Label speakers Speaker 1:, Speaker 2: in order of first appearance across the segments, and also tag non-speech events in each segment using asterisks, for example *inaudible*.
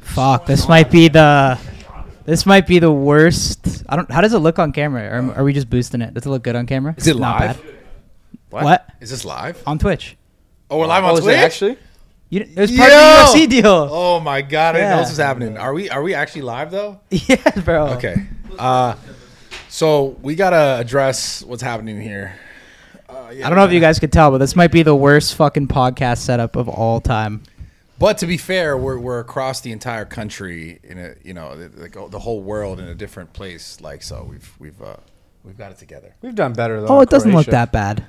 Speaker 1: Fuck, this might be the this might be the worst. I don't. How does it look on camera? Are, are we just boosting it? Does it look good on camera?
Speaker 2: Is it
Speaker 1: Not
Speaker 2: live?
Speaker 1: bad.
Speaker 3: What?
Speaker 1: What
Speaker 2: Is this live?
Speaker 1: on Twitch?
Speaker 2: Oh, we're live
Speaker 3: Oh,
Speaker 2: on
Speaker 3: is it
Speaker 2: Twitch.
Speaker 3: actually?
Speaker 1: You, it was part of the UFC deal.
Speaker 2: Oh my god, I didn't know
Speaker 1: Yeah.
Speaker 2: this was happening. Are we are we actually live though?
Speaker 1: *laughs* Yes, bro.
Speaker 2: Okay. Uh so we gotta address what's happening here. Uh, yeah,
Speaker 1: I don't know if you guys could tell, but this might be the worst fucking podcast setup of all time.
Speaker 2: But to be fair, we're, we're across the entire country in a you know the, oh, the, the whole world in a different place. Like so, we've we've uh, we've got it together.
Speaker 3: We've done better though.
Speaker 1: Oh,
Speaker 3: in
Speaker 1: it doesn't look
Speaker 3: Croatia.
Speaker 1: that bad.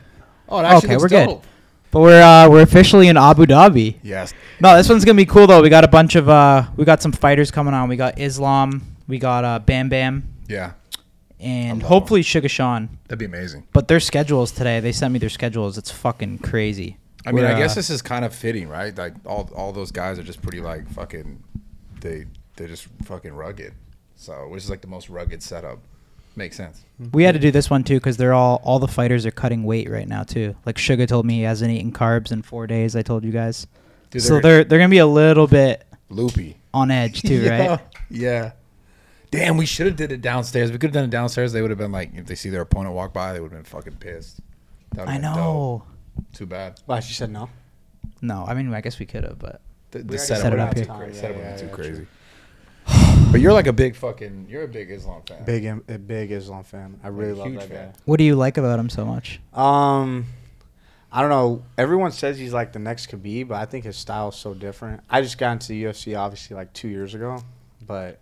Speaker 2: Oh, it actually
Speaker 1: Okay,
Speaker 2: looks
Speaker 1: we're good.
Speaker 2: dope.
Speaker 1: But we're uh, we're officially in Abu Dhabi.
Speaker 2: Yes.
Speaker 1: No, this one's gonna be cool though. We got a bunch of uh, we got some fighters coming on. We got Islam, we got uh, Bam Bam,
Speaker 2: Yeah.
Speaker 1: and
Speaker 2: love
Speaker 1: hopefully Sugar Sean.
Speaker 2: That'd be amazing.
Speaker 1: But their schedules today, they sent me their schedules. It's fucking crazy.
Speaker 2: I mean,
Speaker 1: We're,
Speaker 2: I guess
Speaker 1: uh,
Speaker 2: this is kind of fitting, right? Like all all those guys are just pretty like fucking they they're just fucking rugged. So which is like the most rugged setup. Makes sense.
Speaker 1: we had to do this one too because they're all all the fighters are cutting weight right now too. Like Sugar told me he hasn't eaten carbs in four days. I told you guys,
Speaker 2: Dude,
Speaker 1: so they're they're gonna be a little bit
Speaker 2: loopy.
Speaker 1: on edge too,
Speaker 2: *laughs* yeah.
Speaker 1: right?
Speaker 2: Yeah. Damn, we should have did it downstairs. We could have done it downstairs. They would have been like, if they see their opponent walk by, they would have been fucking pissed. That would've
Speaker 1: I
Speaker 2: been dope.
Speaker 1: know.
Speaker 2: Too bad.
Speaker 3: Why she said no?
Speaker 1: No, I mean I guess we could have, but
Speaker 2: The, the
Speaker 3: already
Speaker 2: setup
Speaker 1: set
Speaker 2: would
Speaker 1: it
Speaker 2: have
Speaker 1: up
Speaker 2: been too
Speaker 1: here.
Speaker 2: crazy.
Speaker 3: Yeah,
Speaker 2: Setup
Speaker 3: yeah,
Speaker 2: would've been
Speaker 3: yeah,
Speaker 2: too
Speaker 3: *sighs*
Speaker 2: crazy. *sighs* But you're like a big fucking, you're a big Islam fan.
Speaker 3: Big, Im- a big Islam fan. I really love
Speaker 2: huge
Speaker 3: that
Speaker 2: fan.
Speaker 3: guy.
Speaker 1: what do you like about him so much?
Speaker 3: Um, I don't know. Everyone says he's like the next Khabib, but I think his style's so different. I just got into the UFC obviously like two years ago, but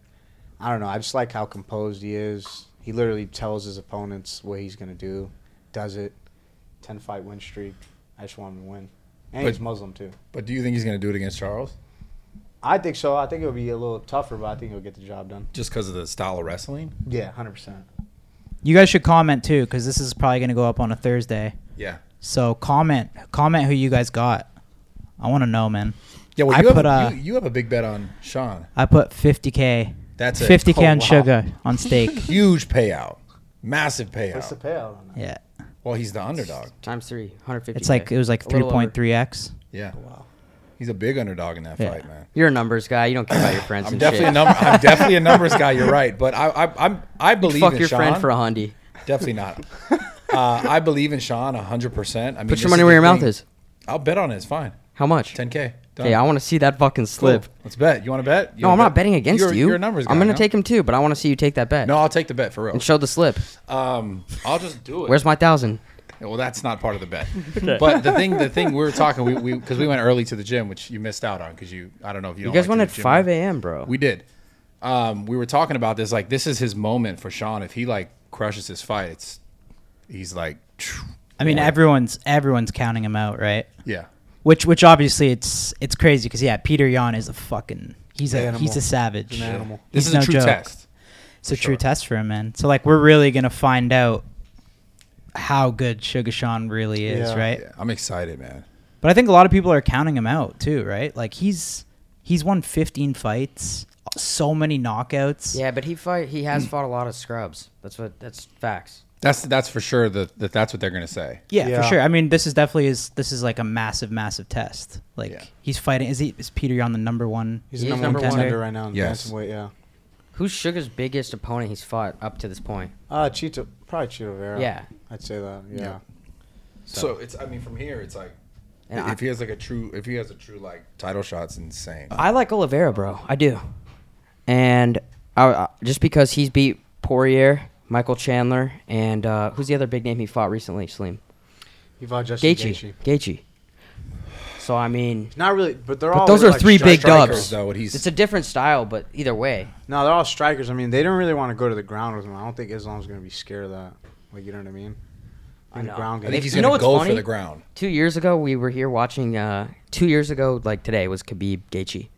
Speaker 3: I don't know. I just like how composed he is. He literally tells his opponents what he's gonna do, does it. Ten fight win streak. I just want him to win, and
Speaker 2: But-
Speaker 3: he's Muslim too.
Speaker 2: But do you think he's going to do it against Charles?
Speaker 3: I think so. I think it'll be a little tougher, but I think he'll get the job done.
Speaker 2: Just because of the style of wrestling?
Speaker 3: Yeah, hundred percent.
Speaker 1: You guys should comment too because this is probably gonna go up on a Thursday.
Speaker 2: Yeah.
Speaker 1: So comment, comment who you guys got. I want to know, man.
Speaker 2: Yeah, well,
Speaker 1: I
Speaker 2: you,
Speaker 1: put,
Speaker 2: have,
Speaker 1: uh,
Speaker 2: you, you have a big bet on Sean.
Speaker 1: I put 50k.
Speaker 2: That's it.
Speaker 1: 50k
Speaker 2: Oh,
Speaker 1: on
Speaker 2: wow.
Speaker 1: sugar on steak.
Speaker 2: *laughs* Huge payout. Massive
Speaker 3: What's the
Speaker 2: payout.
Speaker 3: payout on that?
Speaker 1: yeah,
Speaker 2: Well, he's the underdog.
Speaker 4: times three, 150.
Speaker 1: it's like it was like 3.3x.
Speaker 2: Yeah.
Speaker 3: Oh, Wow.
Speaker 2: He's a big underdog in that
Speaker 1: Yeah.
Speaker 2: fight, man.
Speaker 4: You're a numbers guy. You don't care about your friends.
Speaker 2: I'm
Speaker 4: and
Speaker 2: definitely
Speaker 4: shit.
Speaker 2: a number.
Speaker 4: *laughs*
Speaker 2: I'm definitely a numbers guy. You're right, but I I I'm, I believe
Speaker 4: Fuck
Speaker 2: in
Speaker 4: your
Speaker 2: Sean.
Speaker 4: friend for a hundy. *laughs*
Speaker 2: definitely not. Uh, I believe in Sean 100. percent I mean,
Speaker 4: Put
Speaker 2: this
Speaker 4: your money
Speaker 2: the
Speaker 4: where your mouth
Speaker 2: thing.
Speaker 4: is.
Speaker 2: I'll bet on it. It's fine.
Speaker 4: How much?
Speaker 2: 10k. Done.
Speaker 4: Okay, I want to see that fucking
Speaker 2: Cool.
Speaker 4: slip.
Speaker 2: Let's bet. You want to bet? You
Speaker 4: No,
Speaker 2: wanna
Speaker 4: I'm not
Speaker 2: bet?
Speaker 4: betting against
Speaker 2: you're,
Speaker 4: you.
Speaker 2: You're a numbers guy.
Speaker 4: I'm gonna
Speaker 2: no?
Speaker 4: take him too, but I want to see you take that bet
Speaker 2: No, I'll take the bet for real.
Speaker 4: and show the slip.
Speaker 2: Um, I'll just do it.
Speaker 4: Where's my thousand?
Speaker 2: Well, that's not part of the bet. But the thing, the thing we were talking, we we because we went early to the gym, which you missed out on because you, I don't know if you.
Speaker 4: You
Speaker 2: don't
Speaker 4: guys
Speaker 2: like
Speaker 4: went at
Speaker 2: to the gym.
Speaker 4: 5 a.m., bro.
Speaker 2: We did. Um, we were talking about this. Like, this is his moment for Sean. If he like crushes his fight, it's he's like,
Speaker 1: I mean, everyone's everyone's counting him out, right?
Speaker 2: yeah,
Speaker 1: Which which obviously it's it's crazy because yeah, Peter Yan is a fucking he's a
Speaker 3: Animal.
Speaker 1: he's a savage.
Speaker 3: He's an animal.
Speaker 2: this
Speaker 1: He's
Speaker 2: is a
Speaker 1: no
Speaker 2: true
Speaker 1: joke.
Speaker 2: test.
Speaker 1: It's a
Speaker 2: for
Speaker 1: true
Speaker 2: sure.
Speaker 1: test for him, man. So like we're really gonna find out how good Sugar Sean really is,
Speaker 3: Yeah.
Speaker 1: right?
Speaker 2: Yeah, I'm excited, man.
Speaker 1: But I think a lot of people are counting him out too, right? Like he's he's won 15 fights, so many knockouts.
Speaker 4: Yeah, but he fight. He has fought a lot of scrubs. That's what. That's facts.
Speaker 2: That's that's for sure. That that that's what they're gonna say.
Speaker 1: Yeah,
Speaker 3: Yeah.
Speaker 1: for sure. I mean, this is definitely is this is like a massive, massive test. Like
Speaker 2: Yeah.
Speaker 1: he's fighting. Is he is Peter on the number one?
Speaker 3: He's, the
Speaker 4: He's
Speaker 3: number,
Speaker 4: number
Speaker 3: one
Speaker 4: one.
Speaker 3: contender right now in
Speaker 2: Yes.
Speaker 3: bantamweight. Yeah.
Speaker 4: Who's Sugar's biggest opponent he's fought up to this point?
Speaker 3: Uh, Chito, probably Chito Vera.
Speaker 4: Yeah.
Speaker 3: I'd say that. Yeah.
Speaker 2: Yeah. So, it's. I mean, from here, it's like
Speaker 4: And
Speaker 2: if he has like a true, if he has a true like title shot, it's insane.
Speaker 4: I like Oliveira, bro. I do. And I, I- just because he's beat Poirier, Michael Chandler, and uh, who's the other big name he fought recently, Slim?
Speaker 3: He fought Justin Gaethje.
Speaker 4: Gaethje. Gaethje. So, I mean,
Speaker 3: Not really, but they're
Speaker 4: But
Speaker 3: all.
Speaker 4: those
Speaker 3: really,
Speaker 4: are
Speaker 3: like,
Speaker 4: three
Speaker 3: stri-
Speaker 4: big
Speaker 2: Strikers,
Speaker 4: dubs.
Speaker 2: though, what he's-
Speaker 4: it's a different style, but either way.
Speaker 3: No, they're all strikers. I mean, they don't really want to go to the ground with him. I don't think Islam's gonna be scared of that. Like, you know what I mean?
Speaker 4: I
Speaker 3: the
Speaker 4: know.
Speaker 3: ground
Speaker 2: I
Speaker 3: game.
Speaker 2: think he's
Speaker 4: You
Speaker 2: gonna
Speaker 4: know what's
Speaker 2: go for
Speaker 4: funny?
Speaker 2: the
Speaker 4: *laughs*
Speaker 2: ground.
Speaker 4: Two years ago, we were here watching. Uh, two years ago, like today, was Khabib Gaethje.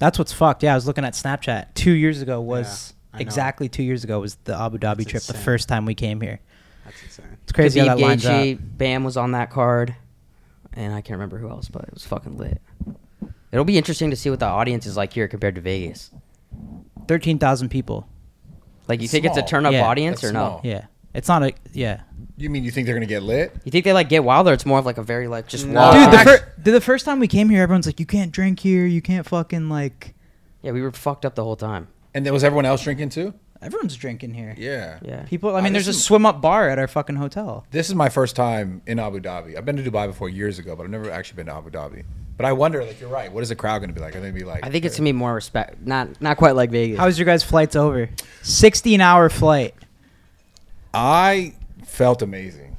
Speaker 1: That's what's fucked. Yeah, I was looking at Snapchat. Two years ago was
Speaker 3: I know.
Speaker 1: exactly two years ago was the Abu Dhabi
Speaker 3: That's
Speaker 1: trip. The
Speaker 3: insane.
Speaker 1: first time we came here.
Speaker 3: That's insane.
Speaker 1: It's crazy how
Speaker 4: Khabib
Speaker 1: that lines
Speaker 4: Gaethje,
Speaker 1: up.
Speaker 4: Bam was on that card, and I can't remember who else, but it was fucking lit. It'll be interesting to see what the audience is like here compared to Vegas.
Speaker 1: Thirteen thousand people.
Speaker 4: Like, you
Speaker 2: It's
Speaker 4: think it's
Speaker 2: small.
Speaker 4: a turn up
Speaker 1: Yeah,
Speaker 4: audience
Speaker 2: that's
Speaker 4: or no?
Speaker 2: small.
Speaker 1: Yeah, it's not a yeah.
Speaker 2: You mean you think they're gonna get lit?
Speaker 4: You think they like get wild, or it's more of like a very like just
Speaker 3: No.
Speaker 4: wild.
Speaker 1: Dude, the,
Speaker 3: Act-
Speaker 1: fir- dude, the first time we came here, everyone's like, "You can't drink here. You can't fucking like
Speaker 4: Yeah, we were fucked up the whole time.
Speaker 2: And then was everyone else drinking too?
Speaker 1: Everyone's drinking here.
Speaker 2: Yeah.
Speaker 4: Yeah.
Speaker 1: People, I
Speaker 2: Oh,
Speaker 1: mean,
Speaker 2: this
Speaker 1: there's a
Speaker 2: is-
Speaker 1: swim up bar at our fucking hotel.
Speaker 2: This is my first time in Abu Dhabi. I've been to Dubai before years ago, but I've never actually been to Abu Dhabi. But I wonder, like, you're right. What is the crowd going to be like? Are they going to be like?
Speaker 4: I think it's gonna be more respect. Not not quite like Vegas.
Speaker 1: How was your guys' flights over? 16 hour flight.
Speaker 2: I felt amazing.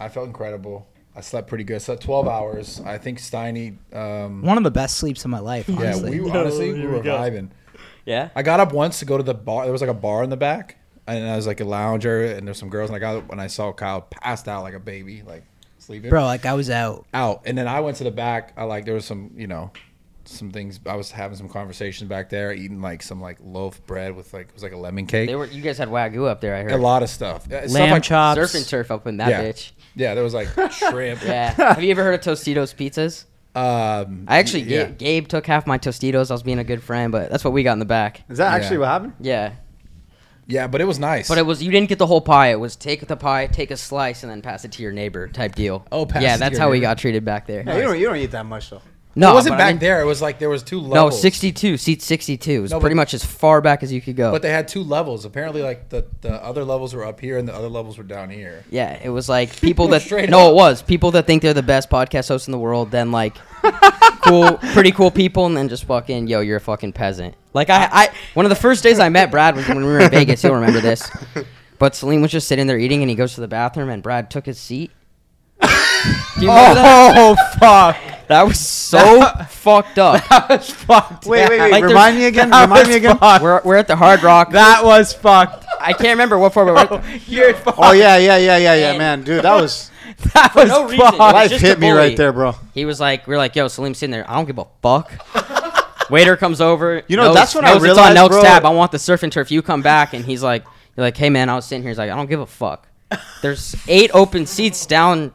Speaker 2: I felt incredible. I slept pretty good. slept 12 hours. I think Steiny. Um,
Speaker 1: One of the best sleeps of my life,
Speaker 2: yeah,
Speaker 1: honestly.
Speaker 2: we
Speaker 3: *laughs*
Speaker 1: Yeah,
Speaker 2: were- honestly
Speaker 5: No,
Speaker 2: we
Speaker 5: here
Speaker 2: were
Speaker 5: we go.
Speaker 2: vibing.
Speaker 4: yeah.
Speaker 2: I got up once to go to the bar. There was like a bar in the back, and I was like a lounger, and there's some girls. And I got up and I saw Kyle passed out like a baby, like sleeping.
Speaker 1: Bro, like I was out.
Speaker 2: out. And then I went to the back. I like there was some, you know, some things. I was having some conversation back there, eating like some like loaf bread with like it was like a lemon cake.
Speaker 4: They were. You guys had wagyu up there. I heard.
Speaker 2: a lot of stuff. Uh, stuff
Speaker 1: Lamb
Speaker 2: like,
Speaker 1: chops.
Speaker 4: Surf and turf up in that
Speaker 2: Yeah.
Speaker 4: bitch.
Speaker 2: Yeah, there was like
Speaker 4: *laughs*
Speaker 2: shrimp.
Speaker 4: Yeah. Have you ever heard of Tostitos pizzas?
Speaker 2: Um,
Speaker 4: I actually
Speaker 2: yeah.
Speaker 4: Ga- Gabe took half my Tostitos. I was being a good friend, but that's what we got in the back.
Speaker 3: Is that
Speaker 2: Yeah.
Speaker 3: actually what happened?
Speaker 4: Yeah.
Speaker 2: yeah, but it was nice.
Speaker 4: But it was you didn't get the whole pie. It was take the pie, take a slice, and then pass it to your neighbor type deal.
Speaker 2: Oh, pass it
Speaker 4: yeah,
Speaker 2: to
Speaker 4: that's
Speaker 2: your
Speaker 4: how we
Speaker 2: neighbor.
Speaker 4: got treated *laughs* back there.
Speaker 3: Yeah, you don't you don't eat that much though.
Speaker 4: No,
Speaker 2: it wasn't
Speaker 4: but I
Speaker 2: back
Speaker 4: mean-
Speaker 2: there. It was like there was two
Speaker 4: No,
Speaker 2: levels.
Speaker 4: sixty-two seat sixty-two. It was
Speaker 2: No, but-
Speaker 4: pretty much as far back as you could go.
Speaker 2: But they had two levels. Apparently, like the, the other levels were up here and the other levels were down here.
Speaker 4: yeah, it was like people
Speaker 3: *laughs*
Speaker 4: that
Speaker 2: Straight
Speaker 4: no,
Speaker 2: up.
Speaker 4: it was people that think they're the best podcast hosts in the world. Then like cool, pretty cool people, and then just fucking yo, you're a fucking peasant. Like I, I one of the first days I met Brad was when we were in Vegas. You'll remember this. But Salim was just sitting there eating, and he goes to the bathroom, and Brad took his seat. Do you remember that?
Speaker 1: Oh, fuck.
Speaker 4: That was
Speaker 1: *laughs*
Speaker 4: so fucked up.
Speaker 1: That was fucked.
Speaker 3: Wait, wait, wait.
Speaker 4: Like, there's-
Speaker 3: remind me again.
Speaker 1: That
Speaker 3: Remind me
Speaker 1: was
Speaker 3: again.
Speaker 1: fucked.
Speaker 4: We're, we're at the Hard Rock.
Speaker 1: That was fucked.
Speaker 4: I can't remember what for, but we're at the- *laughs*
Speaker 2: *laughs*
Speaker 1: You're fucked.
Speaker 3: Oh yeah, yeah, yeah, yeah, yeah,
Speaker 4: And-
Speaker 3: man, dude, that
Speaker 4: *laughs*
Speaker 3: was
Speaker 1: That was
Speaker 4: no reason.
Speaker 1: fucked.
Speaker 4: Why-
Speaker 3: life
Speaker 4: just a
Speaker 3: hit me
Speaker 4: bully.
Speaker 3: right there, bro.
Speaker 4: He was like, we are like, yo, Salim's sitting there. I don't give a
Speaker 3: *laughs*
Speaker 4: fuck. Waiter comes over.
Speaker 3: You know, that's when I
Speaker 4: knows
Speaker 3: realized,
Speaker 4: it's on Nelk's
Speaker 3: bro-
Speaker 4: tab. I want the surf and turf. You come back, and he's like, you're like, hey man, I was sitting here. He's like, I don't give a fuck. There's eight open seats down,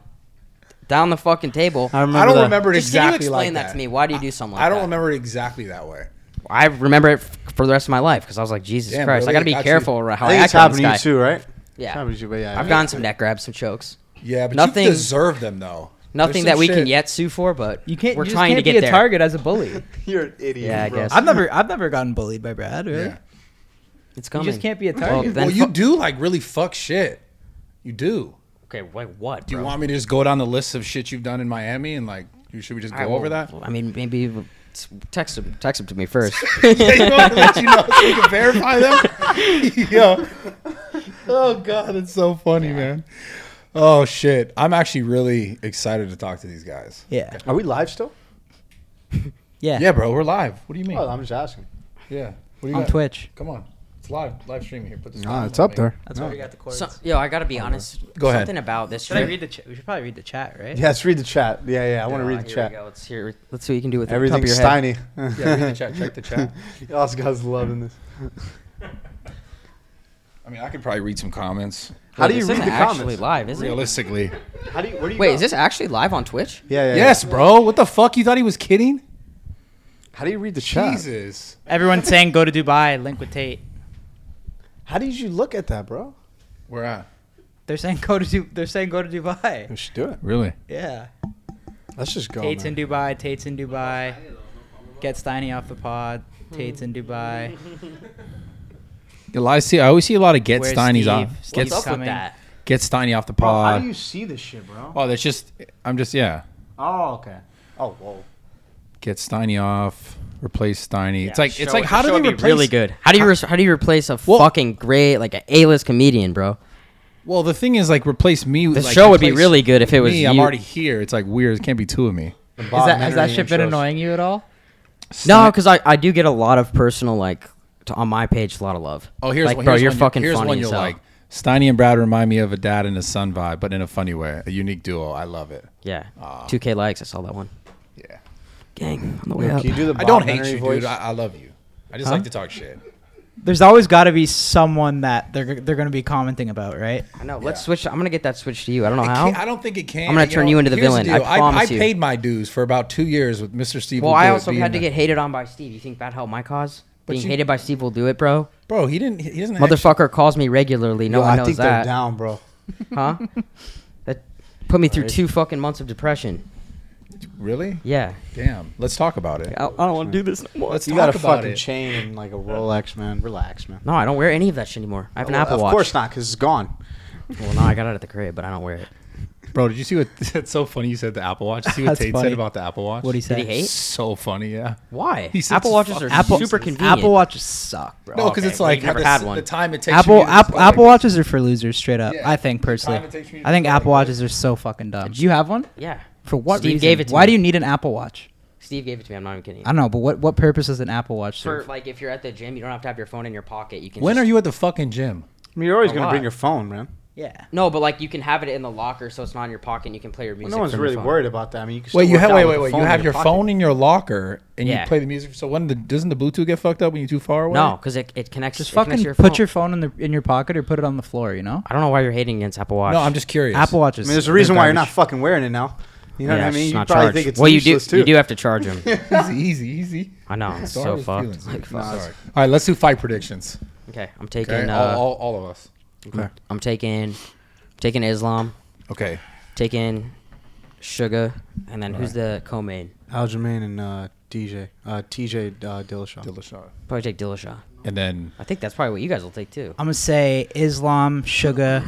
Speaker 4: down the fucking table.
Speaker 3: I remember.
Speaker 2: I don't
Speaker 3: that.
Speaker 2: remember it
Speaker 4: Just can you
Speaker 2: exactly
Speaker 4: explain
Speaker 2: like
Speaker 4: that to me? Why do you do something like
Speaker 2: I don't
Speaker 4: that?
Speaker 2: remember it exactly that way.
Speaker 4: I remember it f- for the rest of my life because I was like, Jesus
Speaker 2: Damn,
Speaker 4: Christ,
Speaker 2: really?
Speaker 4: I gotta be
Speaker 2: Actually-
Speaker 4: careful around how
Speaker 3: I
Speaker 4: I
Speaker 3: think it's
Speaker 4: act on this
Speaker 3: happened to
Speaker 4: guy.
Speaker 3: you too, right? It's
Speaker 4: Yeah,
Speaker 3: happened to you, but yeah.
Speaker 4: I've gotten some neck grabs, some chokes.
Speaker 2: Yeah, but
Speaker 4: Nothing-
Speaker 2: you deserve them though.
Speaker 4: Nothing
Speaker 2: There's
Speaker 4: that
Speaker 2: some
Speaker 4: we can
Speaker 2: shit-
Speaker 4: yet sue for, but
Speaker 1: You can't.
Speaker 4: we're
Speaker 1: you just
Speaker 4: trying
Speaker 1: can't
Speaker 4: to
Speaker 1: be
Speaker 4: get
Speaker 1: a
Speaker 4: there.
Speaker 1: target as a
Speaker 2: *laughs*
Speaker 1: bully.
Speaker 3: You're an idiot.
Speaker 4: Yeah, I bro. guess.
Speaker 1: I've never, I've never gotten bullied by Brad. Really.
Speaker 2: Yeah.
Speaker 4: It's
Speaker 1: You
Speaker 4: coming.
Speaker 1: just can't be a
Speaker 4: Well,
Speaker 1: target.
Speaker 4: then
Speaker 2: Well, you
Speaker 4: fu-
Speaker 2: do like really fuck shit. You do.
Speaker 4: okay, wait, what?
Speaker 2: Do you
Speaker 4: bro?
Speaker 2: want me to just go down the list of shit you've done in Miami and like, you- should we just go
Speaker 4: I
Speaker 2: over
Speaker 4: will-
Speaker 2: that?
Speaker 4: I mean, maybe we'll- s- text him. Text him to me
Speaker 3: *laughs*
Speaker 4: first.
Speaker 2: yeah, you want me to let
Speaker 6: *laughs*
Speaker 2: you know so we can verify them? *laughs* Yo. Oh, God, it's so funny, man. Oh, shit. I'm actually really excited to talk to these guys.
Speaker 1: yeah.
Speaker 3: Are we live still?
Speaker 1: Yeah.
Speaker 2: Yeah, bro, we're live. What do you mean?
Speaker 3: Oh, I'm just asking.
Speaker 2: yeah. What do you
Speaker 1: On
Speaker 2: got?
Speaker 1: Twitch.
Speaker 2: Come on. It's live, live streaming here. Put this
Speaker 3: Nah,
Speaker 2: on.
Speaker 3: it's up there.
Speaker 1: That's where we got the chords.
Speaker 4: so, yo, I gotta be honest.
Speaker 2: Go ahead.
Speaker 4: Something about this.
Speaker 1: Should I
Speaker 4: trip-
Speaker 1: read the? Ch- we should probably read the chat, right?
Speaker 3: Yeah, let's read the chat. Yeah, yeah, I want to
Speaker 4: Oh,
Speaker 3: read the
Speaker 4: here
Speaker 3: chat.
Speaker 4: We go. Let's hear. Let's see what you can do with the top of
Speaker 3: Everything's
Speaker 4: your head.
Speaker 3: tiny. *laughs*
Speaker 2: Yeah, read the chat. Check the chat.
Speaker 3: Y'all guys loving this.
Speaker 2: I mean, I could probably read some comments.
Speaker 3: How
Speaker 4: Wait,
Speaker 3: do you
Speaker 4: this
Speaker 3: read
Speaker 4: isn't
Speaker 3: the
Speaker 4: actually
Speaker 3: comments?
Speaker 4: live? Is it?
Speaker 2: Realistically.
Speaker 3: How do you? Where do you?
Speaker 4: Wait,
Speaker 3: go?
Speaker 4: is this actually live on Twitch?
Speaker 3: Yeah, yeah. yeah.
Speaker 2: Yes, bro. What the fuck? You thought he was kidding?
Speaker 3: How do you read the chat?
Speaker 2: Jesus.
Speaker 1: Everyone's saying go to Dubai. Link with Tate.
Speaker 3: How did you look at that, bro?
Speaker 2: Where at?
Speaker 1: They're saying go to. Du- they're saying go to Dubai.
Speaker 3: We should do it.
Speaker 2: Really?
Speaker 1: Yeah.
Speaker 3: Let's just go.
Speaker 1: Tate's in
Speaker 3: man.
Speaker 1: Dubai. Tate's in Dubai. Get Steiny off the pod. Tate's in
Speaker 3: *laughs*
Speaker 1: Dubai.
Speaker 2: I see. I always see a lot of get
Speaker 1: Where's
Speaker 2: Steiny's
Speaker 1: Steve?
Speaker 2: off.
Speaker 1: Steve's
Speaker 2: Get,
Speaker 4: What's up
Speaker 1: coming.
Speaker 4: with that?
Speaker 2: get Steiny off the
Speaker 3: Bro, how
Speaker 4: Uh,
Speaker 2: pod.
Speaker 3: do you see this shit, bro?
Speaker 2: oh, that's just. I'm just yeah.
Speaker 3: Oh, okay. Oh, whoa.
Speaker 2: Get Steiny off. Replace Steiny. it's like it's
Speaker 4: Show-
Speaker 2: like how do
Speaker 4: show
Speaker 2: they
Speaker 4: would be
Speaker 2: replace?
Speaker 4: Really good. How do you re- how do you replace a
Speaker 2: Well-
Speaker 4: fucking great like a A list comedian, bro?
Speaker 2: Well, the thing is like replace me.
Speaker 4: The
Speaker 2: like,
Speaker 4: show would be
Speaker 2: replace
Speaker 4: really good if it was
Speaker 2: me. I'm
Speaker 4: you.
Speaker 2: already here. It's like weird. It can't be two of me.
Speaker 1: Is that, has that shit been annoying you at all?
Speaker 4: No,
Speaker 2: Stein-
Speaker 4: because I, I do get a lot of personal like to, on my page a lot of love.
Speaker 2: Oh, here's
Speaker 4: like,
Speaker 2: one.
Speaker 4: bro,
Speaker 2: here's
Speaker 4: you're
Speaker 2: one,
Speaker 4: fucking
Speaker 2: here's
Speaker 4: funny.
Speaker 2: one
Speaker 4: as
Speaker 2: you'll
Speaker 4: hell.
Speaker 2: like. Steiny and Brad remind me of a dad and a son vibe, but in a funny way. A unique duo. I love it.
Speaker 4: Yeah,
Speaker 2: Aw.
Speaker 4: two K likes. I saw that one.
Speaker 2: Yeah.
Speaker 4: Gang on the way
Speaker 3: Can
Speaker 4: up.
Speaker 3: you do the
Speaker 2: I don't hate
Speaker 3: Bob
Speaker 2: you,
Speaker 3: Henry
Speaker 2: dude.
Speaker 3: voice?
Speaker 2: I, I love you. I just like to talk shit.
Speaker 1: There's always got to be someone that they're they're gonna be commenting about, right?
Speaker 4: I know. Let's
Speaker 2: Yeah.
Speaker 4: switch. I'm gonna get that switch to you. I don't know
Speaker 2: It
Speaker 4: how.
Speaker 2: can't- I don't think it can.
Speaker 4: I'm gonna turn
Speaker 2: know,
Speaker 4: you into the
Speaker 2: here's
Speaker 4: villain, I
Speaker 2: deal.
Speaker 4: promise
Speaker 2: I,
Speaker 4: you.
Speaker 2: paid my dues for about two years with Mr. Steve.
Speaker 4: well,
Speaker 2: Will
Speaker 4: I
Speaker 2: Do It
Speaker 4: also
Speaker 2: being
Speaker 4: had to
Speaker 2: the-
Speaker 4: get hated on by Steve. You think that helped my cause?
Speaker 2: But
Speaker 4: Being
Speaker 2: you-
Speaker 4: hated by Steve will do it, bro.
Speaker 2: Bro, he didn't. He doesn't. actually-
Speaker 4: Motherfucker calls me regularly. No
Speaker 3: Yo,
Speaker 4: one
Speaker 3: I
Speaker 4: knows
Speaker 3: think they're
Speaker 4: that,
Speaker 3: down, bro.
Speaker 2: *laughs*
Speaker 4: huh? That put me through
Speaker 3: Right.
Speaker 4: two fucking months of depression.
Speaker 2: Really?
Speaker 4: Yeah. Oh,
Speaker 2: Damn. Let's talk about it.
Speaker 4: I, I don't want to do this no more.
Speaker 2: Let's
Speaker 3: You
Speaker 2: talk
Speaker 3: got a
Speaker 2: about
Speaker 3: fucking
Speaker 2: it.
Speaker 3: chain and like a Rolex, man. Relax, man.
Speaker 4: No, I don't wear any of that shit anymore. I have an
Speaker 2: Oh,
Speaker 4: Apple
Speaker 3: of
Speaker 4: Watch.
Speaker 3: course not, because it's gone.
Speaker 4: Well, no, I got it at the crib, but I don't wear it.
Speaker 2: Bro, did you see what? *laughs* That's so funny. You said the Apple Watch. You See what
Speaker 1: That's
Speaker 2: Tate
Speaker 1: funny.
Speaker 2: said about the Apple Watch.
Speaker 1: What he
Speaker 4: Did
Speaker 1: said?
Speaker 4: he hate?
Speaker 2: So funny. Yeah.
Speaker 4: Why?
Speaker 2: He said
Speaker 4: Apple Watches
Speaker 2: fuck
Speaker 4: are
Speaker 2: Apple-
Speaker 4: super
Speaker 2: Apple
Speaker 4: convenient.
Speaker 1: Apple Watches suck, bro.
Speaker 2: No, because
Speaker 4: okay.
Speaker 2: it's like
Speaker 4: We've never
Speaker 2: the,
Speaker 4: had
Speaker 2: s-
Speaker 4: one.
Speaker 2: the time it takes. you
Speaker 1: Apple
Speaker 2: to get
Speaker 1: Apple,
Speaker 2: this
Speaker 1: Apple
Speaker 2: going.
Speaker 1: Watches are for losers, straight up.
Speaker 2: Yeah.
Speaker 1: I think personally.
Speaker 2: Time it takes for you to
Speaker 1: I think
Speaker 2: get
Speaker 1: Apple
Speaker 2: going.
Speaker 1: Watches are so fucking dumb. Do you have one?
Speaker 4: Yeah.
Speaker 1: For what
Speaker 4: Steve
Speaker 1: reason?
Speaker 4: gave it to
Speaker 1: Why
Speaker 4: me.
Speaker 1: do you need an Apple Watch?
Speaker 4: Steve gave it to me. I'm not even kidding.
Speaker 1: I don't know, but what what purpose does an Apple Watch
Speaker 4: For
Speaker 1: serve?
Speaker 4: like, if you're at the gym, you don't have to have your phone in your pocket. You can.
Speaker 2: When
Speaker 4: just-
Speaker 2: are you at the fucking gym?
Speaker 3: I mean, you're always
Speaker 4: A
Speaker 3: gonna
Speaker 4: lot.
Speaker 3: bring your phone, man.
Speaker 1: yeah.
Speaker 4: No, but like you can have it in the locker, so it's not in your pocket. and You can play your
Speaker 3: Well,
Speaker 4: music.
Speaker 3: no one's
Speaker 4: from your
Speaker 3: really
Speaker 4: phone.
Speaker 3: worried about that. I mean, you can
Speaker 2: Wait,
Speaker 3: still
Speaker 2: you
Speaker 3: work
Speaker 2: have
Speaker 3: out
Speaker 2: wait
Speaker 3: with
Speaker 2: wait
Speaker 3: the
Speaker 2: wait.
Speaker 3: phone
Speaker 2: You
Speaker 3: in
Speaker 2: have your
Speaker 3: pocket.
Speaker 2: phone in your locker, and
Speaker 4: Yeah.
Speaker 2: you play the music. So when the, doesn't the Bluetooth get fucked up when you're too far away?
Speaker 4: No, because it, it connects.
Speaker 1: Just
Speaker 4: it connects
Speaker 1: fucking
Speaker 4: to your
Speaker 1: put
Speaker 4: phone.
Speaker 1: your phone in the in your pocket or put it on the floor, you know?
Speaker 4: I don't know why you're hating against Apple Watch.
Speaker 2: no. I'm just curious.
Speaker 1: Apple
Speaker 3: I
Speaker 1: Watches.
Speaker 3: mean, there's a reason
Speaker 1: they're
Speaker 3: why you're not
Speaker 1: garbage.
Speaker 3: fucking wearing it now. You know
Speaker 4: Yeah,
Speaker 3: what I
Speaker 4: it's
Speaker 3: mean?
Speaker 4: just
Speaker 3: You
Speaker 4: not
Speaker 3: probably
Speaker 4: charged.
Speaker 3: think it's
Speaker 4: well, you do.
Speaker 3: useless, too.
Speaker 4: You do have to charge
Speaker 3: *laughs*
Speaker 4: them.
Speaker 2: easy easy easy.
Speaker 4: I know. It's
Speaker 2: Sorry
Speaker 4: so
Speaker 2: for
Speaker 4: fucked.
Speaker 2: feelings, man.
Speaker 3: Nah, it's-
Speaker 2: All right, let's do fight predictions.
Speaker 4: Okay, I'm taking.
Speaker 2: Okay,
Speaker 4: Uh,
Speaker 2: all, all, all of us.
Speaker 4: I'm, I'm taking, taking Islam,
Speaker 2: Okay.
Speaker 4: taking Sugar, and then who's the co-main?
Speaker 3: Aljamain and uh, DJ, uh, TJ uh, Dillashaw.
Speaker 2: Dillashaw.
Speaker 4: Probably take Dillashaw.
Speaker 2: And then
Speaker 4: I think that's probably what you guys will take too.
Speaker 1: I'm gonna say Islam, Sugar,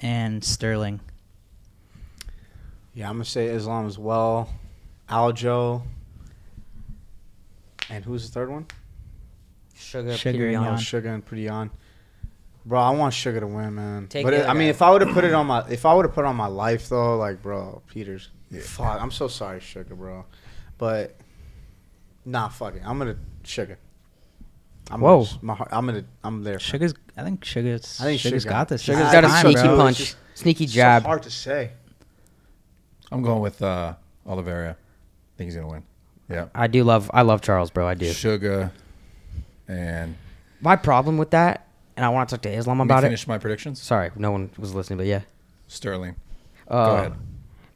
Speaker 1: and Sterling.
Speaker 3: Yeah, I'm gonna say Islam as well. Aljo. And who's the third one?
Speaker 4: Sugar,
Speaker 1: Sugar
Speaker 4: Peter
Speaker 1: and
Speaker 4: Yan.
Speaker 3: Oh,
Speaker 1: Jan.
Speaker 3: Sugar and Pritian. Bro, I want Sugar to win, man.
Speaker 4: Take
Speaker 3: but
Speaker 4: the
Speaker 3: it,
Speaker 4: other
Speaker 3: I mean,
Speaker 4: guy.
Speaker 3: if I would have put it on my, if I would have put on my life though, like, bro, Peters, fuck, I'm so sorry, Sugar, bro, but nah, fuck it, I'm gonna Sugar. I'm
Speaker 4: Whoa.
Speaker 3: gonna, my heart, I'm gonna, I'm there. Sugar's
Speaker 1: Sugar's I think Sugar's
Speaker 3: I think
Speaker 1: Sugar's
Speaker 3: Sugar-
Speaker 1: got this.
Speaker 3: Sugar's
Speaker 1: It's
Speaker 4: got a
Speaker 1: time,
Speaker 4: sneaky
Speaker 1: bro.
Speaker 4: punch,
Speaker 3: It's
Speaker 4: sneaky
Speaker 3: so
Speaker 4: jab.
Speaker 3: hard to say.
Speaker 2: I'm going with uh, Oliveira. I think he's gonna win. Yeah.
Speaker 4: I do love. I love Charles, bro. I do.
Speaker 2: Sugar. And
Speaker 4: My problem with that, and I want to talk to Islam
Speaker 2: about
Speaker 4: about it.
Speaker 2: finish my predictions.
Speaker 4: Sorry, no one was listening, but yeah.
Speaker 2: Sterling.
Speaker 4: Uh,
Speaker 2: Go ahead.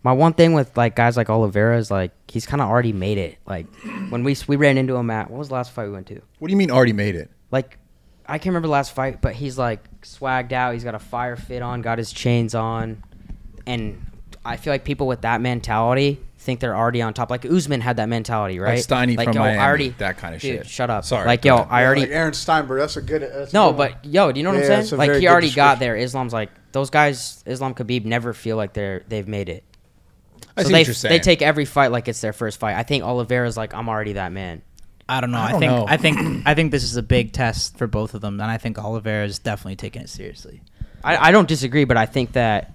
Speaker 4: My one thing with like guys like Oliveira is like he's kind of already made it. Like when we we ran into him at what was the last fight we went to?
Speaker 2: What do you mean already made it?
Speaker 4: Like I can't remember the last fight, but he's like swagged out. He's got a fire fit on, got his chains on, and I feel like people with that mentality think they're already on top. Like Usman had that mentality, right?
Speaker 2: Steiny
Speaker 4: like,
Speaker 2: from
Speaker 4: yo,
Speaker 2: Miami,
Speaker 4: I already,
Speaker 2: that kinda
Speaker 4: dude,
Speaker 2: shit.
Speaker 4: Shut up.
Speaker 2: Sorry,
Speaker 4: Like
Speaker 2: go
Speaker 4: yo,
Speaker 2: ahead.
Speaker 4: I already
Speaker 3: like Aaron Steinberg. That's a good. That's a
Speaker 4: no,
Speaker 3: good one.
Speaker 4: but yo, do you know what
Speaker 3: Yeah,
Speaker 4: I'm
Speaker 3: it's a
Speaker 4: saying? Like he
Speaker 3: very good
Speaker 4: already got
Speaker 3: description.
Speaker 4: there. Islam's like those guys. Islam Khabib never feel like they're they've made it.
Speaker 2: I
Speaker 4: so
Speaker 2: see
Speaker 4: they
Speaker 2: what you're saying.
Speaker 4: they take every fight like it's their first fight. I think Oliveira's like I'm already that man.
Speaker 1: I don't know.
Speaker 2: I
Speaker 1: I,
Speaker 2: don't
Speaker 1: think
Speaker 2: know.
Speaker 1: I think I think this is a big test for both of them, and I think Oliveira's definitely taking it seriously.
Speaker 4: I, I don't disagree, but I think that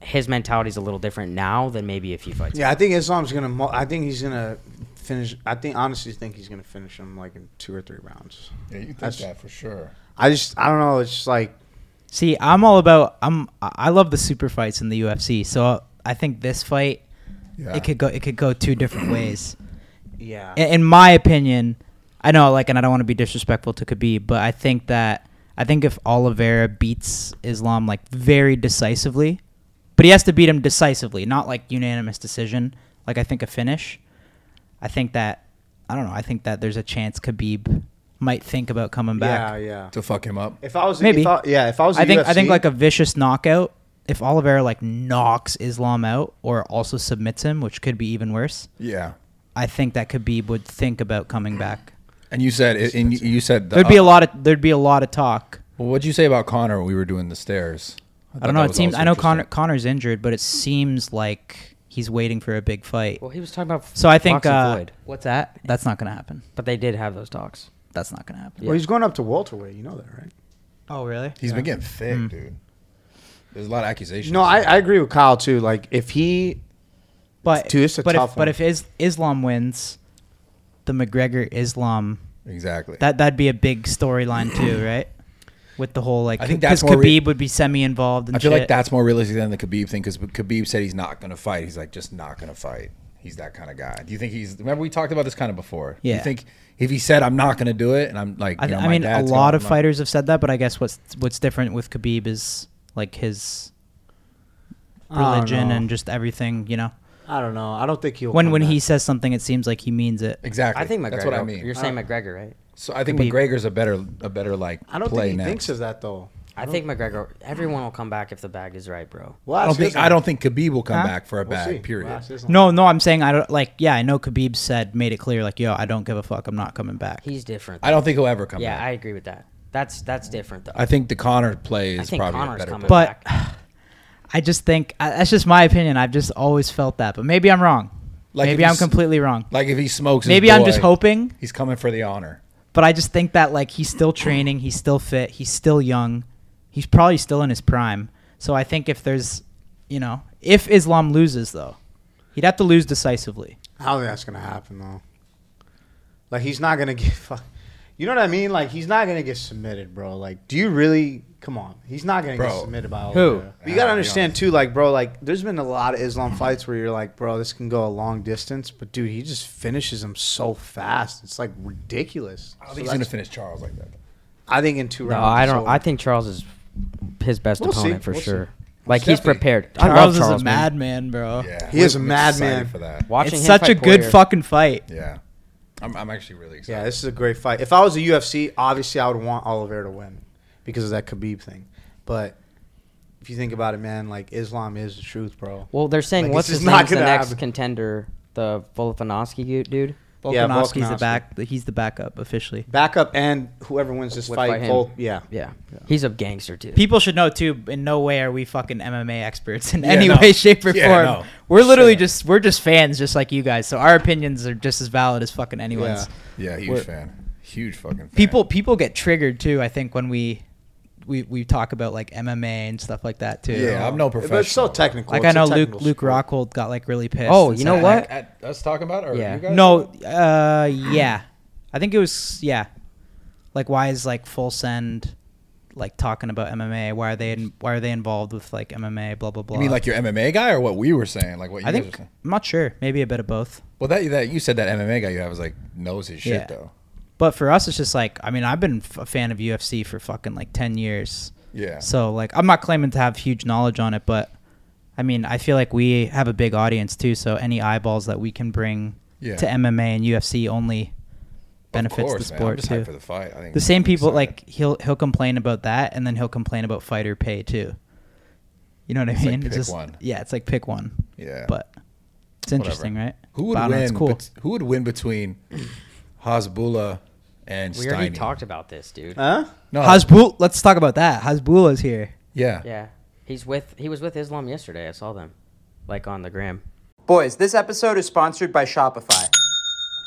Speaker 4: his mentality's a little different now than maybe if he fights.
Speaker 3: Yeah, I think Islam's gonna. Mo- I think he's gonna finish. I think honestly, think he's gonna finish him like in two or three rounds.
Speaker 2: Yeah, you think
Speaker 3: That's-
Speaker 2: that for sure.
Speaker 3: I just, I don't know. It's just like
Speaker 1: See, I'm all about I'm I I love the super fights in the UFC, so I think this fight
Speaker 2: Yeah.
Speaker 1: it could go it could go two different
Speaker 3: *clears throat*
Speaker 1: ways.
Speaker 3: yeah.
Speaker 1: in, in my opinion, I know, like, and I don't want to be disrespectful to Khabib, but I think that I think if Oliveira beats Islam like very decisively, but he has to beat him decisively, not like unanimous decision, like I think a finish. I think that I don't know. I think that there's a chance Khabib might think about coming
Speaker 3: yeah,
Speaker 1: back.
Speaker 3: yeah.
Speaker 2: to fuck him up.
Speaker 3: If I was
Speaker 1: Maybe.
Speaker 3: if I, yeah. If I was,
Speaker 1: I
Speaker 3: the
Speaker 1: think I think
Speaker 3: UFC,
Speaker 1: like a vicious knockout. If Oliveira like knocks Islam out or also submits him, which could be even worse,
Speaker 2: Yeah.
Speaker 1: I think that Khabib would think about coming back.
Speaker 2: And you said it, and you, you said the,
Speaker 1: There'd be a lot of there'd be a lot of talk.
Speaker 2: Well, what'd you say about Connor when we were doing the stairs?
Speaker 1: I don't know. It seems I know Connor Connor's injured, but it seems like he's waiting for a big fight.
Speaker 4: Well, he was talking about.
Speaker 1: So I think
Speaker 4: Fox and
Speaker 1: uh,
Speaker 4: Floyd,
Speaker 1: what's that? That's not gonna happen.
Speaker 4: but they did have those talks.
Speaker 1: That's not gonna happen.
Speaker 4: Yeah.
Speaker 3: Well, he's going up to welterweight. You know that, right?
Speaker 1: Oh really? Hmm.
Speaker 2: He's been getting thick, dude. There's a lot of accusations.
Speaker 3: No, I, I agree with Kyle too. Like if he,
Speaker 1: But
Speaker 3: Dude, it's a
Speaker 1: but
Speaker 3: tough
Speaker 1: if
Speaker 3: one.
Speaker 1: but if is, Islam wins, the McGregor Islam
Speaker 2: exactly.
Speaker 1: that that'd be a big storyline
Speaker 2: *clears throat*
Speaker 1: too, right? With the whole like
Speaker 2: I think
Speaker 1: because
Speaker 2: that's more
Speaker 1: Khabib
Speaker 2: re-
Speaker 1: would be semi involved and
Speaker 2: I feel
Speaker 1: shit.
Speaker 2: like that's more realistic than the Khabib thing because Khabib said he's not going to fight. He's like just not going to fight. He's that kind of guy. Do you think he's? Remember we talked about this kind of before. Do
Speaker 1: Yeah.
Speaker 2: you think if he said I'm not going to do it, and I'm like,
Speaker 1: I,
Speaker 2: you know,
Speaker 1: th- I
Speaker 2: my
Speaker 1: mean, a
Speaker 2: dad's
Speaker 1: lot
Speaker 2: gonna-
Speaker 1: of
Speaker 2: I'm not-
Speaker 1: fighters have said that, but I guess what's what's different with Khabib is like his
Speaker 3: I don't
Speaker 1: religion
Speaker 3: know.
Speaker 1: and just everything, you know.
Speaker 3: I don't know. I don't think he'll.
Speaker 1: When
Speaker 3: come
Speaker 1: when
Speaker 3: back.
Speaker 1: he says something, it seems like he means it. Ah.
Speaker 2: Exactly.
Speaker 4: I think McGregor.
Speaker 2: That's what I mean.
Speaker 1: Uh,
Speaker 4: You're saying McGregor, right?
Speaker 2: so I think
Speaker 1: Khabib.
Speaker 2: McGregor's a better a better like
Speaker 3: I don't
Speaker 2: play
Speaker 3: think he
Speaker 2: next.
Speaker 3: thinks of that though.
Speaker 4: I think McGregor. Everyone will come back if the bag is right, bro.
Speaker 2: I don't think I don't think Khabib will come
Speaker 1: Huh?
Speaker 2: back for a bag. Period.
Speaker 1: No, no, I'm saying I don't like. Yeah, I know Khabib said made it clear like, yo, I don't give a fuck. I'm not coming back.
Speaker 4: He's different.
Speaker 2: I don't think he'll ever come
Speaker 4: yeah,
Speaker 2: back.
Speaker 4: I agree with that. That's that's different though.
Speaker 2: I think the Connor play
Speaker 4: I
Speaker 2: is
Speaker 4: think
Speaker 2: probably
Speaker 4: Connor's
Speaker 2: a better.
Speaker 4: coming
Speaker 2: play.
Speaker 1: But- *sighs*
Speaker 4: back.
Speaker 1: I just think I, that's just my opinion. I've just always felt that, but maybe I'm wrong.
Speaker 2: Like,
Speaker 1: maybe
Speaker 2: if
Speaker 1: I'm
Speaker 2: he's-
Speaker 1: completely wrong.
Speaker 2: Like if he smokes, his
Speaker 1: Maybe I'm just
Speaker 2: boy,
Speaker 1: hoping,
Speaker 2: he's coming for the honor.
Speaker 1: but I just think that like he's still training, he's still fit, he's still young, he's probably still in his prime. So I think if there's, you know, if Islam loses though, he'd have to lose decisively.
Speaker 3: I don't think that's gonna happen though. Like he's not gonna *laughs* get fuck. You know what I mean? Like he's not gonna get submitted, bro. Like, do you really? Come on, he's not gonna get
Speaker 2: Bro.
Speaker 3: submitted by Oliveira.
Speaker 4: Who?
Speaker 3: But you
Speaker 2: Nah,
Speaker 3: gotta
Speaker 2: be
Speaker 3: understand too, like, bro, like, there's been a lot of Islam fights where you're like, bro, this can go a long distance, but dude, he just finishes him so fast, it's like ridiculous.
Speaker 2: I
Speaker 3: So
Speaker 2: don't think he's gonna
Speaker 3: that's-
Speaker 2: finish Charles like that.
Speaker 3: I think in two
Speaker 4: No,
Speaker 3: rounds.
Speaker 4: I
Speaker 3: it's
Speaker 4: don't.
Speaker 3: over.
Speaker 4: I think Charles is his best
Speaker 3: We'll see.
Speaker 4: opponent for
Speaker 3: We'll see.
Speaker 4: sure. Like he's
Speaker 2: Definitely.
Speaker 4: prepared. I
Speaker 1: Charles,
Speaker 4: love Charles
Speaker 1: is a
Speaker 4: man.
Speaker 1: madman, bro.
Speaker 2: Yeah,
Speaker 3: He is a
Speaker 2: I'm
Speaker 3: madman.
Speaker 2: excited for that.
Speaker 4: Watching
Speaker 1: It's
Speaker 4: him
Speaker 1: such
Speaker 4: fight
Speaker 1: a good
Speaker 4: Poirier-
Speaker 1: fucking fight.
Speaker 2: Yeah, I'm, I'm actually really excited.
Speaker 3: Yeah, this is a great fight. If I was a UFC, obviously I would want Oliveira to win because of that Khabib thing. But if you think about it, man, like Islam is the truth, bro.
Speaker 4: Well, they're saying
Speaker 3: Like,
Speaker 4: what's
Speaker 3: this
Speaker 4: his
Speaker 3: is not
Speaker 4: name's the
Speaker 3: gonna
Speaker 4: next
Speaker 3: happen.
Speaker 4: contender, the Volkanovski gu- dude.
Speaker 3: Yeah,
Speaker 1: Volkanovski's the
Speaker 3: Volkanovski.
Speaker 1: back. He's the backup officially.
Speaker 3: Backup and whoever wins this
Speaker 4: Would
Speaker 3: fight,
Speaker 4: fight him.
Speaker 3: both, yeah.
Speaker 4: Yeah, he's a gangster too.
Speaker 1: People should know too. In no way are we fucking MMA experts in
Speaker 2: Yeah,
Speaker 1: any
Speaker 2: no.
Speaker 1: way, shape, or
Speaker 2: Yeah,
Speaker 1: form.
Speaker 2: no.
Speaker 1: We're literally
Speaker 2: Sure.
Speaker 1: just we're just fans, just like you guys. So our opinions are just as valid as fucking anyone's.
Speaker 3: Yeah.
Speaker 2: Yeah, huge
Speaker 1: We're-
Speaker 2: fan, huge fucking fan.
Speaker 1: People people get triggered too. I think when we we we talk about like MMA and stuff like that too.
Speaker 2: Yeah, I'm no
Speaker 3: But
Speaker 2: professional.
Speaker 3: it's so technical.
Speaker 1: Like I
Speaker 3: It's a
Speaker 1: know Luke
Speaker 3: technical
Speaker 1: Luke
Speaker 3: sport.
Speaker 1: Rockhold got like really pissed.
Speaker 4: Oh,
Speaker 1: and
Speaker 4: you know
Speaker 1: said,
Speaker 4: what?
Speaker 1: like,
Speaker 2: At, at us talking about it, or
Speaker 4: Yeah.
Speaker 2: you guys?
Speaker 1: No, uh, yeah, I think it was yeah. Like why is like Full Send like talking about MMA? Why are they in, why are they involved with like MMA? Blah blah blah.
Speaker 2: You mean like your MMA guy or what we were saying? Like what you
Speaker 1: I
Speaker 2: guys
Speaker 1: think
Speaker 2: were saying?
Speaker 1: I'm not sure. Maybe a bit of both.
Speaker 2: Well, that that you said that MMA guy you have is like knows his shit
Speaker 1: Yeah.
Speaker 2: though.
Speaker 1: But for us, it's just like I mean, I've been f- a fan of UFC for fucking like ten years.
Speaker 2: Yeah.
Speaker 1: So like, I'm not claiming to have huge knowledge on it, but I mean, I feel like we have a big audience too. So any eyeballs that we can bring
Speaker 2: Yeah.
Speaker 1: to MMA and UFC only
Speaker 2: Of
Speaker 1: benefits
Speaker 2: course,
Speaker 1: the
Speaker 2: man. I'm
Speaker 1: sport
Speaker 2: just
Speaker 1: too.
Speaker 2: hyped for the fight. I think
Speaker 1: the
Speaker 2: it's uh,
Speaker 1: same
Speaker 2: gonna be
Speaker 1: people
Speaker 2: exciting.
Speaker 1: like he'll he'll complain about that, and then he'll complain about fighter pay too. You know what I
Speaker 2: like
Speaker 1: mean?
Speaker 2: pick one.
Speaker 1: Yeah, it's like pick one.
Speaker 2: Yeah.
Speaker 1: But it's interesting, right?
Speaker 2: who would
Speaker 1: But I don't know,
Speaker 2: win?
Speaker 1: it's cool.
Speaker 2: bet- who would win between Hasbullah and
Speaker 4: we already
Speaker 2: Steiny?
Speaker 4: talked about this, dude.
Speaker 3: Huh?
Speaker 2: No,
Speaker 1: Hasbul, let's talk about that. Hasbul is here.
Speaker 2: yeah.
Speaker 4: Yeah, he's with he was with Islam yesterday. I saw them, like on the gram.
Speaker 5: Boys, this episode is sponsored by Shopify.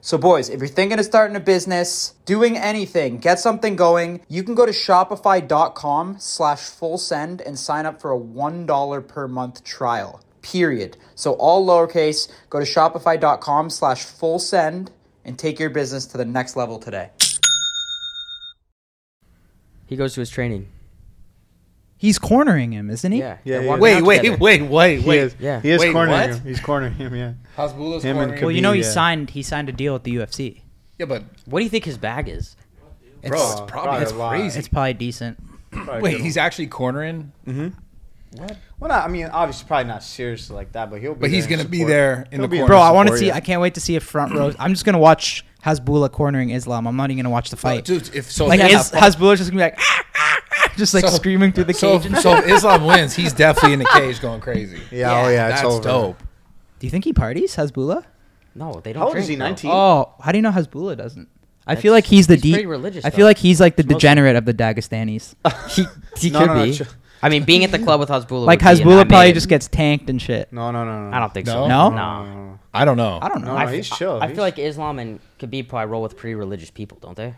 Speaker 5: So, boys, if you're thinking of starting a business, doing anything, get something going, you can go to shopify.com slash full send and sign up for a $1 per month trial, period. So, all lowercase, go to shopify.com slash full send and take your business to the next level today.
Speaker 4: He goes to his training.
Speaker 1: He's cornering him, isn't he?
Speaker 4: Yeah,
Speaker 3: Yeah,
Speaker 4: they're
Speaker 3: yeah.
Speaker 4: walking
Speaker 2: Wait,
Speaker 4: out
Speaker 2: wait,
Speaker 4: together.
Speaker 2: wait, wait,
Speaker 3: He
Speaker 2: wait.
Speaker 3: is.
Speaker 4: yeah.
Speaker 3: He is
Speaker 2: Wait,
Speaker 3: cornering
Speaker 2: what?
Speaker 3: him. He's cornering him. Yeah.
Speaker 2: Hasbullah's cornering-
Speaker 3: Him and
Speaker 1: Well,
Speaker 3: Khabib.
Speaker 1: you know he
Speaker 3: yeah.
Speaker 1: signed he signed a deal with the UFC.
Speaker 2: yeah, but
Speaker 4: What do you think his bag is?
Speaker 2: it's,
Speaker 3: Bro,
Speaker 2: it's
Speaker 3: probably
Speaker 2: probably that's
Speaker 3: a lot.
Speaker 2: crazy.
Speaker 1: It's probably decent.
Speaker 2: Wait, he's actually cornering,
Speaker 3: Mm-hmm. Well, not, I mean, obviously, probably not seriously like that, but he'll.
Speaker 2: but
Speaker 3: Be there
Speaker 2: he's
Speaker 3: in
Speaker 2: gonna be
Speaker 3: support.
Speaker 2: there in
Speaker 3: He'll
Speaker 2: the
Speaker 3: be in
Speaker 2: corner.
Speaker 1: Bro, I
Speaker 3: support,
Speaker 1: want to see.
Speaker 3: yeah.
Speaker 1: I can't wait to see a front row. I'm just gonna watch Hasbullah cornering Islam. I'm not even gonna watch the fight.
Speaker 2: dude. If so,
Speaker 1: like
Speaker 2: yeah,
Speaker 1: is, Hasbullah's just gonna be like, "Ah, ah, ah," just like
Speaker 2: So-
Speaker 1: screaming through the
Speaker 2: So,
Speaker 1: cage.
Speaker 2: if- so if Islam wins, he's definitely in the cage going crazy.
Speaker 3: *laughs* Yeah, oh yeah, it's
Speaker 2: That's
Speaker 3: over.
Speaker 2: dope.
Speaker 1: do you think he parties, Hasbullah?
Speaker 4: No, they don't.
Speaker 3: How old is
Speaker 4: drink,
Speaker 3: he?
Speaker 4: bro.
Speaker 3: Nineteen.
Speaker 1: Oh, how do you know Hasbullah doesn't? I feel
Speaker 4: That's-
Speaker 1: like he's the
Speaker 4: he's
Speaker 1: deep.
Speaker 4: pretty religious,
Speaker 1: I
Speaker 4: though.
Speaker 1: feel like he's like the
Speaker 4: Muslim.
Speaker 1: degenerate of the
Speaker 3: *laughs*
Speaker 1: Dagestanis.
Speaker 4: He, he
Speaker 3: No,
Speaker 4: could
Speaker 3: no, no,
Speaker 4: be.
Speaker 3: chill.
Speaker 4: I mean, being at the club with Hasbullah.
Speaker 1: like
Speaker 4: would be an
Speaker 1: Hasbullah probably
Speaker 4: automated-
Speaker 1: just gets tanked and shit.
Speaker 3: No, no, no, no.
Speaker 4: I don't think so.
Speaker 1: No?
Speaker 4: No.
Speaker 3: no.
Speaker 2: I don't know.
Speaker 1: I don't know.
Speaker 3: No,
Speaker 1: I
Speaker 3: no,
Speaker 1: f-
Speaker 3: he's chill.
Speaker 4: I feel like Islam and Khabib probably roll with pretty-religious people, don't they?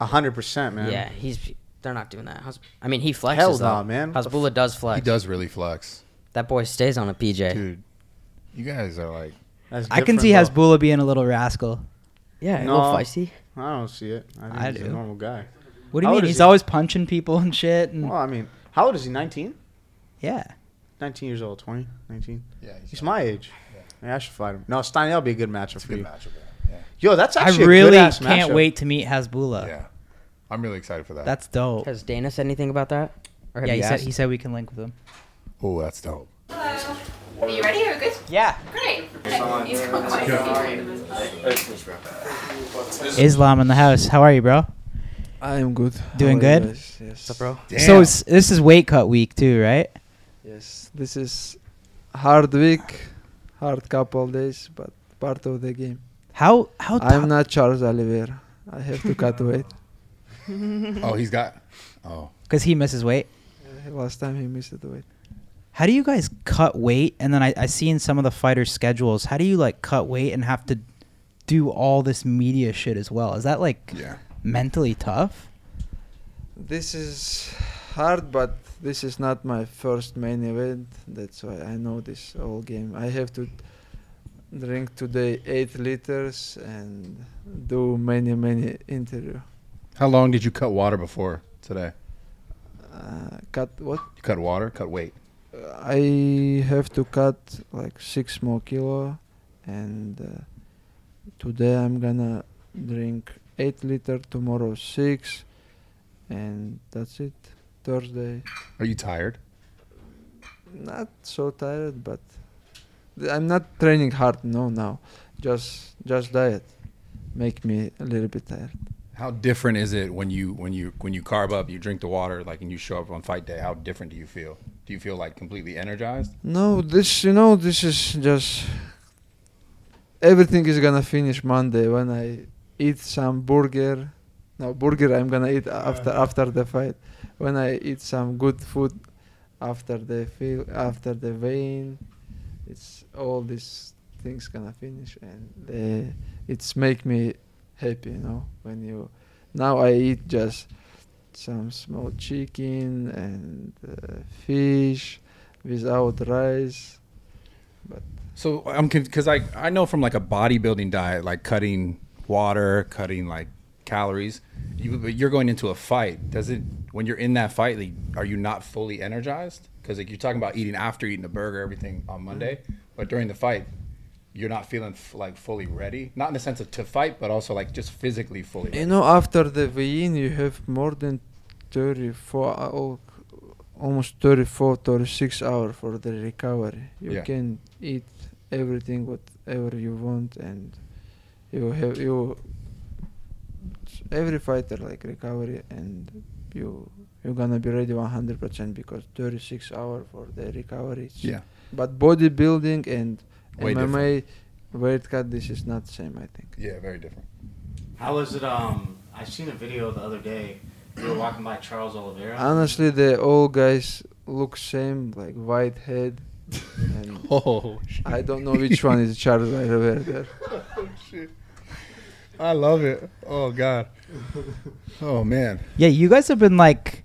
Speaker 3: hundred percent, man.
Speaker 4: Yeah, he's. They're not doing that. Hus- I mean, he flexes.
Speaker 3: Hell
Speaker 4: though.
Speaker 3: nah, man. What the
Speaker 4: Hasbullah does flex.
Speaker 2: He does really flex,
Speaker 4: That boy stays on a PJ.
Speaker 2: dude. You guys are like,
Speaker 3: That's
Speaker 1: I can
Speaker 3: different,
Speaker 1: see
Speaker 3: bro.
Speaker 1: Hasbullah being a little rascal.
Speaker 4: Yeah, a
Speaker 3: No.
Speaker 4: little feisty.
Speaker 3: I don't see it. I think
Speaker 1: I
Speaker 3: he's
Speaker 1: do.
Speaker 3: a normal guy.
Speaker 1: What do you
Speaker 3: How old
Speaker 1: mean? He's
Speaker 3: is he?
Speaker 1: always punching people and shit. And
Speaker 3: Well, I mean, how old is he? 19?
Speaker 1: yeah,
Speaker 3: 19 years old. 20? 19?
Speaker 2: yeah,
Speaker 3: He's my age. Yeah. I should fight him. No, Steinel would be a good matchup for
Speaker 2: good
Speaker 3: you.
Speaker 2: matchup. Yeah,
Speaker 3: Yo, that's
Speaker 1: I
Speaker 3: actually a
Speaker 1: really
Speaker 3: good-ass
Speaker 1: can't
Speaker 3: matchup.
Speaker 1: wait to meet Hasbullah.
Speaker 2: yeah. I'm really excited for that.
Speaker 1: That's dope.
Speaker 4: Has Dana said anything about that? Or have
Speaker 1: Yeah,
Speaker 4: you
Speaker 1: he said
Speaker 4: asked?
Speaker 1: he said we can link with him.
Speaker 2: oh, that's dope.
Speaker 7: Hello. Are you ready? Are we good?
Speaker 1: Yeah,
Speaker 7: Great. He's going to
Speaker 1: Islam in the house. How are you, bro?
Speaker 8: I am good.
Speaker 1: Doing
Speaker 8: How are you
Speaker 1: good?
Speaker 8: guys? Yes.
Speaker 4: bro?
Speaker 2: Damn.
Speaker 1: So it's, this is weight cut week too, right?
Speaker 8: Yes. This is hard week, hard couple days, but part of the game.
Speaker 1: How how
Speaker 8: I'm
Speaker 1: tou-
Speaker 8: not Charles Oliveira. I have to cut weight.
Speaker 2: *laughs* oh, he's got. Oh,
Speaker 1: Because he misses weight.
Speaker 8: Uh, Last time he missed the weight.
Speaker 1: How do you guys cut weight? And then I, I see in some of the fighters' schedules, how do you like cut weight and have to do all this media shit as well? Is that like
Speaker 2: yeah.
Speaker 1: mentally tough?
Speaker 8: This is hard, but this is not my first main event. That's why I know this whole game. I have to drink today eight liters and do many many interview.
Speaker 2: How long did you cut water before today?
Speaker 8: Uh, cut what?
Speaker 2: You cut water, cut weight.
Speaker 8: I have to cut like six more kilo, and uh, today I'm gonna drink eight liter. Tomorrow six, and that's it. Thursday,
Speaker 2: Are you tired?
Speaker 8: not so tired, but th- I'm not training hard. No, now, just just diet make me a little bit tired.
Speaker 2: How different is it when you when you when you carb up, you drink the water, like, and you show up on fight day? How different do you feel? Do you feel like completely energized?
Speaker 8: No, this you know this is just everything is gonna finish Monday when I eat some burger. No burger I'm gonna eat after after the fight. When I eat some good food after the feel after the vein, it's all these things gonna finish and they, it's make me happy. You know when you now I eat just some small chicken and uh, fish without rice.
Speaker 2: So I'm because I I know from like a bodybuilding diet, like cutting water, cutting like calories. You but you're going into a fight. Does it when you're in that fight? Like, are you not fully energized? Because like you're talking about eating after eating the burger, everything on Monday, but during the fight, you're not feeling f- like fully ready. Not in the sense of to fight, but also like just physically fully.
Speaker 8: *laughs* You
Speaker 2: Ready.
Speaker 8: know, after the weigh-in, you have more than 34, al- almost 34, 36 hour for the recovery. You
Speaker 2: Yeah.
Speaker 8: can eat everything, whatever you want, and you have you. Every fighter like recovery, and you you're gonna be ready 100% because 36 hour for the recovery. it's-
Speaker 2: Yeah.
Speaker 8: But bodybuilding and
Speaker 2: Way
Speaker 8: MMA weight cut, this is not same, I think.
Speaker 2: Yeah, very different.
Speaker 9: How was it? Um, I seen a video the other day. We were walking by Charles Oliveira.
Speaker 8: Honestly, the old guys look same, like white head. And
Speaker 2: Oh,
Speaker 8: I don't know which one is Charles Oliveira there.
Speaker 2: I love it. Oh God. Oh man.
Speaker 1: Yeah, you guys have been like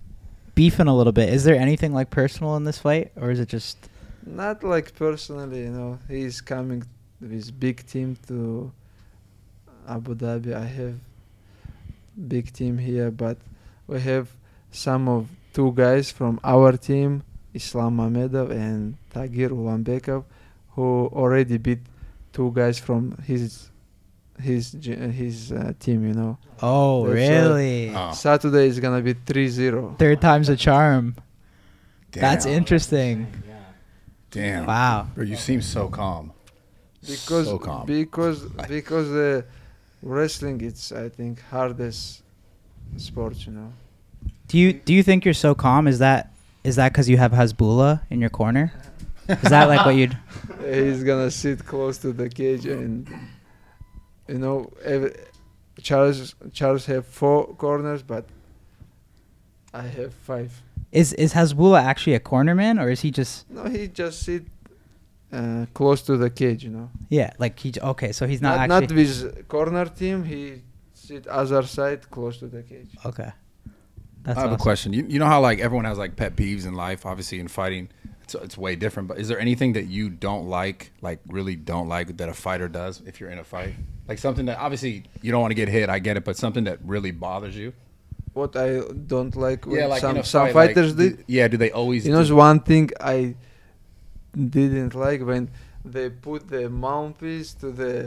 Speaker 1: beefing a little bit. Is there anything like personal in this fight, or is it just
Speaker 8: Not like personally, you know. He's coming with big team to Abu Dhabi. I have big team here, but we have some of two guys from our team, Islam Mamedov and Tagir Ulanbekov, who already beat two guys from his his ge- his uh, team. You know,
Speaker 1: oh
Speaker 8: That's, uh,
Speaker 1: really?
Speaker 2: Oh,
Speaker 8: Saturday is gonna be 3-0.
Speaker 1: Third time's a charm. That's
Speaker 2: damn.
Speaker 1: interesting.
Speaker 9: Yeah.
Speaker 2: Damn.
Speaker 1: Wow.
Speaker 2: Bro, you seem so calm.
Speaker 8: because
Speaker 2: so calm.
Speaker 8: because
Speaker 2: *laughs* Like-
Speaker 8: because uh, wrestling it's I think hardest sport you know
Speaker 1: Do you do you think you're so calm? Is that is that because you have Hasbullah in your corner? Is that like
Speaker 2: *laughs*
Speaker 1: what you'd?
Speaker 8: *laughs* He's gonna sit close to the cage, and you know, ev Charles Charles have four corners, but I have five.
Speaker 1: Is is Hasbullah actually a cornerman or is he just
Speaker 8: No, he just sit uh, close to the cage, you know.
Speaker 1: yeah like he j- okay so he's not,
Speaker 8: not,
Speaker 1: actually
Speaker 8: with corner team. He sit other side close to the cage.
Speaker 1: okay. That's
Speaker 2: I have
Speaker 1: awesome.
Speaker 2: a question. You, you know how like everyone has like pet peeves in life, obviously in fighting, it's, it's way different. But is there anything that you don't like, like really don't like that a fighter does if you're in a fight? Like something that obviously you don't want to get hit, I get it, but something that really bothers you.
Speaker 8: What I don't like when
Speaker 2: yeah, like
Speaker 8: some
Speaker 2: in a
Speaker 8: some
Speaker 2: fight, like,
Speaker 8: fighters
Speaker 2: do-
Speaker 8: did.
Speaker 2: Yeah, do they always?
Speaker 8: You know,
Speaker 2: do-
Speaker 8: one thing I didn't like when they put the mouthpiece to the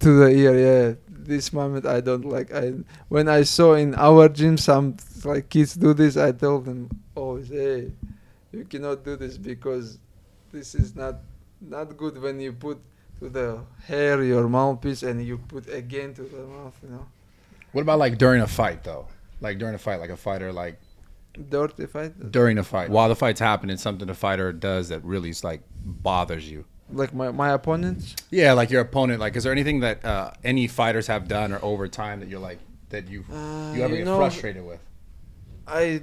Speaker 8: to the ear. Yeah, this moment I don't like. I when I saw in our gym some like kids do this, I told them, "Oh, hey, you cannot do this because this is not not good when you put to the hair your mouthpiece and you put again to the mouth. You know,
Speaker 2: what about like during a fight though? Like during a fight, like a fighter, like
Speaker 8: dirty fight
Speaker 2: during a fight, while the fight's happening, something the fighter does that really is like bothers you.
Speaker 8: like my my opponents.
Speaker 2: Yeah, like your opponent. Like, is there anything that uh, any fighters have done or over time that you're like that you
Speaker 8: Uh,
Speaker 2: you ever
Speaker 8: you
Speaker 2: get
Speaker 8: know-
Speaker 2: frustrated with?
Speaker 8: I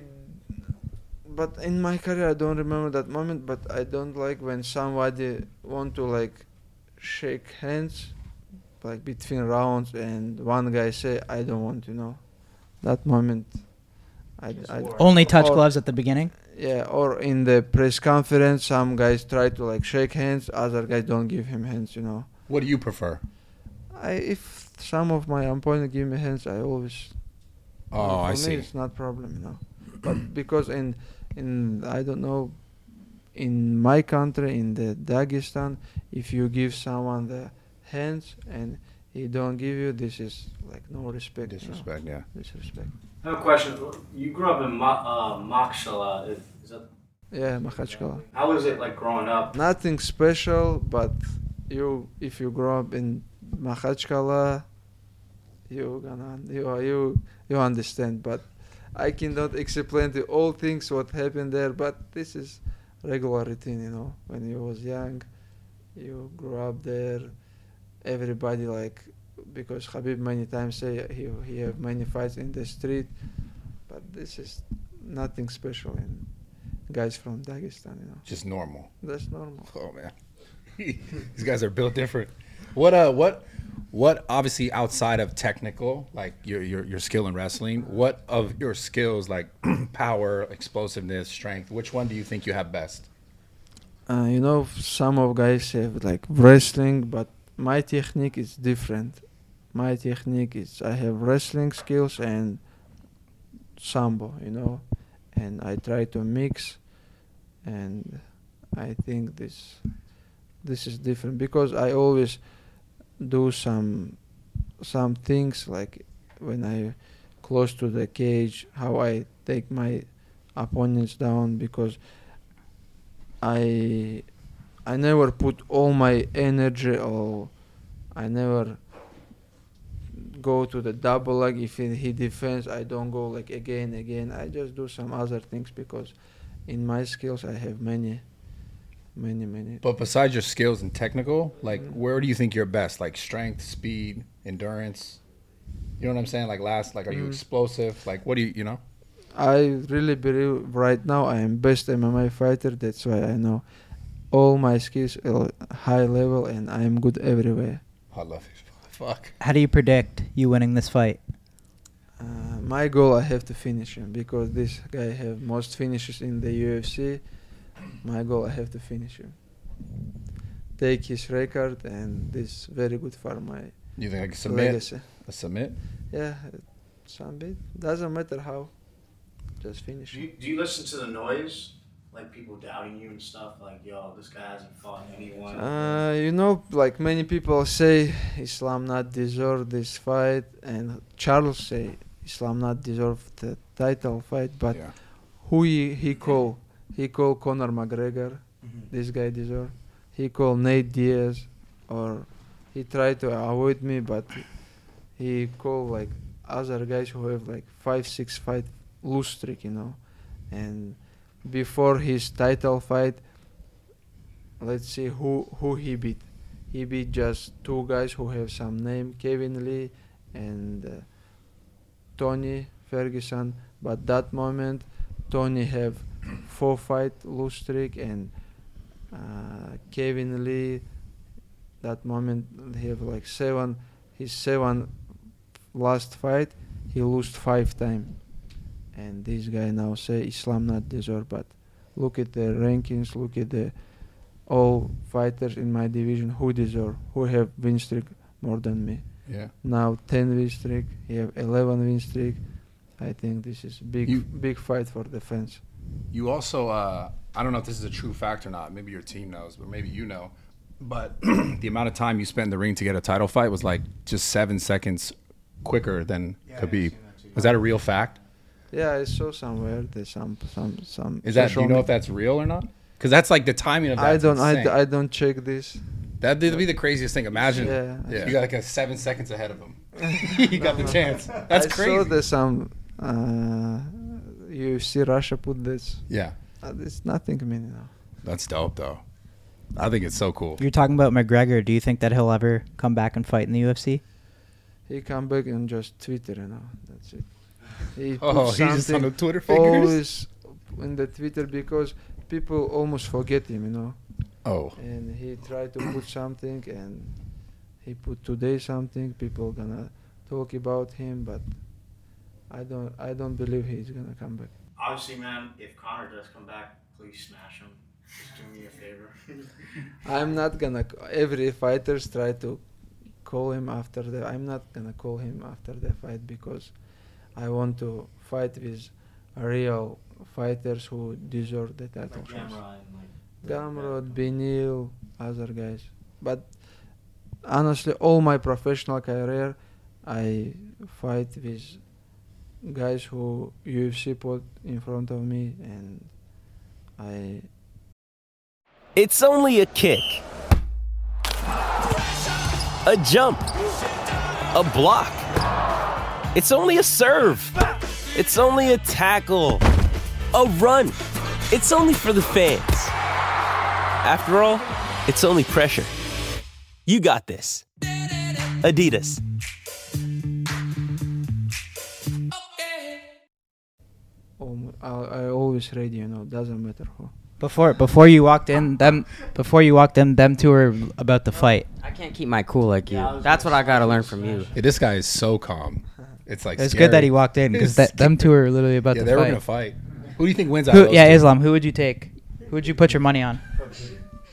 Speaker 8: but in my career I don't remember that moment but I don't like when somebody want to like shake hands like between rounds and one guy say I don't want you know that moment I, I
Speaker 1: Only touch
Speaker 8: or-
Speaker 1: gloves at the beginning.
Speaker 8: yeah or in the press conference some guys try to like shake hands other guys don't give him hands you know
Speaker 2: What do you prefer?
Speaker 8: I if some of my opponent give me hands I always
Speaker 2: Oh,
Speaker 8: for
Speaker 2: I
Speaker 8: me,
Speaker 2: see.
Speaker 8: It's not problem, you know.
Speaker 2: *clears throat*
Speaker 8: But because in in I don't know, in my country, in the Dagestan, if you give someone the hands and he don't give you, this is like no respect. you know,
Speaker 2: Disrespect, yeah.
Speaker 8: disrespect.
Speaker 9: I have a question. You grew up in Ma- uh, Makshala. Is, is that,
Speaker 8: Yeah, Makhachkala.
Speaker 9: how was it like growing up?
Speaker 8: Nothing special, but you if you grow up in Makhachkala, you gonna you you you understand. But I cannot explain the all things what happened there. But this is regular routine, you know. When you was young, you grew up there. Everybody like because Habib many times say he he have many fights in the street, but this is nothing special in guys from Dagestan, you know.
Speaker 2: Just normal.
Speaker 8: That's normal.
Speaker 2: *laughs* Oh man, these guys are built different. What uh, what, what? Obviously, outside of technical, like your your your skill in wrestling, what of your skills like *clears throat* power, explosiveness, strength? Which one do you think you have best?
Speaker 8: Uh, you know, f- some of guys have like wrestling, but my technique is different. My technique is I have wrestling skills and sambo, you know, and I try to mix, and I think this this is different because I always do some some things like when I close to the cage, how I take my opponents down because I I never put all my energy or I never go to the double leg if he he defends I don't go like again again I just do some other things because in my skills I have many many many
Speaker 2: But besides your skills and technical, like
Speaker 8: Mm-hmm.
Speaker 2: where do you think you're best? Like strength, speed, endurance. You know what I'm saying? Like last, like are you
Speaker 8: Mhm.
Speaker 2: explosive? Like what do you you know?
Speaker 8: I really believe right now I am best MMA fighter that's why I know all my skills are high level and I am good everywhere
Speaker 2: I love it. Fuck.
Speaker 1: How do you predict you winning this fight?
Speaker 8: Uh, my goal I have to finish him because this guy have most finishes in the UFC. My goal I have to finish him. Take his record and this very good for my
Speaker 2: You think I can submit?
Speaker 8: legacy.
Speaker 2: A submit?
Speaker 8: Yeah, some bit doesn't matter how. Just finish.
Speaker 9: Do you, do you listen to the noise? Like people doubting you and stuff? Like, yo, this guy hasn't fought anyone.
Speaker 8: Uh, you know, like many people say, Islam not deserve this fight, and Charles say Islam not deserve the title fight, but
Speaker 2: Yeah.
Speaker 8: who he, he call? He call Conor McGregor. This guy deserve. He call Nate Diaz, or he tried to avoid me, but he call like other guys who have like five, six fight lose streak, you know. And before his title fight, let's see who who he beat. He beat just two guys who have some name, Kevin Lee and uh, Tony Ferguson. But that moment, Tony have four fight lose streak and uh, Kevin Lee. That moment he have like seven. His seven last fight, he lost five time. And this guy now say Islam not deserve, but look at the rankings, look at the all fighters in my division who deserve, who have win streak more than me.
Speaker 2: Yeah.
Speaker 8: Now 10 win streak, he have 11 win streak. I think this is big,
Speaker 2: You-
Speaker 8: big fight for the fans.
Speaker 2: You also, uh, I don't know if this is a true fact or not. Maybe your team knows, but maybe you know. But *clears throat* the amount of time you spent in the ring to get a title fight was like just seven seconds quicker than
Speaker 9: Yeah, I've
Speaker 2: Khabib.
Speaker 9: seen that too.
Speaker 2: Is that a real fact?
Speaker 8: Yeah, I saw somewhere there's some, some, some.
Speaker 2: Is that do
Speaker 8: social
Speaker 2: you know
Speaker 8: me-
Speaker 2: if that's real or not? Because that's like the timing of that.
Speaker 8: I don't, I,
Speaker 2: I,
Speaker 8: d- I don't check this.
Speaker 2: That'd be the craziest thing. Imagine
Speaker 8: Yeah.
Speaker 2: yeah. you got like a seven seconds
Speaker 8: *laughs*
Speaker 2: ahead of him. *laughs* you got the chance. That's
Speaker 8: I
Speaker 2: crazy.
Speaker 8: saw there's some. Uh, UFC Russia put this.
Speaker 2: yeah,
Speaker 8: Uh, it's nothing, mean now.
Speaker 2: that's dope though. I think it's so cool.
Speaker 1: You're talking about McGregor. Do you think that he'll ever come back and fight in the UFC?
Speaker 8: He come back and just Twitter, you know. That's it. He
Speaker 2: *laughs* Oh,
Speaker 8: puts
Speaker 2: he's just on
Speaker 8: something
Speaker 2: the Twitter fingers.
Speaker 8: always in the Twitter because people almost forget him, you know.
Speaker 2: Oh,
Speaker 8: And he tried to put something, and he put today something. People gonna talk about him, but I don't, I don't believe he's gonna come back.
Speaker 9: Obviously, man, if Connor does come back, please smash him. Just do me a
Speaker 2: *laughs*
Speaker 9: favor.
Speaker 8: I'm not gonna. c- Every fighters try to call him after the. I'm not gonna call him after the fight because I want to fight with real fighters who deserve the title
Speaker 9: like
Speaker 8: shots.
Speaker 9: Gamrod and like.
Speaker 8: Gamrod, Benil, other guys. But honestly, all my professional career, I fight with guys who UFC put in front of me, and I
Speaker 10: It's only a kick, a jump, a block. It's only a serve. It's only a tackle, a run. It's only for the fans. After all, it's only pressure. You got this. Adidas.
Speaker 8: Almo- I, I always ready, you know, doesn't matter who.
Speaker 1: Before before you walked in, them before you walked in, them two were about to fight.
Speaker 4: I can't keep my cool like you.
Speaker 9: Yeah, I was
Speaker 4: That's what
Speaker 9: gonna
Speaker 4: I gotta
Speaker 9: smash
Speaker 4: learn
Speaker 9: him,
Speaker 4: from
Speaker 9: smash
Speaker 4: you.
Speaker 9: him.
Speaker 2: Hey, this guy is so calm. It's like
Speaker 1: It's
Speaker 2: scary.
Speaker 1: good that he walked in because
Speaker 2: It's
Speaker 1: that them
Speaker 2: *laughs*
Speaker 1: two were literally about
Speaker 2: Yeah,
Speaker 1: to
Speaker 2: they were
Speaker 1: fight.
Speaker 2: gonna fight. Who do you think wins out of
Speaker 1: Who,
Speaker 2: those
Speaker 1: yeah,
Speaker 2: two?
Speaker 1: Islam. Who would you take? Who would you put your money on?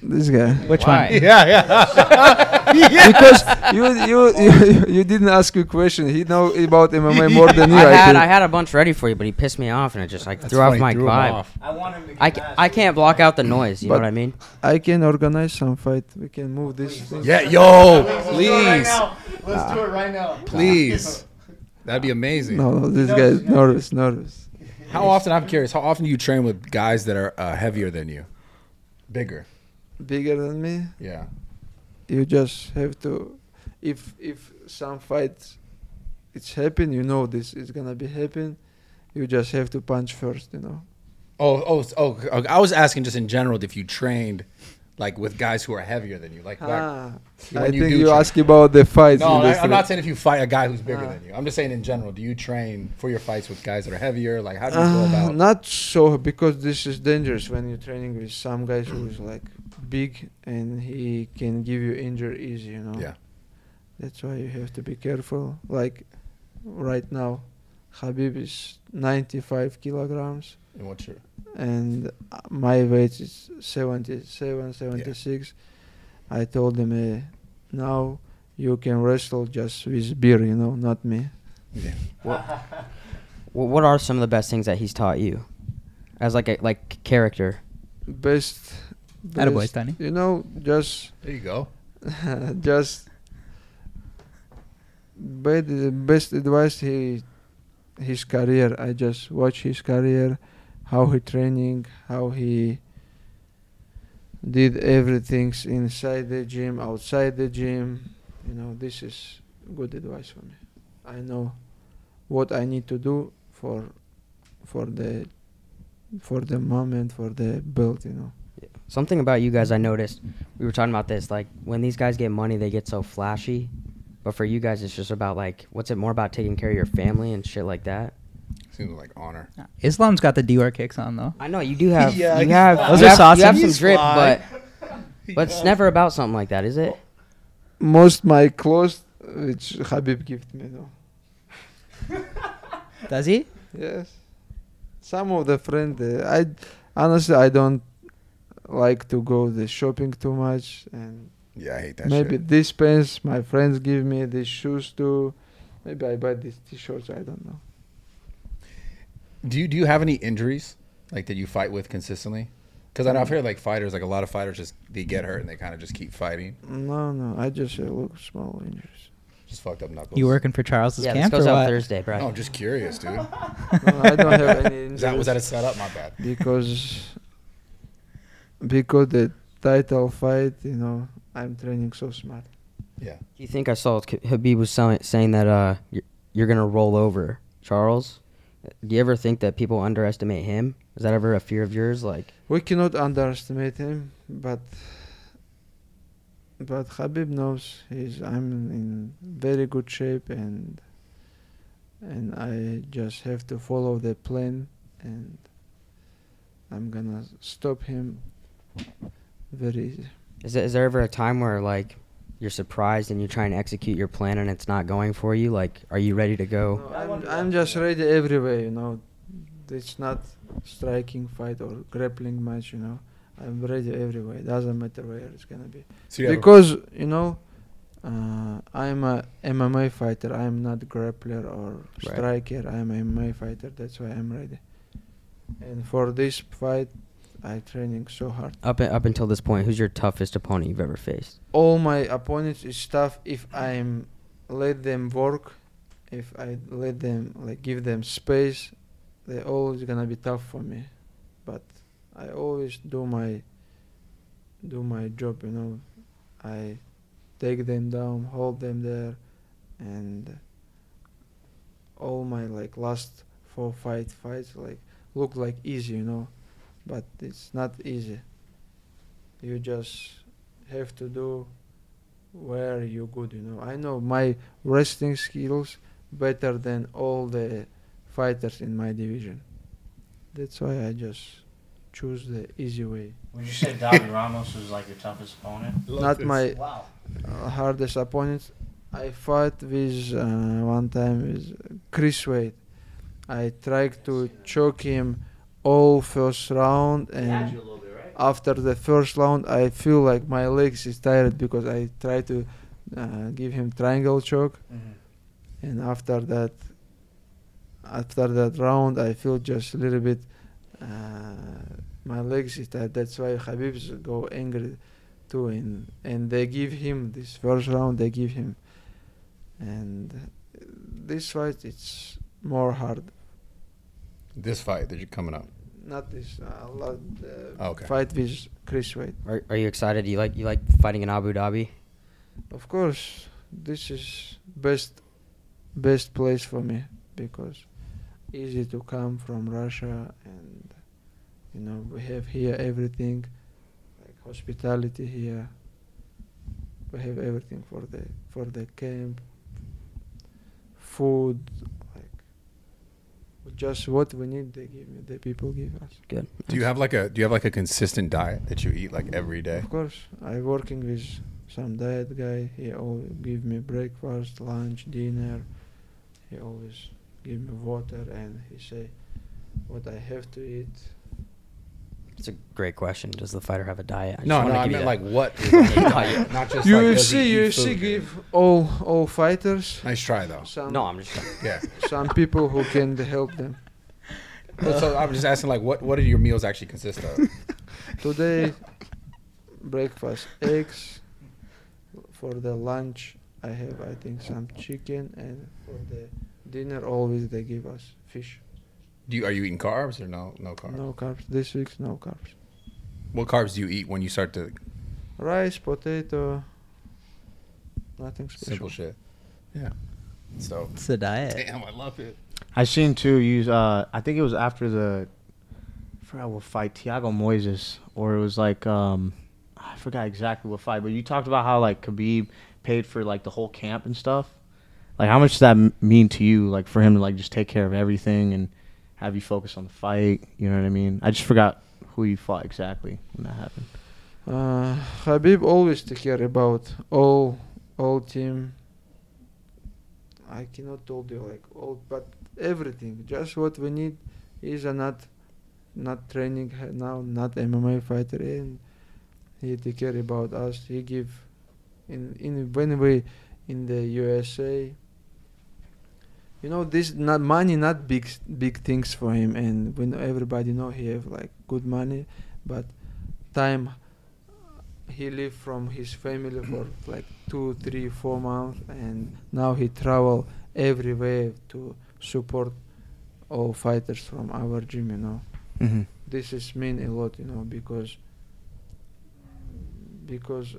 Speaker 8: This guy.
Speaker 1: Which one?
Speaker 2: Yeah, *laughs* yeah. *laughs* yeah.
Speaker 8: because you, you you you didn't ask a question. He know
Speaker 4: *laughs*
Speaker 8: about
Speaker 2: *laughs*
Speaker 8: MMA more than you.
Speaker 4: I
Speaker 8: I,
Speaker 4: had I
Speaker 8: think.
Speaker 4: had a bunch ready for you, but he pissed me off and it just like
Speaker 2: That's
Speaker 4: threw off
Speaker 2: funny,
Speaker 4: my
Speaker 2: threw him
Speaker 4: vibe.
Speaker 2: off.
Speaker 9: I want him to. Get
Speaker 4: I, ca- I can't block out the noise. You know
Speaker 8: But-
Speaker 4: what I mean?
Speaker 8: I can organize some fight. We can move this thing.
Speaker 2: Yeah, yo,
Speaker 9: Let's
Speaker 2: Oh,
Speaker 9: do it
Speaker 2: please,
Speaker 9: right now. Let's do it right now. *laughs*
Speaker 2: please. That'd be amazing.
Speaker 8: No, no, this guy is nervous, nervous.
Speaker 2: How often? I'm curious. How often do you train with guys that are uh, heavier than you, bigger?
Speaker 8: Bigger than me.
Speaker 2: Yeah.
Speaker 8: You just have to. If if some fights, it's happen. You know this is gonna be happen. You just have to punch first. You know.
Speaker 2: Oh, oh, s- oh! okay. I was asking just in general if you trained, like with guys who are heavier than you, like. black-
Speaker 8: Ah,
Speaker 2: When
Speaker 8: I
Speaker 2: you
Speaker 8: think
Speaker 2: do
Speaker 8: you
Speaker 2: train.
Speaker 8: ask about the fights.
Speaker 2: No,
Speaker 8: in
Speaker 2: I,
Speaker 8: this
Speaker 2: I'm
Speaker 8: way.
Speaker 2: not saying if you fight a guy who's bigger
Speaker 8: Ah.
Speaker 2: than you. I'm just saying in general. Do you train for your fights with guys that are heavier? Like how do you go
Speaker 8: Uh,
Speaker 2: about?
Speaker 8: not so because this is dangerous when you're training with some guys who is like big and he can give you injury easy, you know.
Speaker 2: Yeah.
Speaker 8: That's why you have to be careful. Like right now, Habib is 95 kilograms
Speaker 2: And what's your?
Speaker 8: and uh, my weight is 77, 76. I told him, uh, now you can wrestle just with beer, you know, not me.
Speaker 2: Yeah.
Speaker 4: Wh- what are some of the best things that he's taught you, as like a like character?
Speaker 8: Best.
Speaker 1: Attaboy,
Speaker 8: best-
Speaker 1: Stoney.
Speaker 8: You know, just
Speaker 2: There you go.
Speaker 8: *laughs* just bad, the best advice he his career i just watch his career how he training how he did everything inside the gym outside the gym you know this is good advice for me i know what I need to do for for the for the moment for the build, you know.
Speaker 4: Something about you guys I noticed. We were talking about this. Like when these guys get money, they get so flashy. But for you guys, it's just about like, what's it more about taking care of your family and shit like that?
Speaker 2: Seems like honor.
Speaker 1: *laughs* Islam's got the Dior kicks on though.
Speaker 4: I know you do have.
Speaker 2: *laughs* Yeah,
Speaker 4: you
Speaker 2: he's
Speaker 4: have.
Speaker 2: fly.
Speaker 4: you
Speaker 1: Those are
Speaker 4: have-
Speaker 1: saucy.
Speaker 4: You have some
Speaker 1: He's
Speaker 4: drip,
Speaker 2: fly.
Speaker 4: but
Speaker 2: *laughs*
Speaker 4: but it's never about something like that, is it?
Speaker 8: Most my clothes which Habib gift me, though.
Speaker 1: *laughs* Does he?
Speaker 8: Yes. Some of the friend, uh, I honestly I don't like to go the shopping too much, and
Speaker 2: Yeah, I hate that
Speaker 8: maybe
Speaker 2: shit.
Speaker 8: these pants my friends give me, these shoes too. Maybe I buy these t-shirts. I don't know.
Speaker 2: Do you do you have any injuries like that you fight with consistently? Because I've heard like fighters, like a lot of fighters, just they get hurt and they kind of just keep fighting,
Speaker 8: No, no. I just uh, look small injuries.
Speaker 2: just fucked up knuckles. Oh,
Speaker 1: You working for Charles's
Speaker 4: Yeah, this
Speaker 1: camp or
Speaker 4: goes out
Speaker 1: what?
Speaker 4: Thursday, bro.
Speaker 2: No, I'm just curious,
Speaker 9: *laughs*
Speaker 2: dude.
Speaker 8: No, I don't have any injuries
Speaker 2: Is that was that a setup? My bad.
Speaker 8: because because the title fight. You know, I'm training so smart.
Speaker 4: Do you think I saw it, Habib was selling, saying that uh, you're, you're gonna roll over Charles? Do you ever think that people underestimate him? Is that ever a fear of yours? Like,
Speaker 8: We cannot underestimate him, but but Habib knows he's I'm in very good shape and and I just have to follow the plan and I'm gonna stop him very easy.
Speaker 4: is there, is there ever a time where like you're surprised and you try and execute your plan and it's not going for you? Like, are you ready to go?
Speaker 8: No, I'm, I'm just ready everywhere, you know. It's not striking fight or grappling match, you know. I'm ready everywhere. doesn't matter where it's gonna be.
Speaker 2: So you have a-
Speaker 8: because you know uh, i'm a mma fighter i'm not grappler or
Speaker 4: Right.
Speaker 8: striker i'm a mma fighter that's why i'm ready and for this fight i training so hard
Speaker 4: Up up until this point, who's your toughest opponent you've ever faced?
Speaker 8: all my opponents is tough if i'm let them work if i let them like give them space they always gonna be tough for me but i always do my do my job you know i take them down hold them there and all my like last four fight fights like look like easy you know but it's not easy you just have to do where you good you know i know my wrestling skills better than all the fighters in my division that's why i just choose the easy way
Speaker 9: Would you say *laughs* Davi Ramos was like your toughest opponent?
Speaker 8: not my
Speaker 9: Wow.
Speaker 8: uh, hardest opponents. I fought with uh, one time with Chris Wade. I tried to choke him all first round, and after the first round, I feel like my legs is tired because I try to uh, give him triangle choke, and after that, after that round, I feel just a little bit. Uh, my legs is tired. That's why Habib's go angry too, and and they give him this first round. They give him, and uh, this fight it's more hard.
Speaker 2: this fight that you're coming up. Oh,
Speaker 8: Not this uh, lot, uh,
Speaker 4: Ah,
Speaker 2: Okay.
Speaker 8: fight with Chris Wade.
Speaker 4: Are, are you excited? You like you like fighting in Abu Dhabi?
Speaker 8: Of course, this is best best place for me because easy to come from Russia, and you know we have here everything, like hospitality here. We have everything for the for the camp, food, like just what we need. They give me. The people give us.
Speaker 4: Good.
Speaker 2: Do you have like a do you have like a consistent diet that you eat like every day?
Speaker 8: Of course, I working with some diet guy. He always give me breakfast, lunch, dinner. He always give me water, and he say what I have to eat.
Speaker 4: It's a great question. Does the fighter have a diet? just
Speaker 2: Oh, No,
Speaker 4: wanna
Speaker 2: no, I
Speaker 4: give you
Speaker 2: meant
Speaker 4: that.
Speaker 2: like
Speaker 4: *laughs*
Speaker 2: *laughs* what? Is on the
Speaker 4: Yeah.
Speaker 2: diet, not just like, does
Speaker 8: UFC,
Speaker 2: he eat
Speaker 8: UFC
Speaker 2: food?
Speaker 8: give all all fighters
Speaker 2: Nice try though.
Speaker 8: some
Speaker 4: No, I'm just.
Speaker 2: Yeah.
Speaker 8: some people who can help them.
Speaker 2: Well, so I'm just asking like what what do your meals actually consist
Speaker 1: *laughs*
Speaker 2: of?
Speaker 8: Today, breakfast eggs. For the lunch, I have I think some chicken, and for the dinner, always they give us fish.
Speaker 2: Do you are you eating carbs or no no carbs?
Speaker 8: No carbs. This week's no carbs.
Speaker 2: What carbs do you eat when you start to
Speaker 8: Rice, potato, nothing special.
Speaker 2: simple shit? So
Speaker 1: It's the diet.
Speaker 2: damn, I love it.
Speaker 3: I seen too. You, uh, I think it was after the, I forgot what fight, Tiago Moises, or it was like, um, I forgot exactly what fight, but you talked about how like Khabib paid for like the whole camp and stuff. Like, how much does that m- mean to you? Like for him to like just take care of everything and have you focus on the fight. You know what I mean? I just forgot who you fought exactly when that happened.
Speaker 8: Uh, Habib always take care about all all team. I cannot told you like all, but everything. Just what we need is a not not training ha- now, not MMA fighter, and he take care about us. He give in in when we in the USA. You know this not money, not big s- big things for him, and when everybody know he have like good money, but time he lived from his family for
Speaker 3: Mm.
Speaker 8: like two, three, four months, and now he travel everywhere to support all fighters from our gym. You know,
Speaker 3: Mm-hmm.
Speaker 8: this is mean a lot. You know, because because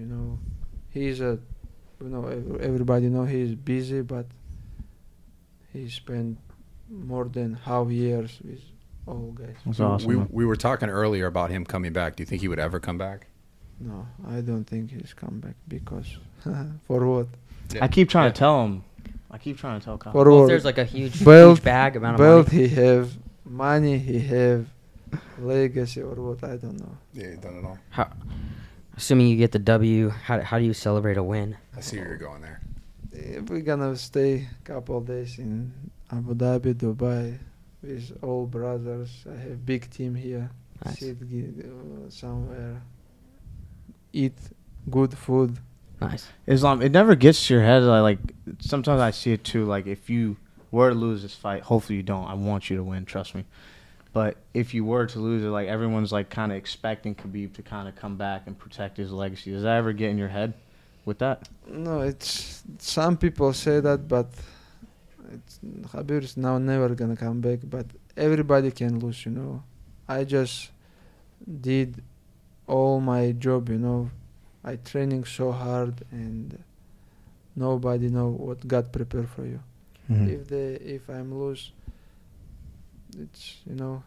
Speaker 8: you know he's a you know ev- everybody know he is busy, but he spent more than half years with all guys.
Speaker 3: That's awesome.
Speaker 2: We
Speaker 3: man.
Speaker 2: we were talking earlier about him coming back. Do you think he would ever come back?
Speaker 8: No, I don't think he's come back because *laughs* for what?
Speaker 3: I keep trying
Speaker 2: Yeah.
Speaker 3: to tell him. I keep trying to tell Kyle.
Speaker 8: For
Speaker 4: Uh, Well, if
Speaker 8: what?
Speaker 4: there's like a huge,
Speaker 8: Belt-
Speaker 4: huge bag amount of
Speaker 8: Belt
Speaker 4: money.
Speaker 8: he have, money he have, legacy or what I don't know.
Speaker 2: Yeah, he done it all.
Speaker 4: Assuming you get the W, how, how do you celebrate a win?
Speaker 2: I see where you're going there.
Speaker 8: If we're gonna stay couple days in Abu Dhabi, Dubai, with all brothers, I have big team here.
Speaker 4: Nice.
Speaker 8: Sit gi- uh, somewhere, eat good food.
Speaker 4: Nice.
Speaker 3: Islam, it never gets to your head. I like sometimes I see it too. Like if you were to lose this fight, hopefully you don't. I want you to win. Trust me. But if you were to lose it, like everyone's like kind of expecting Khabib to kind of come back and protect his legacy. Does that ever get in your head with that?
Speaker 8: No, it's some people say that, but it's Habib is now never gonna come back. But everybody can lose, you know. I just did all my job, you know. I training so hard, and nobody know what God prepared for you. If they, if I'm lose, it's you know,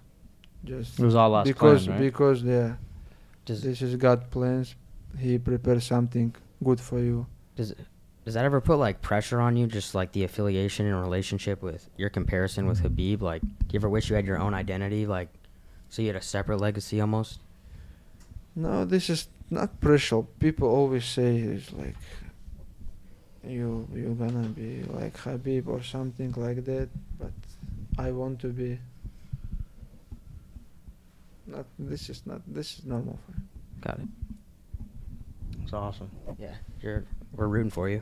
Speaker 8: just
Speaker 3: It was all last
Speaker 8: because
Speaker 3: plan, right?
Speaker 8: because yeah,
Speaker 4: Does
Speaker 8: this is God plans. He prepares something good for you.
Speaker 4: Does that ever put like pressure on you, just like the affiliation and relationship with your comparison with Habib? Like, do you ever wish you had your own identity, like, so you had a separate legacy almost?
Speaker 8: No, this is not pressure. People always say it's like you you're gonna be like Habib or something like that, but I want to be not this is not this is normal for
Speaker 4: Got it.
Speaker 3: It's awesome.
Speaker 4: Yeah, you're. We're rooting for you.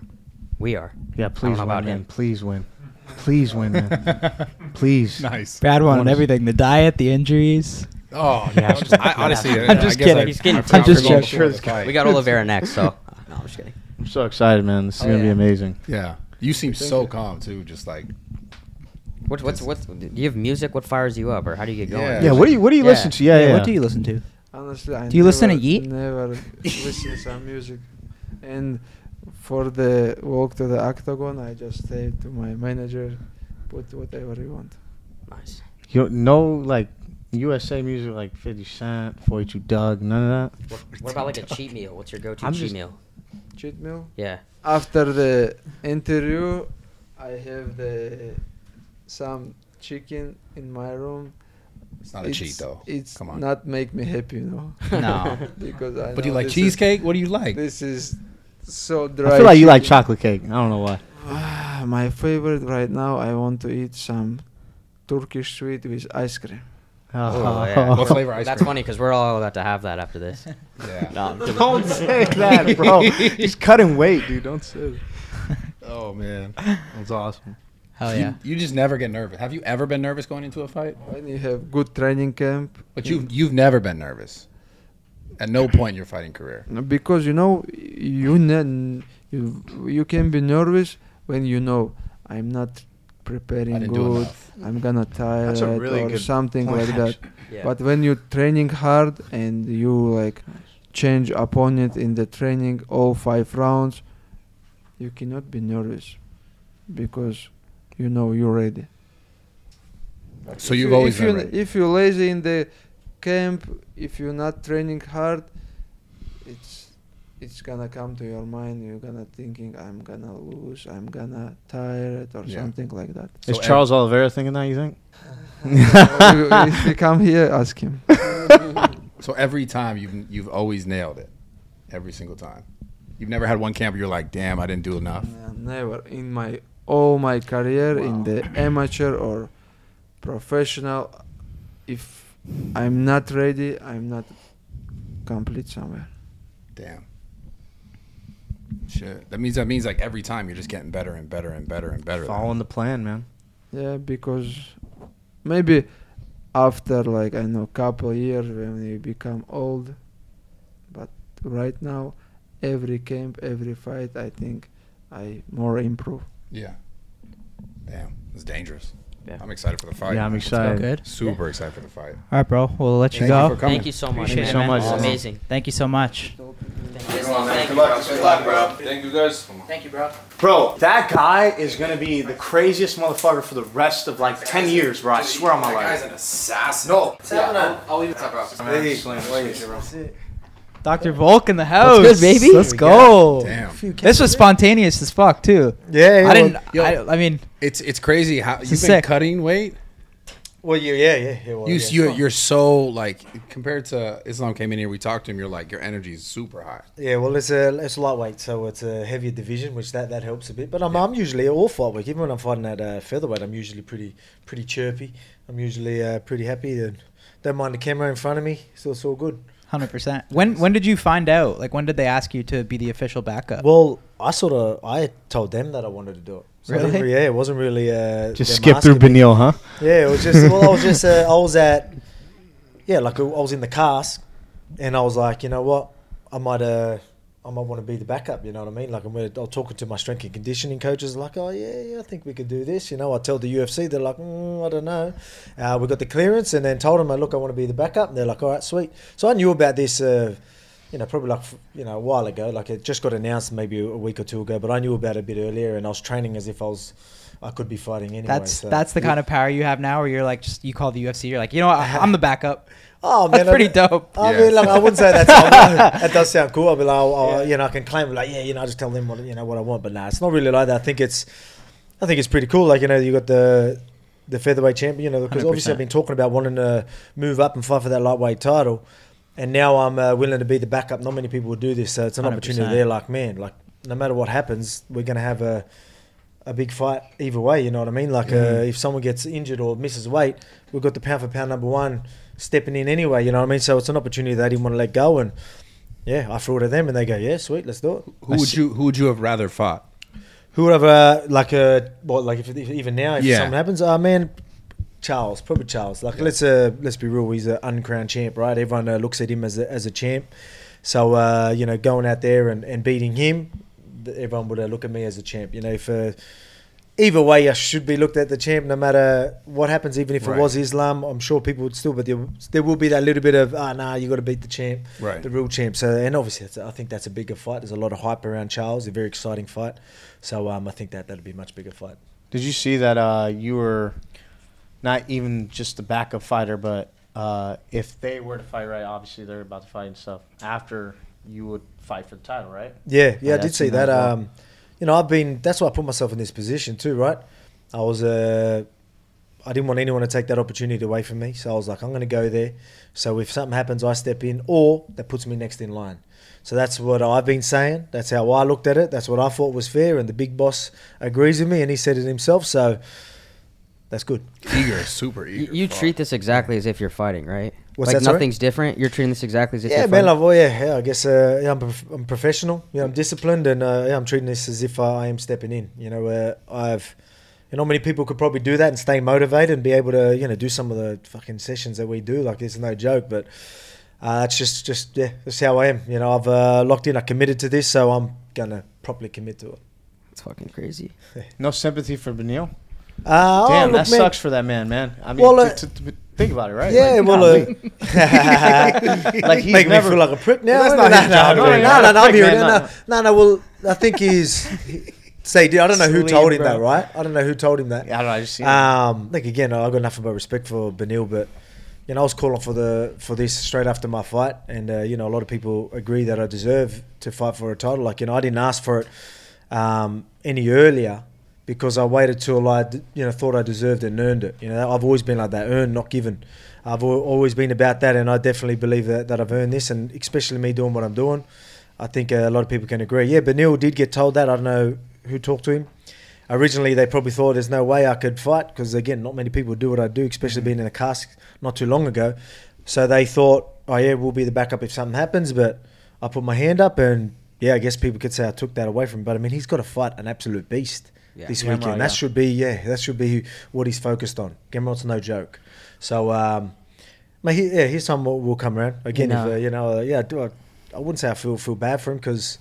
Speaker 4: We are.
Speaker 3: Yeah, please
Speaker 4: know
Speaker 3: win,
Speaker 4: about
Speaker 3: man.
Speaker 4: him.
Speaker 3: Please win. Please win, man.
Speaker 4: *laughs*
Speaker 3: Please.
Speaker 2: Nice.
Speaker 1: Brad wanted
Speaker 3: Honest-
Speaker 1: everything: the diet, the injuries.
Speaker 2: Oh,
Speaker 3: Yeah,
Speaker 2: yeah. I'm just, I, honestly, uh, I,
Speaker 1: I'm just
Speaker 2: I guess
Speaker 1: kidding.
Speaker 2: I,
Speaker 4: He's kidding.
Speaker 2: I
Speaker 4: I'm
Speaker 2: forgot
Speaker 1: just
Speaker 2: we're going
Speaker 1: joking.
Speaker 2: for the fight.
Speaker 4: We got Oliveira next, so no, I'm just kidding.
Speaker 3: I'm so excited, man. This is
Speaker 4: Oh,
Speaker 3: gonna be
Speaker 4: yeah.
Speaker 3: amazing.
Speaker 2: Yeah. *laughs*
Speaker 4: *laughs*
Speaker 2: You seem
Speaker 8: Thank
Speaker 2: so
Speaker 8: you.
Speaker 2: calm too. Just like
Speaker 4: What, what's what's? Do you have music? What fires you up, or how do you get going?
Speaker 2: Yeah.
Speaker 3: Yeah. What do you What do you
Speaker 4: Yeah.
Speaker 3: listen to? Yeah, yeah.
Speaker 1: What do you listen to?
Speaker 8: honestly I
Speaker 1: Do you listen to
Speaker 8: never-
Speaker 1: Yeet?
Speaker 8: Never listen to some music. And for the walk to the octagon I just say to my manager, put whatever you want.
Speaker 4: Nice.
Speaker 3: You don't know like USA music, like Fifty Cent, Forty Two Doug, none of that.
Speaker 4: What about like a cheat meal? What's your go-to
Speaker 3: I'm
Speaker 4: cheat
Speaker 3: just-
Speaker 4: meal?
Speaker 8: Cheat meal?
Speaker 4: Yeah.
Speaker 8: after the interview i have the some chicken in my room
Speaker 2: it's not a cheat though.
Speaker 8: it's
Speaker 2: Come on.
Speaker 8: not make me happy you know
Speaker 1: No.
Speaker 8: *laughs* because i
Speaker 2: but do you
Speaker 8: know
Speaker 2: like
Speaker 8: this
Speaker 2: cheesecake? What do you
Speaker 8: is,
Speaker 2: like?
Speaker 8: this is so dry
Speaker 3: I feel like you like
Speaker 8: chicken.
Speaker 3: chocolate cake. I don't know why.
Speaker 8: Ah, my favorite right now i want to eat some turkish sweet with ice cream
Speaker 4: Oh, yeah.
Speaker 2: What flavor
Speaker 3: *laughs*
Speaker 2: ice
Speaker 4: That's
Speaker 2: cream?
Speaker 4: funny because we're all about to have that after this.
Speaker 2: Yeah.
Speaker 4: No,
Speaker 3: *laughs*
Speaker 4: I'm kidding.
Speaker 3: Don't say that,
Speaker 4: *laughs*
Speaker 3: bro. *laughs* He's cutting weight, dude. Don't say that.
Speaker 2: *laughs* Oh man.
Speaker 3: That's awesome.
Speaker 1: Hell
Speaker 2: you,
Speaker 1: yeah.
Speaker 2: You just never get nervous. Have you ever been nervous going into a fight?
Speaker 8: when you have good training camp
Speaker 2: But you you've never been nervous. At no point in your fighting career.
Speaker 8: No, because you know you ne- you you can be nervous when you know I'm not
Speaker 2: I
Speaker 8: preparing
Speaker 2: didn't do
Speaker 8: good.
Speaker 2: enough.
Speaker 8: I'm gonna tired
Speaker 3: really
Speaker 8: or
Speaker 3: good
Speaker 8: something
Speaker 3: point,
Speaker 8: like
Speaker 3: *laughs*
Speaker 8: that.
Speaker 4: Yeah.
Speaker 8: But when you training hard and you like change opponent in the training all five rounds, you cannot be nervous. because you know you're ready.
Speaker 2: So
Speaker 8: If
Speaker 2: you've
Speaker 8: you-
Speaker 2: always
Speaker 8: if you
Speaker 2: been ready.
Speaker 8: if you're lazy in the camp, if you're not training hard, it's it's gonna come to your mind. You're gonna thinking, I'm gonna lose, I'm gonna tired or
Speaker 2: Yeah.
Speaker 8: something like that.
Speaker 2: So
Speaker 11: Is
Speaker 2: ev-
Speaker 11: Charles Oliveira thinking that? You think? *laughs*
Speaker 8: if he come here, ask
Speaker 2: *laughs*
Speaker 8: him.
Speaker 2: So every time you've you've always nailed it, every single time. You've never had one camp where you're like, damn, I didn't do enough.
Speaker 8: Uh, Never in my all my career in the amateur or professional. If I'm not ready, I'm not complete somewhere.
Speaker 2: Damn. Shit. That means that means like every time you're just getting better and better and better and better.
Speaker 11: Following the plan, man.
Speaker 8: Yeah, because maybe after like I know couple years when you become old, but right now, every camp, every fight, I think I more improve.
Speaker 2: Yeah. Damn. It's dangerous.
Speaker 4: Yeah.
Speaker 2: I'm excited for the fight.
Speaker 11: yeah, I'm
Speaker 2: man. Let's
Speaker 11: excited.
Speaker 1: good.
Speaker 2: Super excited for the fight.
Speaker 1: All right, bro. We'll let you
Speaker 2: Thank
Speaker 1: go.
Speaker 2: you for coming.
Speaker 4: Thank you so much.
Speaker 1: Appreciate
Speaker 4: man.
Speaker 1: it, man.
Speaker 4: This is
Speaker 11: Awesome.
Speaker 4: amazing.
Speaker 1: Thank you so much.
Speaker 4: Thank you,
Speaker 2: luck. Good luck, bro. Thank you guys.
Speaker 5: Thank you, bro.
Speaker 3: Bro, that guy is gonna be the craziest motherfucker for the rest of like ten years, bro. I swear on my life.
Speaker 2: an assassin.
Speaker 3: No.
Speaker 5: I'll leave it up, bro.
Speaker 1: Dr. Volk in the house.
Speaker 4: good, baby?
Speaker 1: Let's go.
Speaker 2: Damn.
Speaker 1: This was spontaneous as fuck, too.
Speaker 11: Yeah,
Speaker 1: I didn't.
Speaker 2: yo.
Speaker 1: I, I mean,
Speaker 2: It's it's crazy how you've been
Speaker 1: sick.
Speaker 2: cutting weight.
Speaker 11: Well, you, yeah, yeah, yeah. Well,
Speaker 2: You you you're so like compared to Islam came in here. We talked to him. You're like your energy is super high.
Speaker 11: Yeah, well, it's a it's lightweight, so it's a heavier division, which that, that helps a bit. But I'm, I'm usually all fight week, even when I'm fighting at uh, featherweight, I'm usually pretty pretty chirpy. I'm usually uh, pretty happy and don't mind the camera in front of me, so it's all good.
Speaker 1: hundred percent. When when did you find out? Like, when did they ask you to be the official backup?
Speaker 11: Well, I sort of I told them that I wanted to do it. So I didn't
Speaker 1: Really?
Speaker 11: re- yeah, it wasn't really. Uh,
Speaker 12: Just
Speaker 11: them
Speaker 12: skip through
Speaker 11: asking me.
Speaker 12: Benil, huh?
Speaker 11: Yeah, it was just well, I was just uh, I was at yeah, like I was in the cask, and I was like, you know what, I might uh, I might want to be the backup. You know what I mean? Like I'm, gonna- I was talking to my strength and conditioning coaches, like, oh yeah, yeah, I think we could do this. You know, I tell the UFC, they're like, mm, I don't know. Uh, we got the clearance, and then told them, look, I want to be the backup. And they're like, all right, sweet. So I knew about this. Uh, you know, probably like you know a while ago. Like it just got announced maybe a week or two ago, but I knew about it a bit earlier, and I was training as if I was, I could be fighting anyway.
Speaker 1: that's
Speaker 11: so-
Speaker 1: that's the kind of power you have now, where you're like, just you call the UFC. You're like, you know, what? I, I'm the backup.
Speaker 11: *laughs* Oh
Speaker 1: That's
Speaker 11: man,
Speaker 1: pretty
Speaker 11: I,
Speaker 1: dope.
Speaker 11: I
Speaker 2: Yeah.
Speaker 11: mean, like, I wouldn't say that's
Speaker 1: *laughs*
Speaker 11: that does sound cool. I'll be like, oh, oh, you know, I can claim like, yeah, you know, I just tell them what you know what I want. But nah, it's not really like that. I think it's, I think it's pretty cool. Like you know, you got the the featherweight champion, you know, because obviously
Speaker 1: 100%.
Speaker 11: I've been talking about wanting to move up and fight for that lightweight title, and now I'm uh, willing to be the backup. Not many people would do this, so it's an opportunity
Speaker 1: 100%.
Speaker 11: there. Like man, like no matter what happens, we're gonna have a a big fight either way. You know what I mean? Like uh, if someone gets injured or misses weight, we've got the pound for pound number one stepping in anyway. You know what I mean? So it's an opportunity they didn't want to let go, and yeah, I threw it at them, and they go, yeah, sweet, let's do it.
Speaker 2: Who would you who would you have rather fought?
Speaker 11: Who would have uh, like a well, like if, if even now if
Speaker 2: Yeah.
Speaker 11: something happens, uh, man, Charles, probably Charles. Like let's uh, let's be real, he's an uncrowned champ, right? Everyone uh, looks at him as a, as a champ. So uh, you know, going out there and, and beating him, th- everyone would uh, look at me as a champ. You know, if uh, either way, I should be looked at the champ, no matter what happens. Even if
Speaker 2: Right.
Speaker 11: it was Islam, I'm sure people would still, but there, there will be that little bit of ah, nah, you got to beat the champ
Speaker 2: Right.
Speaker 11: the real champ. So, and obviously, that's, I think that's a bigger fight. There's a lot of hype around Charles. A very exciting fight. So, um, I think that that'd be a much bigger fight.
Speaker 12: Did you see that uh, you were not even just the backup fighter, but uh, if they were to fight right, obviously they're about to fight and stuff. After you would fight for the title, right?
Speaker 11: Yeah, yeah, I
Speaker 12: Yeah,
Speaker 11: did
Speaker 12: I've
Speaker 11: see
Speaker 12: seen
Speaker 11: that.
Speaker 12: that as well.
Speaker 11: Um, you know, I've been. That's why I put myself in this position too, right? I was. Uh, I didn't want anyone to take that opportunity away from me, so I was like, I'm going to go there. So if something happens, I step in, or that puts me next in line. So that's what I've been saying. That's how I looked at it. That's what I thought was fair, and the big boss agrees with me, and he said it himself. So that's good.
Speaker 2: Eager, super
Speaker 4: You,
Speaker 2: eager.
Speaker 4: you
Speaker 2: fuck.
Speaker 4: treat this exactly as if you're fighting, right?
Speaker 11: What's
Speaker 4: like
Speaker 11: that, sorry?
Speaker 4: nothing's different. You're treating this exactly as if
Speaker 11: Yeah,
Speaker 4: you're
Speaker 11: man.
Speaker 4: fighting.
Speaker 11: Like, well, yeah, yeah, I guess uh, yeah, I'm, prof- I'm professional. Yeah, I'm disciplined, and uh, yeah, I'm treating this as if I am stepping in. You know, uh, I've, you know, how many people could probably do that and stay motivated and be able to, you know, do some of the fucking sessions that we do. Like, it's no joke, but uh, it's just, just yeah, that's how I am. You know, I've uh, locked in. I committed to this, so I'm gonna properly commit to it.
Speaker 4: It's fucking
Speaker 11: *laughs*
Speaker 4: crazy.
Speaker 12: No sympathy for Benil.
Speaker 11: Uh,
Speaker 12: Damn,
Speaker 11: oh,
Speaker 12: that
Speaker 11: look, man.
Speaker 12: sucks for that man, man. I mean,
Speaker 11: Well, uh,
Speaker 12: to, to, to think about it, right?
Speaker 11: Yeah,
Speaker 12: Like,
Speaker 11: well,
Speaker 12: golly.
Speaker 11: uh,
Speaker 12: *laughs* Like, he's
Speaker 11: making
Speaker 12: never-
Speaker 11: me feel like a prick now.
Speaker 12: that's
Speaker 11: No,
Speaker 12: not
Speaker 11: no,
Speaker 12: his
Speaker 11: no,
Speaker 12: job,
Speaker 11: No,
Speaker 12: though.
Speaker 11: no, no, no,
Speaker 12: Prick,
Speaker 11: I'm here.
Speaker 12: man,
Speaker 11: No,
Speaker 12: no.
Speaker 11: no, no, no. Well, I think he's. *laughs* say, dude, I don't know who
Speaker 12: Slim,
Speaker 11: told him that,
Speaker 12: bro.
Speaker 11: right? I don't know who told him that.
Speaker 12: Yeah, I don't know, I just seen it.
Speaker 11: um, like again, I got nothing but respect for Benil, but you know, I was calling for the for this straight after my fight, and uh, you know, a lot of people agree that I deserve to fight for a title. Like you know, I didn't ask for it um, any earlier because I waited till I d- you know thought I deserved it and earned it. You know, I've always been like that, earned, not given. I've al- always been about that, and I definitely believe that, that I've earned this, and especially me doing what I'm doing. I think uh, a lot of people can agree. Yeah, but Neil did get told that. I don't know who talked to him. Originally, they probably thought there's no way I could fight because, again, not many people do what I do, especially
Speaker 12: Mm-hmm.
Speaker 11: being in a cast not too long ago. So they thought, oh, yeah, we'll be the backup if something happens. But I put my hand up, and yeah, I guess people could say I took that away from him. But I mean, he's got to fight an absolute beast
Speaker 12: Yeah.
Speaker 11: this
Speaker 12: Gamrot,
Speaker 11: weekend.
Speaker 12: yeah.
Speaker 11: That should be, yeah, that should be what he's focused on. Gamrot's no joke. So, um, Mate, he, yeah, his time will, will come around again.
Speaker 12: No.
Speaker 11: If, uh, you know, uh, yeah, I do. I, I wouldn't say I feel feel bad for him because,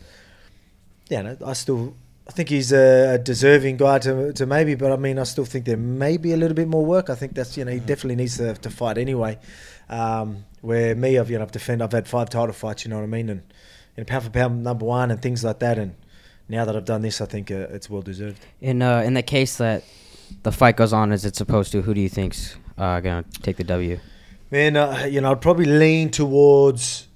Speaker 11: yeah, no, I still I think he's a, a deserving guy to to maybe, but I mean, I still think there may be a little bit more work. I think that's you know he definitely needs to, to fight anyway. Um, where me, I've you know I've defend, I've had five title fights. You know what I mean, and and pound for pound number one and things like that. And now that I've done this, I think uh, it's well deserved.
Speaker 4: In uh, in the case that the fight goes on as it's supposed to, who do you think's uh, gonna take the W?
Speaker 11: Man, uh, you know, I'd probably lean towards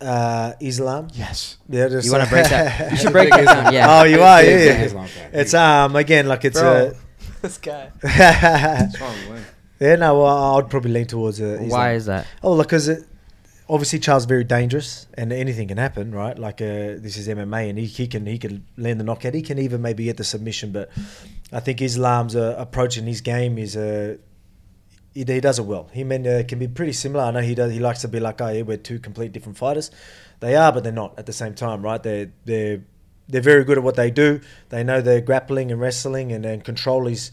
Speaker 11: uh, Islam. Yes. Yeah. Just
Speaker 4: You wanna
Speaker 11: like-
Speaker 4: break that- you
Speaker 11: *laughs*
Speaker 4: should break that down, yeah.
Speaker 11: Oh, you are.
Speaker 4: Big
Speaker 11: Yeah. yeah.
Speaker 4: Islam fan.
Speaker 11: It's um again like it's
Speaker 4: Bro,
Speaker 11: *laughs* uh,
Speaker 4: this guy.
Speaker 11: What's
Speaker 4: wrong with him?
Speaker 11: Yeah. No, well, I'd probably lean towards uh, Islam.
Speaker 4: Why is that?
Speaker 11: Oh, look, because obviously Charles is very dangerous, and anything can happen, right? Like uh, this is MMA, and he, he can he can land the knockout. He can even maybe get the submission, but I think Islam's uh, approach in his game is uh, he, he does it well. Him and uh, can be pretty similar. I know he does. He likes to be like, oh yeah, we're two complete different fighters. They are, but they're not at the same time, right? They're they're they're very good at what they do. They know their grappling and wrestling, and, and control is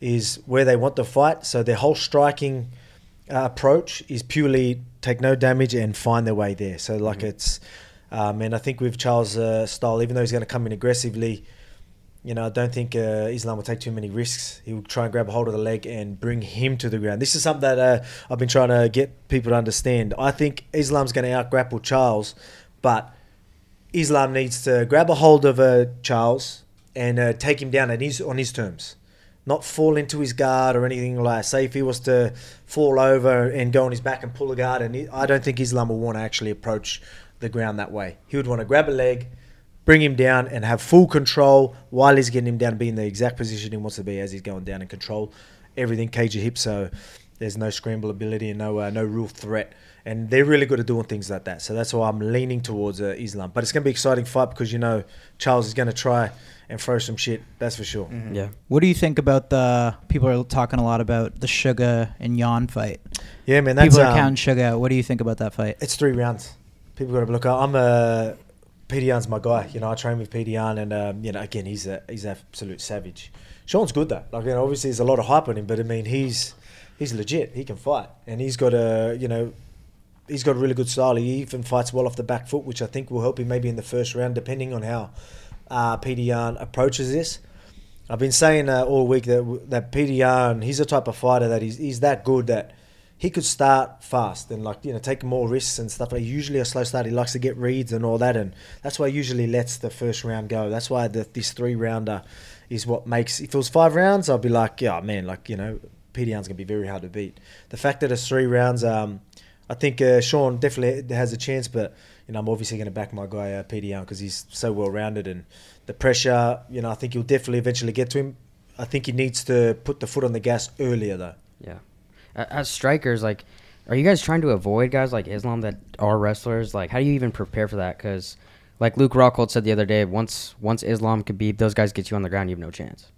Speaker 11: is where they want to fight. So their whole striking uh, approach is purely take no damage and find their way there. So like it's, um, and I think with Charles' uh, style, even though he's going to come in aggressively, you know, I don't think uh, Islam will take too many risks. He will try and grab a hold of the leg and bring him to the ground. This is something that uh, I've been trying to get people to understand. I think Islam's going to outgrapple Charles, but Islam needs to grab a hold of uh, Charles and uh, take him down at his, on his terms, not fall into his guard or anything like. that. Say if he was to fall over and go on his back and pull a guard, and he, I don't think Islam will want to actually approach the ground that way. He would want to grab a leg, bring him down, and have full control while he's getting him down, be in the exact position he wants to be as he's going down and control everything, cage your hips. So there's no scrambleability and no uh, no real threat. And they're really good at doing things like that. So that's why I'm leaning towards uh, Islam. But it's going to be an exciting fight because you know Charles is going to try and throw some shit. That's for sure.
Speaker 4: Yeah.
Speaker 1: What do you think about the people are talking a lot about the Sugar and Yan fight?
Speaker 11: Yeah, man, that's,
Speaker 1: people are
Speaker 11: um,
Speaker 1: counting Sugar. out. What do you think about that fight?
Speaker 11: It's three rounds. People got to look. I'm a PDN's my guy. You know, I train with PDN, and um, you know, again, he's a he's an absolute savage. Sean's good though. Like, you know, obviously, there's a lot of hype on him, but I mean, he's he's legit. He can fight, and he's got a you know, he's got a really good style. He even fights well off the back foot, which I think will help him maybe in the first round, depending on how uh, PDN approaches this. I've been saying uh, all week that that Peter Yarn, he's a type of fighter that he's, he's that good that he could start fast and like you know take more risks and stuff. Like usually a slow start, he likes to get reads and all that, and that's why he usually lets the first round go. That's why the, this three rounder is what makes. If it was five rounds, I'd be like, yeah, man, like you know, Peter Yarn's gonna be very hard to beat. The fact that it's three rounds, um, I think uh, Sean definitely has a chance, but you know I'm obviously going to back my guy uh, PD because he's so well rounded and the pressure. You know I think he'll definitely eventually get to him. I think he needs to put the foot on the gas earlier though.
Speaker 4: Yeah. A- As strikers, like, are you guys trying to avoid guys like Islam that are wrestlers? Like, how do you even prepare for that? Because, like Luke Rockhold said the other day, once once Islam could be, those guys get you on the ground, you have no chance.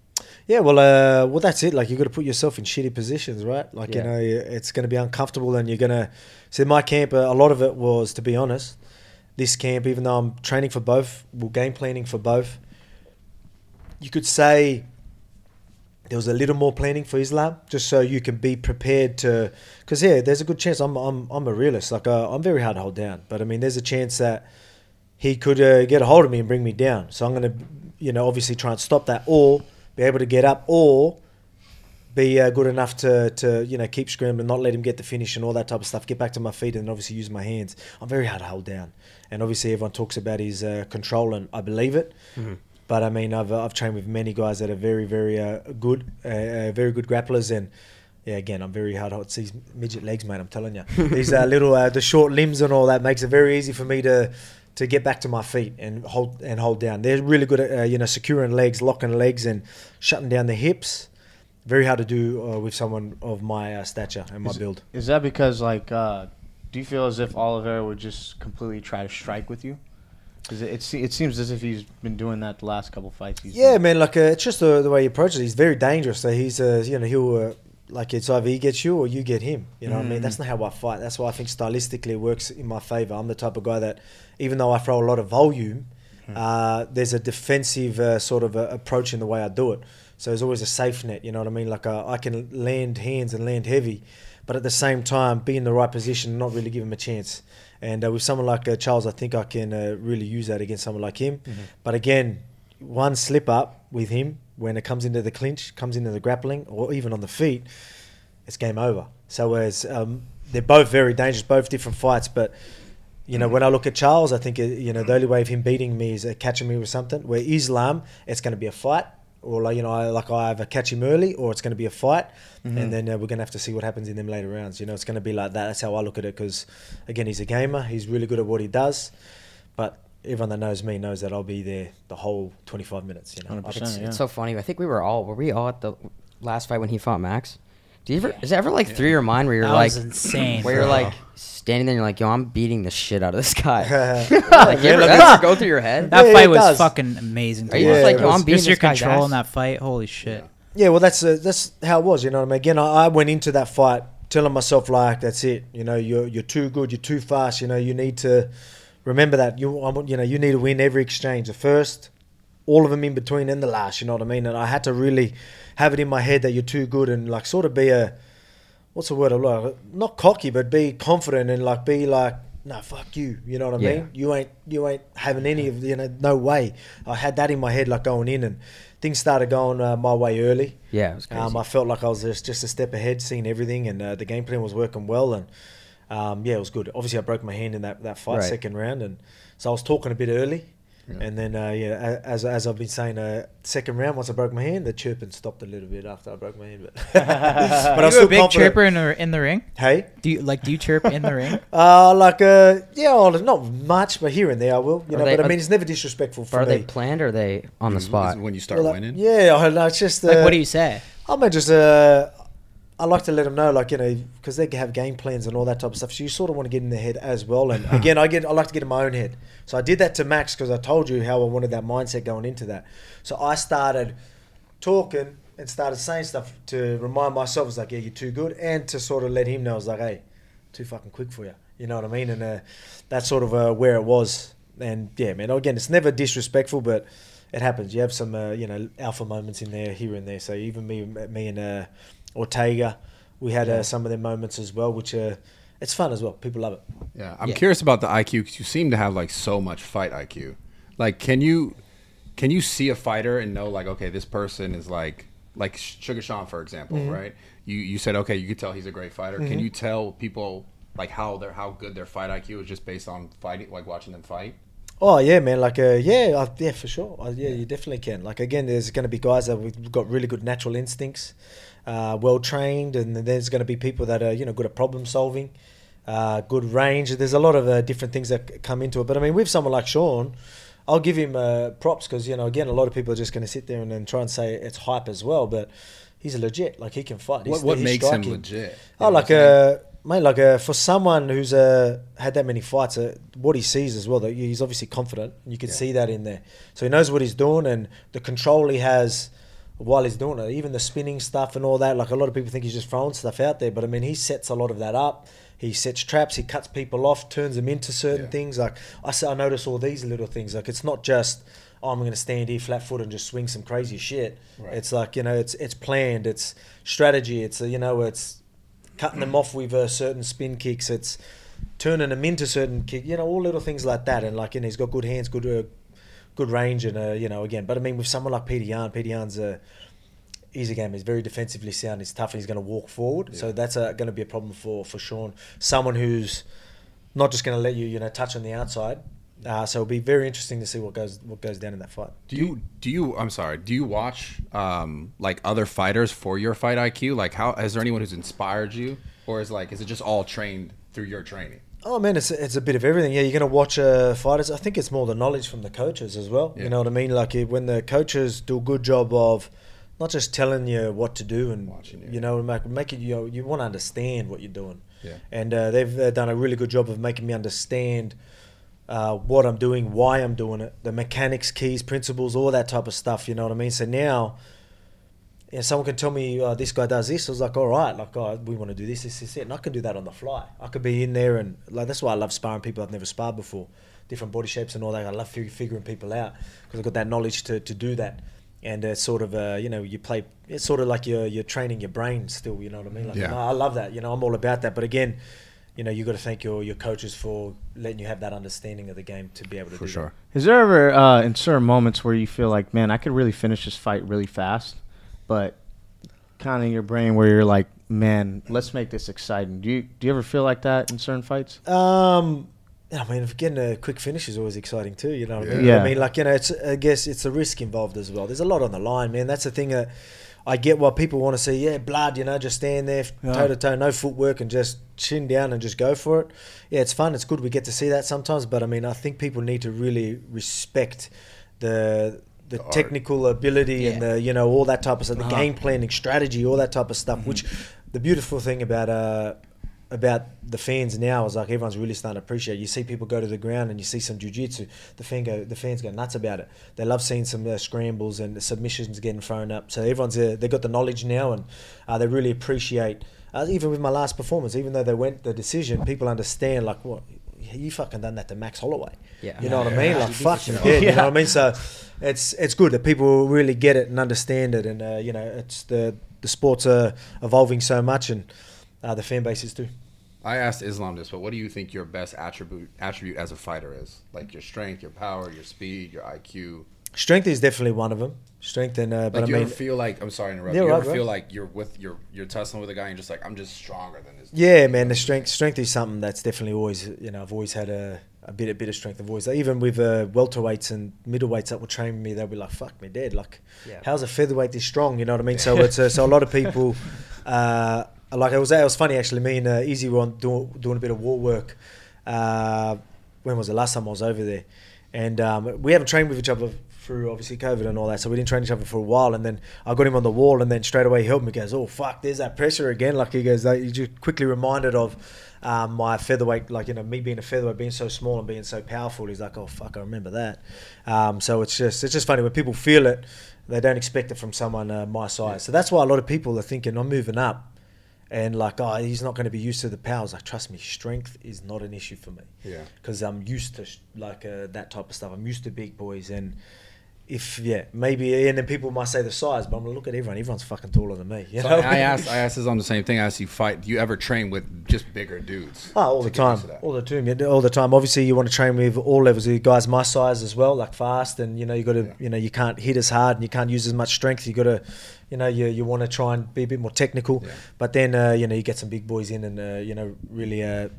Speaker 11: Yeah, well, uh, well, that's it. Like you got to put yourself in shitty positions, right? Like
Speaker 4: Yeah.
Speaker 11: you know, it's going to be uncomfortable, and you're going to. So my camp, uh, a lot of it was, to be honest, this camp. Even though I'm training for both, well, game planning for both. You could say there was a little more planning for Islam, just so you can be prepared to. Because yeah, there's a good chance I'm I'm I'm a realist. Like uh, I'm very hard to hold down, but I mean, there's a chance that he could uh, get a hold of me and bring me down. So I'm going to, you know, obviously try and stop that, or be able to get up, or be uh, good enough to, to you know keep scrambling, not let him get the finish and all that type of stuff. Get back to my feet and obviously use my hands. I'm very hard to hold down, and obviously everyone talks about his uh, control, and I believe it. But I mean, I've I've trained with many guys that are very very uh, good, uh, uh, very good grapplers and. Yeah, again, I'm very hard. It's these midget legs, mate. I'm telling you, these uh, little, uh, the short limbs and all that makes it very easy for me to, to get back to my feet and hold and hold down. They're really good at uh, you know securing legs, locking legs, and shutting down the hips. Very hard to do uh, with someone of my uh, stature and my
Speaker 12: Is-
Speaker 11: build.
Speaker 12: Is that because like, uh, do you feel as if Oliveira would just completely try to strike with you? Because it, it, se- it seems as if he's been doing that the last couple fights. He's
Speaker 11: Yeah, man. Like uh, it's just the, the way he approaches. it. He's very dangerous. So he's uh, you know he'll uh, like it's either he gets you or you get him. You know what I mean?
Speaker 12: Mm.
Speaker 11: That's not how I fight. That's why I think stylistically it works in my favor. I'm the type of guy that even though I throw a lot of volume,
Speaker 12: Hmm.
Speaker 11: uh, there's a defensive uh, sort of uh approach in the way I do it. So there's always a safe net. You know what I mean? Like uh, I can land hands and land heavy, but at the same time be in the right position and not really give him a chance. And uh, with someone like uh, Charles, I think I can uh, really use that against someone like him.
Speaker 12: Mhm.
Speaker 11: But again, one slip up with him when it comes into the clinch, comes into the grappling, or even on the feet, it's game over. So whereas um, they're both very dangerous, both different fights, but. You know, when I look at Charles, I think uh, you know the only way of him beating me is uh, catching me with something. Where Islam, it's going to be a fight, or like you know, I, like I either catch him early, or it's going to be a fight,
Speaker 12: Mhm.
Speaker 11: and then uh, we're going to have to see what happens in them later rounds. You know, it's going to be like that. That's how I look at it. Because again, he's a gamer. He's really good at what he does, but everyone that knows me knows that I'll be there the whole 25 minutes. You know, I
Speaker 4: It's,
Speaker 11: can-
Speaker 4: it's so funny. I think we were all were we all at the last fight when he fought Max. Do you ever is it ever like through your mind where you're
Speaker 1: That
Speaker 4: like
Speaker 1: was insane,
Speaker 4: where you're
Speaker 1: bro.
Speaker 4: like standing there and you're like yo I'm beating the shit out of this
Speaker 2: *laughs*
Speaker 4: guy. *laughs* like, you ever,
Speaker 1: Yeah, look
Speaker 4: that
Speaker 1: at-
Speaker 11: *laughs*
Speaker 4: ever go through your head?
Speaker 1: That fight was fucking amazing.
Speaker 4: Are
Speaker 1: To
Speaker 4: you just
Speaker 1: watch.
Speaker 4: like yo I'm beating
Speaker 1: just your
Speaker 4: this guy's
Speaker 1: control
Speaker 4: ass?
Speaker 1: in that fight. Holy shit!
Speaker 11: Yeah, well, that's uh, that's how it was. You know what I mean? Again, I, I went into that fight telling myself like, that's it. You know, you're you're too good. You're too fast. You know, you need to remember that. You I'm, you know, you need to win every exchange, the first, all of them in between, and the last. You know what I mean? And I had to really have it in my head that you're too good and like sort of be a what's the word of like not cocky, but be confident and like be like. No, fuck you. You know what I
Speaker 12: Yeah.
Speaker 11: mean. You ain't, you ain't having any of, you know, no way. I had that in my head like going in, and things started going uh, my way early.
Speaker 4: Yeah, it was crazy.
Speaker 11: Um, I felt like I was just, just a step ahead, seeing everything, and uh, the game plan was working well. And um, yeah, it was good. Obviously, I broke my hand in that, that fight,
Speaker 12: Right.
Speaker 11: second round, and so I was talking a bit early. And then, uh, yeah, a- as, as I've been saying, uh, second round, once I broke my hand, the chirping stopped a little bit after I broke my hand. But, *laughs*
Speaker 1: *laughs*
Speaker 11: but
Speaker 1: Are
Speaker 11: I
Speaker 1: you
Speaker 11: was still
Speaker 1: a big
Speaker 11: confident.
Speaker 1: chirper in the in the ring?
Speaker 11: Hey?
Speaker 1: do you like do you chirp in the ring?
Speaker 11: Uh, like, uh, yeah, well, not much, but here and there I will. You
Speaker 4: Are
Speaker 11: know,
Speaker 4: they-
Speaker 11: but I
Speaker 4: are-
Speaker 11: mean, it's never disrespectful for
Speaker 4: Are
Speaker 11: me.
Speaker 4: they planned or are they on the spot?
Speaker 2: When you
Speaker 11: Well, like, Yeah, I know. It's just
Speaker 1: Like,
Speaker 11: uh,
Speaker 1: what do you say?
Speaker 11: I mean, just uh, I like to let them know, like you know, because they have game plans and all that type of stuff. So you sort of want to get in their head as well. And again, I get I like to get in my own head. So I did that to Max because I told you how I wanted that mindset going into that. So I started talking and started saying stuff to remind myself, I was like, yeah, you're too good, and to sort of let him know, I was like, hey, too fucking quick for you. You know what I mean? And uh, that's sort of uh, where it was. And yeah, man. Again, it's never disrespectful, but it happens. You have some, uh, you know, alpha moments in there, here and there. So even me, me and uh, Ortega, we had uh, some of their moments as well, which uh, it's fun as well. People love it.
Speaker 2: Yeah, I'm curious about the IQ because you seem to have like so much fight IQ. Like, can you can you see a fighter and know like, okay, this person is like like Sugar Sean for example,
Speaker 12: Mhm.
Speaker 2: right? You you said okay, you could tell he's a great fighter. Can
Speaker 12: Mhm.
Speaker 2: you tell people like how their how good their fight IQ is just based on fighting, like watching them fight?
Speaker 11: Oh yeah, man. Like uh, yeah, uh, yeah, for sure. Uh, yeah, you definitely can. Like again, there's going to be guys that we've got really good natural instincts, uh, well trained, and then there's going to be people that are you know good at problem solving, uh, good range. There's a lot of uh, different things that c- come into it. But I mean, with someone like Sean, I'll give him uh, props because you know again, a lot of people are just going to sit there and then try and say it's hype as well, but. He's legit. Like he can fight.
Speaker 2: What-
Speaker 11: He's-
Speaker 2: what
Speaker 11: he's
Speaker 2: makes him
Speaker 11: striking.
Speaker 2: legit?
Speaker 11: Oh, like uh, mate, like uh, for someone who's uh, had that many fights, uh, what he sees as well, that he's obviously confident. and You can see that in there. So he knows what he's doing and the control he has while he's doing it. Even the spinning stuff and all that. Like a lot of people think he's just throwing stuff out there, but I mean, he sets a lot of that up. He sets traps. He cuts people off. Turns them into certain things. Like I, s- I notice all these little things. Like it's not just oh, I'm going to stand here flat foot and just swing some crazy shit.
Speaker 12: Right.
Speaker 11: It's like you know, it's it's planned. It's strategy. It's uh, you know, it's cutting them off with uh, certain spin kicks. It's turning them into certain kick. You know, all little things like that. And like, you know, he's got good hands, good, uh, good range, and uh, you know, again. But I mean, with someone like Peter Yarn, Peter Yarn's a he's a game. He's very defensively sound. He's tough. and He's going to walk forward. So that's uh going to be a problem for for Sean. Someone who's not just going to let you, you know, touch on the outside. Uh, so it'll be very interesting to see what goes what goes down in that fight.
Speaker 2: Do you do you? I'm sorry. Do you watch um, like other fighters for your fight IQ? Like, how is there anyone who's inspired you, or is like is it just all trained through your training?
Speaker 11: Oh man, it's it's a bit of everything. Yeah, you're going to watch uh, fighters. I think it's more the knowledge from the coaches as well.
Speaker 2: Yeah.
Speaker 11: You know what I mean? Like it- when the coaches do a good job of not just telling you what to do and you. know make, make it you know, you want to understand what you're doing.
Speaker 2: Yeah.
Speaker 11: And uh, they've uh, done a really good job of making me understand uh, what I'm doing, why I'm doing it, the mechanics, keys, principles, all that type of stuff. You know what I mean? So now, you know, someone can tell me uh, this guy does this. I was like, all right, like oh, we want to do this, this, this, it, and I can do that on the fly. I could be in there and like that's why I love sparring people I've never sparred before, different body shapes and all that. I love fig- figuring people out because I've got that knowledge to, to do that. And uh, sort of, uh, you know, you play. It's sort of like you're you're training your brain still. You know what I mean? Like,
Speaker 2: Yeah.
Speaker 11: no, I love that. You know, I'm all about that. But again, you know, you got to thank your your coaches for letting you have that understanding of the game to be able to do that.
Speaker 12: Is there ever uh, in certain moments where you feel like, man, I could really finish this fight really fast, but kind of in your brain where you're like, man, let's make this exciting. Do you do you ever feel like that in certain fights?
Speaker 11: Um, I mean, if getting a quick finish is always exciting too. You know what I mean?
Speaker 12: Yeah.
Speaker 11: I mean, like you know, it's I guess it's a risk involved as well. There's a lot on the line, man. That's the thing that I get. What people want to see, yeah, blood. You know, just stand there
Speaker 12: Yeah.
Speaker 11: toe to toe, no footwork, and just chin down and just go for it. Yeah, it's fun. It's good. We get to see that sometimes, but I mean, I think people need to really respect the. The, technical ability and the you know all that type of stuff, the
Speaker 12: Uh-huh.
Speaker 11: game planning, strategy, all that type of stuff. Which the beautiful thing about uh about the fans now is like everyone's really starting to appreciate. it. You see people go to the ground and you see some jujitsu. The fan go, the fans go nuts about it. They love seeing some uh, scrambles and submissions getting thrown up. So everyone's uh, they got the knowledge now and uh, they really appreciate. Uh, even with my last performance, even though they went the decision, people understand like what you fucking done that to Max Holloway.
Speaker 4: Yeah.
Speaker 11: you know what I
Speaker 4: Yeah.
Speaker 11: mean.
Speaker 4: You
Speaker 11: Like
Speaker 4: beat the shit
Speaker 11: fucking
Speaker 4: out of
Speaker 11: did.
Speaker 4: him.
Speaker 11: You know what I mean. So it's it's good that people really get it and understand it, and uh, you know it's the the sports are evolving so much and. Uh, the fan bases too.
Speaker 2: I asked Islam this, but what do you think your best attribute attribute as a fighter is? Like your strength, your power, your speed, your IQ.
Speaker 11: Strength is definitely one of them. Strength and uh,
Speaker 2: Like
Speaker 11: but I
Speaker 2: you
Speaker 11: mean,
Speaker 2: ever feel like I'm sorry to interrupt.
Speaker 11: Yeah,
Speaker 2: you
Speaker 11: right,
Speaker 2: ever
Speaker 11: right.
Speaker 2: feel like you're with you're you're tussling with a guy and you're just like I'm just stronger than this.
Speaker 11: yeah, man, the strength strength is something that's definitely always you know I've always had a, a bit a bit of strength. I've always even with uh, welterweights and middleweights that were training me, they'll be like, "Fuck me, dead." Like,
Speaker 12: Yeah.
Speaker 11: how's a featherweight this strong? You know what I mean? So it's uh, so a lot of people. Uh, like it was it was funny actually. Me and uh, Easy were on doing, doing a bit of war work. Uh, when was the last time I was over there? And um, we haven't trained with each other through obviously COVID and all that, so we didn't train each other for a while. And then I got him on the wall, and then straight away he helped me. He goes, oh fuck, there's that pressure again. Like he goes, like, you just quickly reminded of um, my featherweight, like you know me being a featherweight, being so small and being so powerful. He's like, oh fuck, I remember that. Um, so it's just it's just funny when people feel it, they don't expect it from someone uh, my size. So that's why a lot of people are thinking I'm moving up. And like, oh, he's not going to be used to the powers. Like, trust me, strength is not an issue for me
Speaker 2: Yeah.
Speaker 11: because I'm used to sh- like uh, that type of stuff. I'm used to big boys, and if yeah, maybe and then people might say the size, but I'm gonna look at everyone. Everyone's fucking taller than me. You
Speaker 2: So
Speaker 11: know, *laughs*
Speaker 2: I, I asked I asked Islam the same thing. I asked you fight. Do you ever train with just bigger dudes?
Speaker 11: Oh, all the
Speaker 2: to get
Speaker 11: time,
Speaker 2: used to that?
Speaker 11: all the time, yeah, all the time. Obviously, you want to train with all levels of guys my size as well, like fast, and you know you got to, you know, you can't hit as hard and you can't use as much strength. You got to, you know, you, you want to try and be a bit more technical, but then uh, you know you get some big boys in and uh, you know really uh,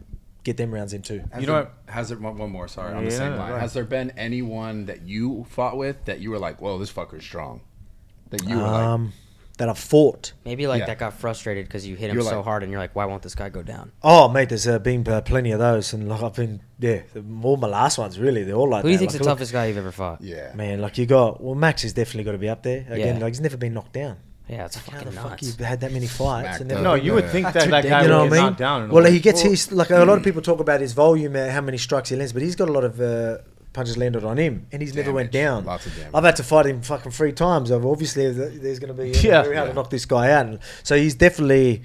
Speaker 11: get them rounds in too.
Speaker 2: Has you know what? Has there one, one more? Sorry, on the
Speaker 11: Yeah,
Speaker 2: same line.
Speaker 11: right.
Speaker 2: Has there been anyone that you fought with that you were like, "Whoa, this fucker's strong"? That you were like,
Speaker 11: um, that I fought.
Speaker 4: Maybe like
Speaker 2: Yeah.
Speaker 4: that got frustrated because you hit him
Speaker 2: You're
Speaker 4: so
Speaker 2: like-
Speaker 4: hard, and you're like, why won't this guy go down?
Speaker 11: Oh, mate, there's uh, been uh, plenty of those, and like I've been, yeah, the- all my last ones really, they're all like.
Speaker 4: Who do you
Speaker 11: that.
Speaker 4: think's
Speaker 11: Like,
Speaker 4: the
Speaker 11: look-
Speaker 4: toughest guy you've ever fought?
Speaker 2: Yeah.
Speaker 11: Man, like you got well, Max has definitely got to be up there again.
Speaker 4: Yeah.
Speaker 11: Like he's never been knocked down.
Speaker 4: Yeah, it's
Speaker 11: How
Speaker 4: fucking
Speaker 11: the fuck
Speaker 4: nuts.
Speaker 11: you had that many fights?
Speaker 12: Smacked
Speaker 11: and never-
Speaker 12: up. No, you
Speaker 8: *laughs*
Speaker 12: would think that that guy
Speaker 11: You
Speaker 12: would
Speaker 11: know what
Speaker 12: get
Speaker 11: I mean?
Speaker 12: knocked down and all
Speaker 11: Well,
Speaker 12: that. Hmm.
Speaker 11: he gets
Speaker 12: Well-
Speaker 11: his like a lot of people talk about his volume, uh, how many strikes he lands, but he's got a lot of uh, punches landed on him, and he's never went down.
Speaker 2: Lots of damage.
Speaker 11: I've had to fight him fucking three times. I've obviously th- there's going to
Speaker 12: *laughs*
Speaker 11: be
Speaker 12: Yeah.
Speaker 11: yeah. very hard to knock this guy out. And so he's definitely,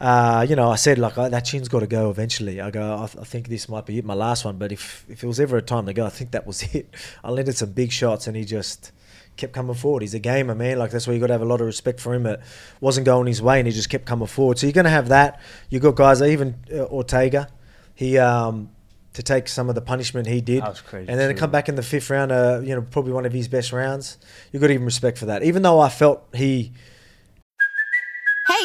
Speaker 11: uh, you know, I said like I, that chin's got to go eventually. I go, I, th- I think this might be it, my last one. But if if it was ever a time to go, I think that was *laughs* it. I landed some big shots, and he just kept coming forward. He's a gamer, man. Like that's why you got to have a lot of respect for him. It wasn't going his way, and he just kept coming forward. So you're going to have that. You got guys, even uh, Ortega, he. Um, to take some of the punishment he did,
Speaker 12: That was crazy
Speaker 11: and then to
Speaker 12: too.
Speaker 11: come back in the fifth round, uh, you know, probably one of his best rounds. You've got to give him respect for that. Even though I felt he
Speaker 13: Hey,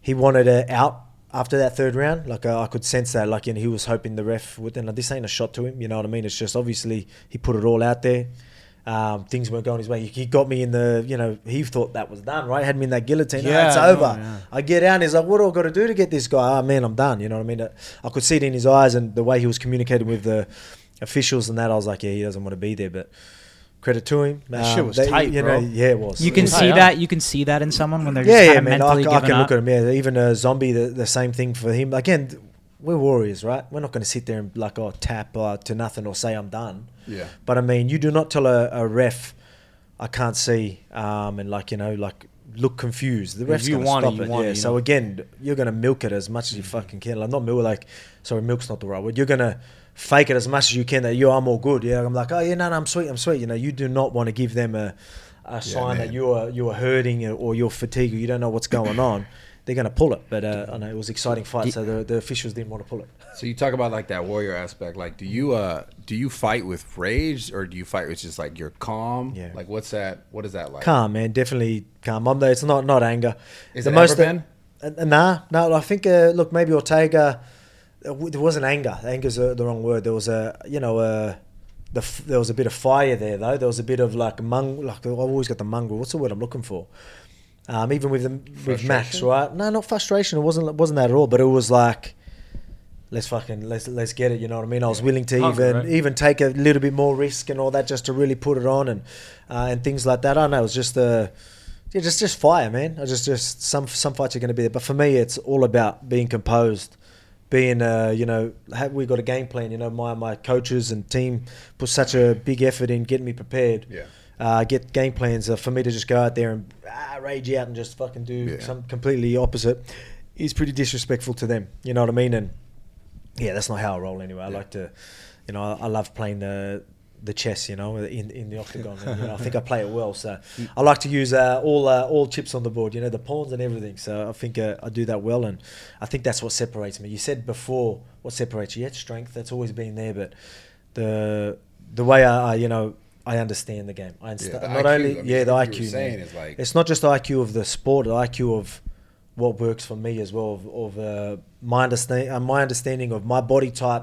Speaker 11: he wanted it out after that third round. Like uh, I could sense that. Like and he was hoping the ref would. And like, this ain't a shot to him. You know what I mean? It's just obviously he put it all out there. Um, things weren't going his way. He, he got me in the. You know, he thought that was done. Right? Had me in that guillotine. Yeah,
Speaker 12: Yeah,
Speaker 11: it's
Speaker 12: I know,
Speaker 11: over.
Speaker 12: yeah.
Speaker 11: I get out and he's like, "What do I got to do to get this guy?" Ah, man, I'm done. You know what I mean? Uh, I could see it in his eyes and the way he was communicating with the officials and that. I was like, "Yeah, he doesn't want to be there." But credit to him.
Speaker 1: That
Speaker 11: *laughs* Um,
Speaker 1: shit was
Speaker 11: they-
Speaker 1: tight,
Speaker 11: you
Speaker 1: bro.
Speaker 11: Know, yeah, it was.
Speaker 1: You can
Speaker 11: It was
Speaker 1: see
Speaker 11: tight.
Speaker 1: that. You can see that in someone when they're just
Speaker 11: yeah, yeah,
Speaker 1: kind of
Speaker 11: man. I,
Speaker 1: mentally
Speaker 11: c- I
Speaker 1: giving
Speaker 11: can
Speaker 1: up.
Speaker 11: look at him. Yeah, even a zombie, the, the same thing for him. Again, th- we're warriors, right? We're not going to sit there and like, oh, tap uh, to nothing or say I'm done.
Speaker 2: Yeah.
Speaker 11: But I mean, you do not tell a, a ref, I can't see, um, and like you know, like look confused. The
Speaker 12: If
Speaker 11: ref's
Speaker 12: you
Speaker 11: going to
Speaker 12: want it,
Speaker 11: stop
Speaker 12: you
Speaker 11: it.
Speaker 12: want it,
Speaker 11: yeah.
Speaker 12: you
Speaker 11: So
Speaker 12: know. Mm-hmm.
Speaker 11: again, you're going to milk it as much as you fucking can. Like not milk, like sorry, milk's not the right word. You're going to fake it as much as you can that you I'm all good. Yeah. I'm like, oh yeah, no, no, I'm sweet, I'm sweet. You know, you do not want to give them a a sign that you are you are hurting or you're fatigued, or you don't know what's going
Speaker 2: *coughs*
Speaker 11: on, they're going to pull it. But uh, I know it was an exciting fight, so the, the officials didn't want to pull it.
Speaker 2: So you talk about like that warrior aspect. Like, do you uh do you fight with rage or do you fight with just like you're calm? Yeah. Like, what's that? What is that like?
Speaker 11: Calm, man, definitely calm. I'm there. It's not not anger.
Speaker 2: Is it ever been?
Speaker 11: uh, nah, no. I think uh, look, maybe Ortega. uh, w- There wasn't anger. Anger's uh, the wrong word. There was a you know uh, the f- there was a bit of fire there though. There was a bit of like mung like I've always got the mongrel. What's the word I'm looking for? Um, even with the, with Max,
Speaker 12: Frustration?
Speaker 11: right? No, not frustration. It wasn't it wasn't that at all. But it was like. Let's fucking let's let's get it. You know what I mean. I was willing to
Speaker 12: Hunger,
Speaker 11: even
Speaker 12: right?
Speaker 11: even take a little bit more risk and all that just to really put it on and uh, and things like that. I don't know. It was just the yeah, just just fire, man. I just just some some fights are going to be there, but for me, it's all about being composed, being uh, you know, have we got a game plan? You know, my my coaches and team put such a big effort in getting me prepared.
Speaker 2: Yeah.
Speaker 11: Uh, get game plans uh, for me to just go out there and ah, rage out and just fucking do
Speaker 2: Yeah.
Speaker 11: some completely opposite is pretty disrespectful to them. You know what I mean? And yeah, that's not how I roll anyway. I like to, you know, I, I love playing the the chess, you know, in, in the octagon. and, you know, I think I play it well, so I like to use uh, all uh, all chips on the board, you know, the pawns and everything. So I think uh, I do that well, and I think that's what separates me. You said before, what separates you? Yeah, strength. That's always been there, but the the way I, I you know. I understand the game. I understand
Speaker 2: the
Speaker 11: not
Speaker 2: IQ,
Speaker 11: only
Speaker 2: I mean,
Speaker 11: yeah the
Speaker 2: what you
Speaker 11: IQ.
Speaker 2: were saying
Speaker 11: man.
Speaker 2: is like-
Speaker 11: it's not just the IQ of the sport, the IQ of what works for me as well, of, of uh, my understand uh, my understanding of my body type,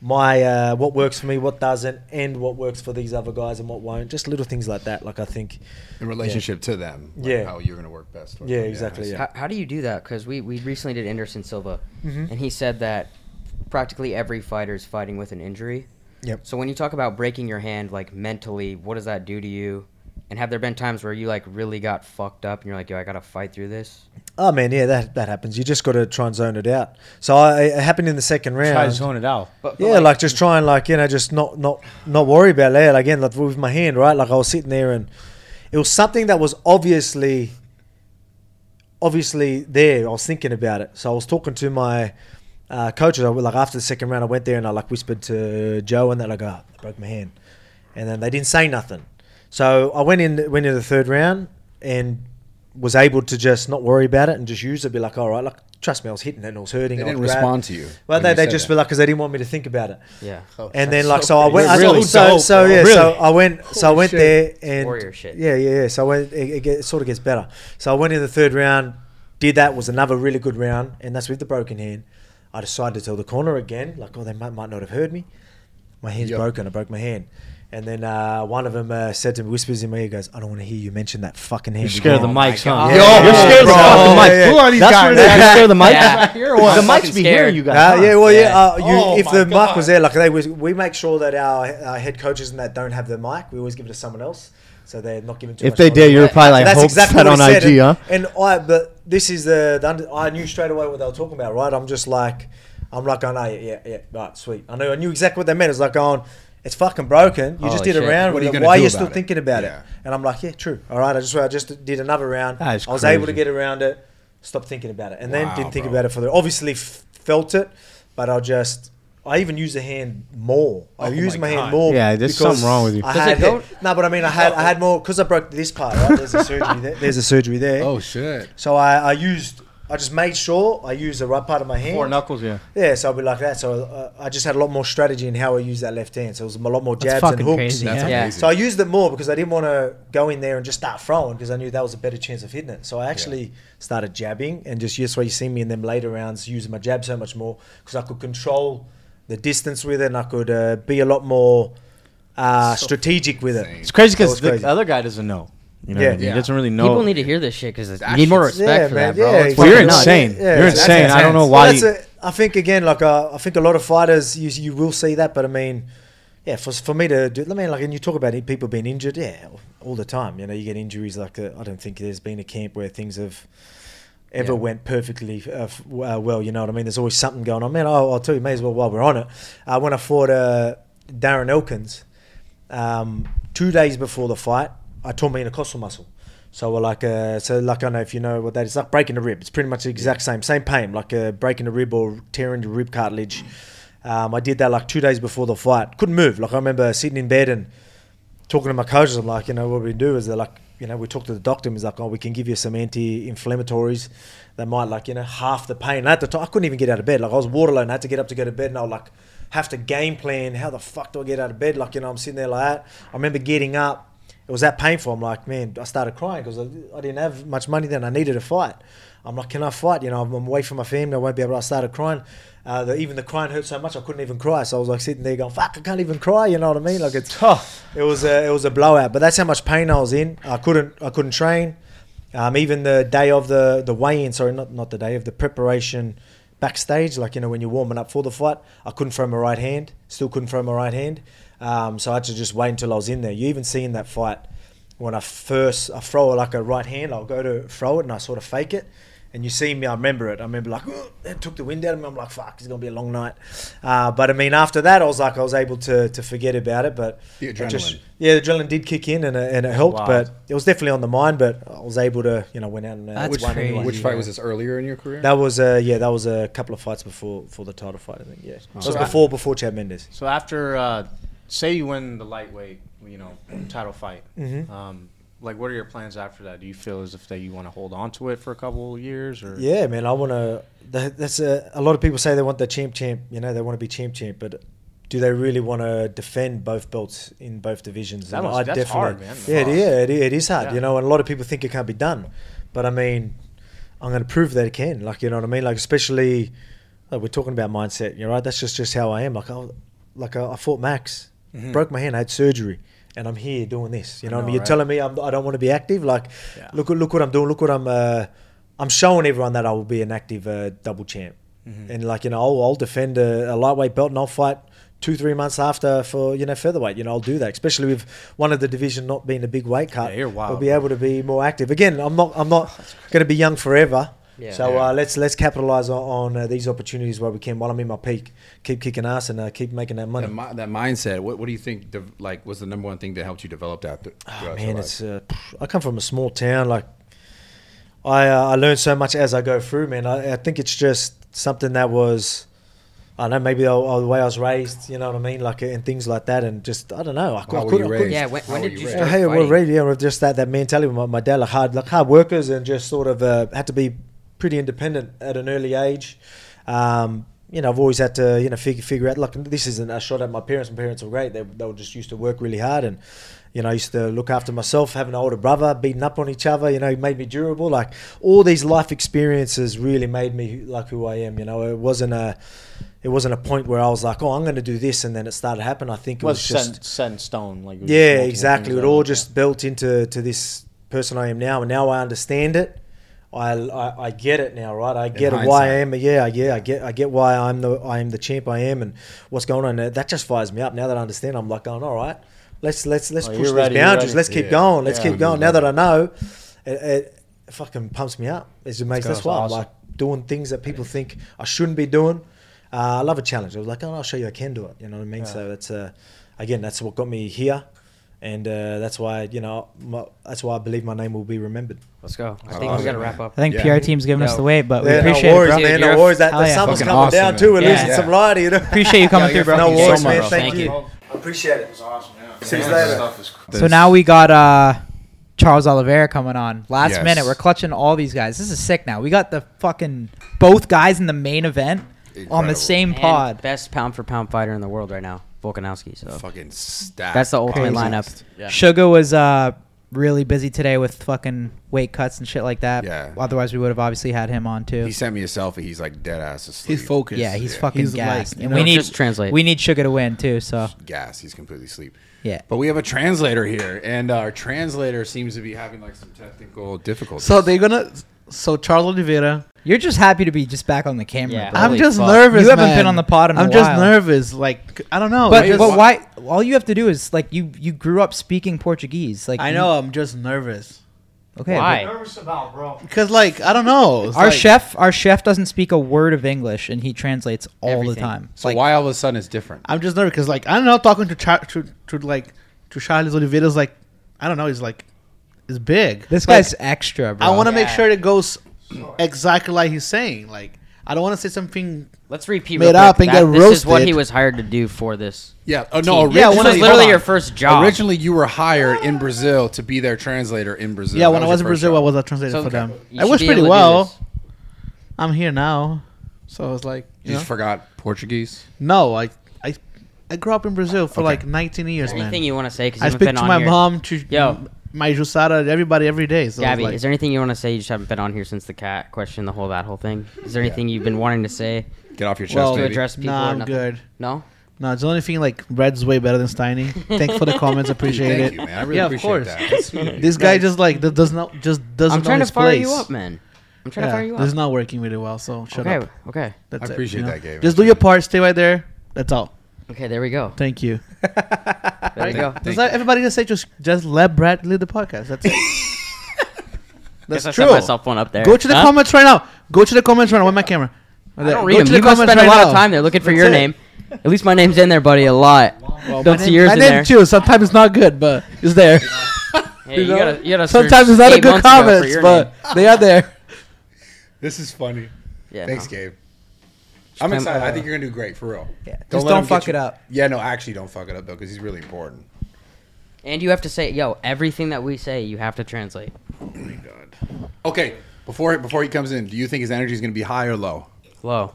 Speaker 11: my uh, what works for me, what doesn't, and what works for these other guys and what won't. Just little things like that. Like I think
Speaker 2: In relationship to them, like
Speaker 11: yeah,
Speaker 2: how you're gonna work best.
Speaker 11: Yeah, exactly. Yeah.
Speaker 4: How, how do you do that? Because we, we recently did Anderson Silva,
Speaker 11: Mhm.
Speaker 4: and he said that practically every fighter is fighting with an injury.
Speaker 11: Yep.
Speaker 4: So when you talk about breaking your hand, like mentally, what does that do to you? And have there been times where you like really got fucked up and you're like, yo, I gotta fight through this?
Speaker 11: Oh man, yeah, that that happens. You just got to try and zone it out. So I, it happened in the second round.
Speaker 12: Try to zone it out. But- but
Speaker 11: yeah,
Speaker 12: like-
Speaker 11: like, just try and like you know just not not not worry about it. Like, again, like with my hand, right? Like I was sitting there and it was something that was obviously obviously there. I was thinking about it. So I was talking to my uh, coaches. I was, like after the second round, I went there and I like whispered to Joe and that like, oh, I broke my hand, and then they didn't say nothing. So I went in went into the third round and was able to just not worry about it and just use it. Be like, all right, like trust me, I was hitting it and I was hurting.
Speaker 2: They
Speaker 11: I was
Speaker 2: didn't
Speaker 11: grabbed.
Speaker 2: respond to you
Speaker 11: Well,
Speaker 2: when
Speaker 11: they,
Speaker 2: you
Speaker 11: they
Speaker 2: said
Speaker 11: just
Speaker 2: that.
Speaker 11: be like, because they didn't want me to think about it.
Speaker 4: Yeah. Oh,
Speaker 11: and then
Speaker 4: that's
Speaker 11: like
Speaker 4: so
Speaker 11: so, I
Speaker 4: crazy.
Speaker 11: went. I,
Speaker 4: You're really
Speaker 11: so
Speaker 4: dope,
Speaker 11: so
Speaker 4: bro.
Speaker 11: yeah. So
Speaker 4: Really? *laughs*
Speaker 11: I went. So I
Speaker 4: Holy
Speaker 11: went
Speaker 4: shit.
Speaker 11: there and
Speaker 4: Warrior shit.
Speaker 11: Yeah, yeah, yeah. So I went. It, it, gets, sort of gets better. So I went in the third round. Did that was another really good round, and that's with the broken hand. I decided to tell the corner again, like, oh, they might, might not have heard me. My hand's
Speaker 12: Yep.
Speaker 11: broken. I broke my hand. And then uh, one of them uh, said to me, whispers in my ear, goes, I don't want to hear you mention that fucking hand.
Speaker 12: You're scared of the
Speaker 11: again." Oh my
Speaker 12: mics, huh?
Speaker 11: God.
Speaker 12: Yo,
Speaker 11: Yeah.
Speaker 12: you're scared of the
Speaker 11: Bro,
Speaker 12: fucking
Speaker 11: yeah,
Speaker 12: mics.
Speaker 11: yeah.
Speaker 12: Who are these
Speaker 11: That's
Speaker 12: guys?
Speaker 11: what it
Speaker 12: Are you
Speaker 11: is.
Speaker 12: scared of the mics? Yeah.
Speaker 11: Yeah.
Speaker 12: The I'm mics fucking be hearing scared. you guys,
Speaker 11: Uh,
Speaker 12: huh?
Speaker 11: yeah, well, yeah.
Speaker 12: Yeah.
Speaker 11: uh, you,
Speaker 12: Oh
Speaker 11: if
Speaker 12: my
Speaker 11: the
Speaker 12: God.
Speaker 11: mic was there, like they was, we make sure that our, our head coaches and that don't have the mic. We always give it to someone else, so they're not giving. Too
Speaker 12: If
Speaker 11: much
Speaker 12: they
Speaker 11: knowledge.
Speaker 12: did, you were probably like,
Speaker 11: So that's
Speaker 12: "Hope
Speaker 11: exactly
Speaker 12: that
Speaker 11: what
Speaker 12: on
Speaker 11: he said.
Speaker 12: IG, huh?"
Speaker 11: And I, but this is the, the under, I knew straight away what they were talking about, right? I'm just like, I'm like, I know, yeah, yeah, yeah, right, sweet. I know, I knew exactly what they meant. It's like going, it's fucking broken. You just
Speaker 12: Holy
Speaker 11: did a
Speaker 12: shit.
Speaker 11: round.
Speaker 12: What are
Speaker 11: with
Speaker 12: you
Speaker 11: it.
Speaker 12: gonna
Speaker 11: Why are
Speaker 12: do
Speaker 11: you
Speaker 12: about
Speaker 11: still
Speaker 12: it?
Speaker 11: thinking about
Speaker 12: Yeah.
Speaker 11: it? And I'm like, yeah, true. All right, I just, I just did another round.
Speaker 12: That is
Speaker 11: I was able to
Speaker 12: crazy.
Speaker 11: get around it. stopped thinking about it, and
Speaker 2: Wow,
Speaker 11: then didn't think
Speaker 2: bro.
Speaker 11: about it for the. Obviously, f- felt it, but I just. I even use the hand more. I
Speaker 12: Oh
Speaker 11: use
Speaker 12: my
Speaker 11: my,
Speaker 12: God.
Speaker 11: hand more.
Speaker 12: Yeah, there's
Speaker 11: because
Speaker 12: something wrong with you.
Speaker 11: I
Speaker 12: Does it
Speaker 11: had
Speaker 12: go-
Speaker 11: no, but I mean, I had I had more because I broke this part. Right?
Speaker 12: *laughs*
Speaker 11: There's a surgery there. There's a surgery there.
Speaker 2: Oh shit!
Speaker 11: So I, I used, I just made sure I used the right part of my hand.
Speaker 12: Four knuckles, yeah.
Speaker 11: Yeah, so I'd be like that. So uh, I just had a lot more strategy in how I used that left hand. So it was a lot more
Speaker 1: That's
Speaker 11: jabs and
Speaker 1: fucking
Speaker 11: hooks.
Speaker 1: crazy, That's yeah.
Speaker 11: yeah.
Speaker 1: amazing.
Speaker 11: So I used it more because I didn't want to go in there and just start throwing because I knew that was a better chance of hitting it. So I actually started jabbing and just that's why you see me in them later rounds using my jab so much more because I could control the distance with it and I could uh, be a lot more uh, strategic with it.
Speaker 12: It's crazy
Speaker 11: So
Speaker 12: because
Speaker 11: it's
Speaker 12: the
Speaker 11: crazy.
Speaker 12: other guy doesn't know. You know what I
Speaker 11: Yeah.
Speaker 12: mean?
Speaker 11: Yeah.
Speaker 12: He doesn't really know.
Speaker 4: People need to hear this shit because you need more respect
Speaker 11: Yeah,
Speaker 4: for
Speaker 11: man,
Speaker 4: that, bro.
Speaker 11: yeah,
Speaker 4: It's
Speaker 11: exactly.
Speaker 12: Well, you're
Speaker 4: fucking nuts.
Speaker 12: insane. You're
Speaker 11: that's
Speaker 12: insane. I don't know
Speaker 11: intense.
Speaker 12: why
Speaker 11: Well, that's
Speaker 12: you-
Speaker 11: it. I think again, like uh, I think a lot of fighters, you you will see that, but I mean, yeah, for for me to do, I mean, like, and you talk about it, people being injured, yeah, all the time. You know, you get injuries like uh, I don't think there's been a camp where things have ever
Speaker 12: Yeah.
Speaker 11: went perfectly uh, f- uh, well. You know what I mean? There's always something going on. Man, I'll, I'll tell you, may as well while we're on it. Uh, when I fought uh, Darren Elkins, um, two days before the fight, I tore my intercostal muscle. So we're like, uh, so like I don't know if you know what that is. Like breaking a rib. It's pretty much the exact same, same pain, like uh, breaking a rib or tearing your rib cartilage. Um, I did that like two days before the fight. Couldn't move. Like I remember sitting in bed and talking to my coaches, I'm like, you know, what we do is they're like, you know, we talk to the doctor and he's like, oh, we can give you some anti-inflammatories that might like, you know, half the pain. And at the time, I couldn't even get out of bed. Like I was water low and I had to get up to go to bed and I was like, have to game plan. How the fuck do I get out of bed? Like, you know, I'm sitting there like that. I remember getting up. It was that painful. I'm like, man, I started crying because I, I didn't have much money then. I needed a fight. I'm like, can I fight? You know, I'm, I'm away from my family. I won't be able. I started crying. Uh, the, even the crying hurt so much I couldn't even cry. So I was like sitting there going, "Fuck, I can't even cry." You know what I mean? Like it's, it was a, it was a blowout. But that's how much pain I was in. I couldn't I couldn't train. Um, even the day of the the weigh in, sorry, not not the day of the preparation backstage, like you know when you're warming up for the fight, I couldn't throw my right hand. Still couldn't throw my right hand. Um, so I had to just wait until I was in there. You even see in that fight when I first I throw like a right hand, I'll go to throw it and I sort of fake it. And you see me, I remember it. I remember like "Ugh," it took the wind out of me. I'm like, fuck, it's gonna be a long night. Uh, but I mean, after that, I was like, I was able to to forget about it. But
Speaker 2: The
Speaker 11: it just-
Speaker 2: adrenaline.
Speaker 11: yeah, the adrenaline did kick in and it, and it helped.
Speaker 2: Wow.
Speaker 11: But it was definitely on the mind. But I was able to, you know, went out and uh,
Speaker 2: which,
Speaker 11: won anyway.
Speaker 2: which fight was this earlier in your career?
Speaker 11: That was uh, yeah, that was a couple of fights before for the title fight. I think yeah,
Speaker 12: Oh.
Speaker 11: that was
Speaker 3: uh,
Speaker 12: So I-
Speaker 11: before before Chad Mendes.
Speaker 12: So after, uh, say you win the lightweight, you know, title fight.
Speaker 11: Mhm.
Speaker 12: Um, like, what are your plans after that? Do you feel as if that you want to hold on to it for a couple of years, or
Speaker 11: Yeah, man, I want to. That, that's a, a lot of people say they want the champ champ. You know, they want to be champ champ, but do they really want to defend both belts in both divisions?
Speaker 12: That
Speaker 11: And
Speaker 12: must-
Speaker 11: I
Speaker 12: that's hard, man.
Speaker 11: Yeah, it,
Speaker 12: Fuck.
Speaker 11: yeah, it, it is hard.
Speaker 12: Yeah.
Speaker 11: You know, and a lot of people think it can't be done, but I mean, I'm going to prove that it can. Like, you know what I mean? Like, especially like we're talking about mindset. You know, right? That's just just how I am. Like, I like I, I fought Max,
Speaker 12: Mhm.
Speaker 11: broke my hand, I had surgery. And I'm here doing this. You
Speaker 12: I
Speaker 11: know, what I
Speaker 12: know,
Speaker 11: mean? you're
Speaker 12: right?
Speaker 11: telling me I'm, I don't want to be active. Like, look look, look what I'm doing. Look what I'm. Uh, I'm showing everyone that I will be an active uh, double champ,
Speaker 12: Mhm.
Speaker 11: and like you know, I'll, I'll defend a, a lightweight belt and I'll fight two three months after for you know featherweight. You know, I'll do that, especially with one of the division not being a big weight cut.
Speaker 12: Yeah, you're wild,
Speaker 11: I'll be
Speaker 12: bro.
Speaker 11: able to be more active. Again, I'm not I'm
Speaker 12: *laughs*
Speaker 11: not going to be young forever.
Speaker 12: Yeah.
Speaker 11: So
Speaker 12: Yeah.
Speaker 11: Uh, let's let's capitalize on, on uh, these opportunities where we can while I'm in my peak. Keep kicking ass and uh, keep making that money.
Speaker 2: That, mi- that mindset. What, what do you think? De- like, was the number one thing that helped you develop that? Th- throughout your
Speaker 11: Ah, man,
Speaker 2: life?
Speaker 11: it's uh, I come from a small town. Like I, uh, I learned so much as I go through, man. I, I think it's just something that was, I don't know, maybe the, uh, the way I was raised. You know what I mean, like uh, and things like that, and just I don't know. I, cou- I
Speaker 2: were
Speaker 11: couldn't-
Speaker 2: you
Speaker 11: I couldn't-
Speaker 2: raised?
Speaker 4: Yeah, when- How when were did you you raised?
Speaker 11: Yeah,
Speaker 4: start
Speaker 11: hey, well,
Speaker 4: fighting?
Speaker 11: really, yeah, with just that that mentality. with My, my dad, like hard, like hard workers, and just sort of uh, had to be pretty independent at an early age. Um, you know, I've always had to, you know, figure figure out. Like this isn't a shot at my parents. My parents were great. They they were just used to work really hard, and you know, I used to look after myself, having an older brother, beating up on each other. You know, it made me durable. Like all these life experiences really made me like who I am. You know, it wasn't a it wasn't a point where I was like, oh, I'm going to do this, and then it started happening. I think it
Speaker 12: was
Speaker 11: was just
Speaker 12: set, set in stone? Like, it was
Speaker 11: yeah,
Speaker 12: multiple
Speaker 11: exactly.
Speaker 12: things
Speaker 11: It
Speaker 12: that-
Speaker 11: all just built into to this person I am now, and now I understand it. I, I, I get it now, right? I get it why I am. Yeah, I- yeah, I get I get why I'm the I am the champ I am, and what's going on. And That just fires me up. Now that I understand, I'm like going, all right, let's let's let's
Speaker 12: Oh, you're
Speaker 11: push
Speaker 12: ready,
Speaker 11: these
Speaker 12: you're
Speaker 11: boundaries.
Speaker 12: ready.
Speaker 11: Let's keep
Speaker 12: Yeah.
Speaker 11: going. Let's
Speaker 12: Yeah.
Speaker 11: keep going. Now that I know, it, it fucking pumps me up. It's amazing.
Speaker 12: go.
Speaker 11: That's why
Speaker 12: Awesome.
Speaker 11: I'm like doing things that people think I shouldn't be doing. Uh, I love a challenge. I was like, oh, I'll show you I can do it. You know what I mean?
Speaker 12: Yeah.
Speaker 11: So that's uh, again, that's what got me here and uh, that's why you know my, that's why I believe my name will be remembered.
Speaker 4: Let's go.
Speaker 1: I think we gotta wrap up. I think PR team's giving us the wave, but we appreciate it,
Speaker 11: no worries,
Speaker 1: bro.
Speaker 11: Man,
Speaker 1: Dude, you're
Speaker 11: no worries. That,
Speaker 1: hell
Speaker 11: the
Speaker 1: yeah.
Speaker 11: summer's
Speaker 1: Fucking
Speaker 11: coming
Speaker 1: awesome,
Speaker 11: down
Speaker 1: man.
Speaker 11: too. We're
Speaker 1: Yeah.
Speaker 11: losing some lighter. You know?
Speaker 1: Appreciate you coming Yo, through, you're bro.
Speaker 11: No
Speaker 1: fucking
Speaker 11: worries,
Speaker 1: so much,
Speaker 11: man.
Speaker 1: bro. Thank
Speaker 11: Thank you.
Speaker 1: you.
Speaker 11: I appreciate it. It was awesome. See you
Speaker 2: Yeah,
Speaker 11: later.
Speaker 2: this stuff is
Speaker 1: So now we got uh, Charles Oliveira coming on last
Speaker 2: Yes.
Speaker 1: minute. We're *laughs* clutching all these guys. This is sick. Now we got the fucking both guys in the main event on the same
Speaker 4: And
Speaker 1: pod.
Speaker 4: best pound for pound fighter in the world right now, Volkanovski. So
Speaker 2: fucking stacked.
Speaker 4: That's the ultimate
Speaker 1: Crazy.
Speaker 4: lineup.
Speaker 1: Sugar was uh, really busy today with fucking weight cuts and shit like that. Yeah. Otherwise, we would have obviously had him on too.
Speaker 2: He sent me a selfie. He's like dead ass asleep.
Speaker 1: Yeah, he's fucking
Speaker 2: He's
Speaker 1: gassed.
Speaker 2: like,
Speaker 1: and
Speaker 2: you
Speaker 1: we
Speaker 2: know,
Speaker 1: need
Speaker 2: just translate.
Speaker 1: We need Sugar to win too. So
Speaker 2: gas. He's completely asleep.
Speaker 1: Yeah.
Speaker 2: But we have a translator here, and our translator seems to be having like some technical difficulties.
Speaker 14: So they're gonna. So Charles Oliveira.
Speaker 1: You're just happy to be just back on the camera. bro.
Speaker 14: I'm just
Speaker 1: Fuck.
Speaker 14: nervous.
Speaker 1: You haven't
Speaker 14: man.
Speaker 1: been on the pod in a
Speaker 14: I'm
Speaker 1: while.
Speaker 14: just nervous. Like I don't know.
Speaker 1: but,
Speaker 14: I just-
Speaker 1: but why? All you have to do is like you you grew up speaking Portuguese. Like
Speaker 14: I
Speaker 1: you-
Speaker 14: know. I'm just nervous.
Speaker 1: Okay, Why? but-
Speaker 9: Nervous about, bro.
Speaker 14: Because like I don't know. It's
Speaker 1: our
Speaker 14: like-
Speaker 1: chef our chef doesn't speak a word of English and he translates all the
Speaker 14: Everything.
Speaker 1: time.
Speaker 2: So why all of a sudden it's different?
Speaker 14: I'm just nervous because like I don't know. Talking to Char- to, to like to Charles Oliveira's like I don't know. He's like is big.
Speaker 1: This
Speaker 14: Like,
Speaker 1: guy's extra, bro.
Speaker 14: I want to make
Speaker 1: Yeah.
Speaker 14: sure it goes exactly like he's saying. Like I don't want to say something.
Speaker 4: Let's repeat.
Speaker 14: made
Speaker 4: real
Speaker 14: up
Speaker 4: quick
Speaker 14: and
Speaker 4: that
Speaker 14: get
Speaker 4: This is what
Speaker 14: roasted.
Speaker 4: he was hired to do for this.
Speaker 2: Yeah. Oh no.
Speaker 4: team. yeah.
Speaker 2: Originally,
Speaker 4: This was
Speaker 2: hold
Speaker 4: literally
Speaker 2: on.
Speaker 4: your first job.
Speaker 2: Originally, you were hired in Brazil to be their translator in Brazil.
Speaker 14: yeah,
Speaker 2: That
Speaker 14: when I was in
Speaker 2: your first
Speaker 14: Brazil, I
Speaker 2: job.
Speaker 14: was a translator
Speaker 2: So
Speaker 14: for them.
Speaker 2: you
Speaker 14: I
Speaker 2: should
Speaker 14: was
Speaker 2: be
Speaker 14: pretty
Speaker 2: able to do
Speaker 14: well. I'm here now, so it's like
Speaker 2: You just forgot Portuguese.
Speaker 14: No, I I I grew up in Brazil for like 19 years.
Speaker 4: Anything
Speaker 14: man.
Speaker 4: you wanna say, 'cause
Speaker 14: I
Speaker 4: you haven't
Speaker 14: speak
Speaker 4: been
Speaker 14: to
Speaker 4: on
Speaker 14: my
Speaker 4: here.
Speaker 14: mom, to
Speaker 4: Yo.
Speaker 14: my Jusada, everybody every day. So
Speaker 4: Gabby,
Speaker 14: it's like,
Speaker 4: is there anything you want to say? You just haven't been on here since the cat question, the whole that whole thing. Is there
Speaker 14: Yeah.
Speaker 4: anything you've been wanting to say?
Speaker 2: Get off your
Speaker 14: Well,
Speaker 4: to address people.
Speaker 14: Nah,
Speaker 4: or
Speaker 14: I'm
Speaker 4: nothing?
Speaker 14: good.
Speaker 4: No.
Speaker 14: No, it's the only thing like Red's way better than Steiny. Thanks for the comments, appreciate
Speaker 4: Thank
Speaker 14: it.
Speaker 4: you, man. I really
Speaker 14: yeah,
Speaker 4: appreciate
Speaker 14: of course.
Speaker 4: that. That's sweet of you.
Speaker 14: this guy just like that does not just doesn't.
Speaker 4: I'm
Speaker 14: know
Speaker 4: trying to
Speaker 14: his
Speaker 4: fire you
Speaker 14: place.
Speaker 4: up, man. I'm trying to fire you
Speaker 14: This
Speaker 4: up.
Speaker 14: is not working really well, so shut
Speaker 4: Okay,
Speaker 14: up.
Speaker 4: okay.
Speaker 14: That's
Speaker 4: I
Speaker 14: it,
Speaker 4: appreciate
Speaker 14: you know?
Speaker 4: that, Gabe.
Speaker 14: Just do your part. Stay right there. That's all.
Speaker 4: Okay, there we go.
Speaker 14: Thank you.
Speaker 4: *laughs* There you go.
Speaker 14: Just let everybody just say just just let Brad lead the podcast.
Speaker 4: *laughs*
Speaker 14: That's it.
Speaker 4: Guess I set myself one up there.
Speaker 14: Go to the
Speaker 4: Huh?
Speaker 14: comments right now. Go to the comments right now. Where's my camera? Right
Speaker 4: I
Speaker 14: there.
Speaker 4: don't
Speaker 14: Go
Speaker 4: read
Speaker 14: to
Speaker 4: them.
Speaker 14: the
Speaker 4: You must
Speaker 14: comments
Speaker 4: spend a
Speaker 14: right
Speaker 4: lot of
Speaker 14: now.
Speaker 4: time there looking for
Speaker 14: That's
Speaker 4: your
Speaker 14: it.
Speaker 4: name. At least my name's in there, buddy, a lot.
Speaker 14: My
Speaker 4: Don't see
Speaker 14: name-
Speaker 4: yours
Speaker 14: My
Speaker 4: in
Speaker 14: name
Speaker 4: there.
Speaker 14: too. Sometimes it's not good, but it's there.
Speaker 4: *laughs* Hey, you gotta- you gotta
Speaker 14: Sometimes
Speaker 4: search
Speaker 14: it's not a
Speaker 4: eight
Speaker 14: good
Speaker 4: months ago for
Speaker 14: comments,
Speaker 4: your
Speaker 14: but
Speaker 4: name.
Speaker 14: they are there.
Speaker 2: This is funny.
Speaker 4: Yeah.
Speaker 2: Thanks,
Speaker 4: no.
Speaker 2: Gabe. I'm
Speaker 4: Um,
Speaker 2: excited. I
Speaker 4: uh,
Speaker 2: think you're gonna do great for real. Yeah.
Speaker 4: Just don't fuck it up.
Speaker 2: Yeah. No, actually, don't fuck it up though, because he's really important.
Speaker 4: And you have to say, yo, everything that we say, you have to translate.
Speaker 2: Okay. Before before he comes in, do you think his energy is gonna be high or low?
Speaker 4: Low.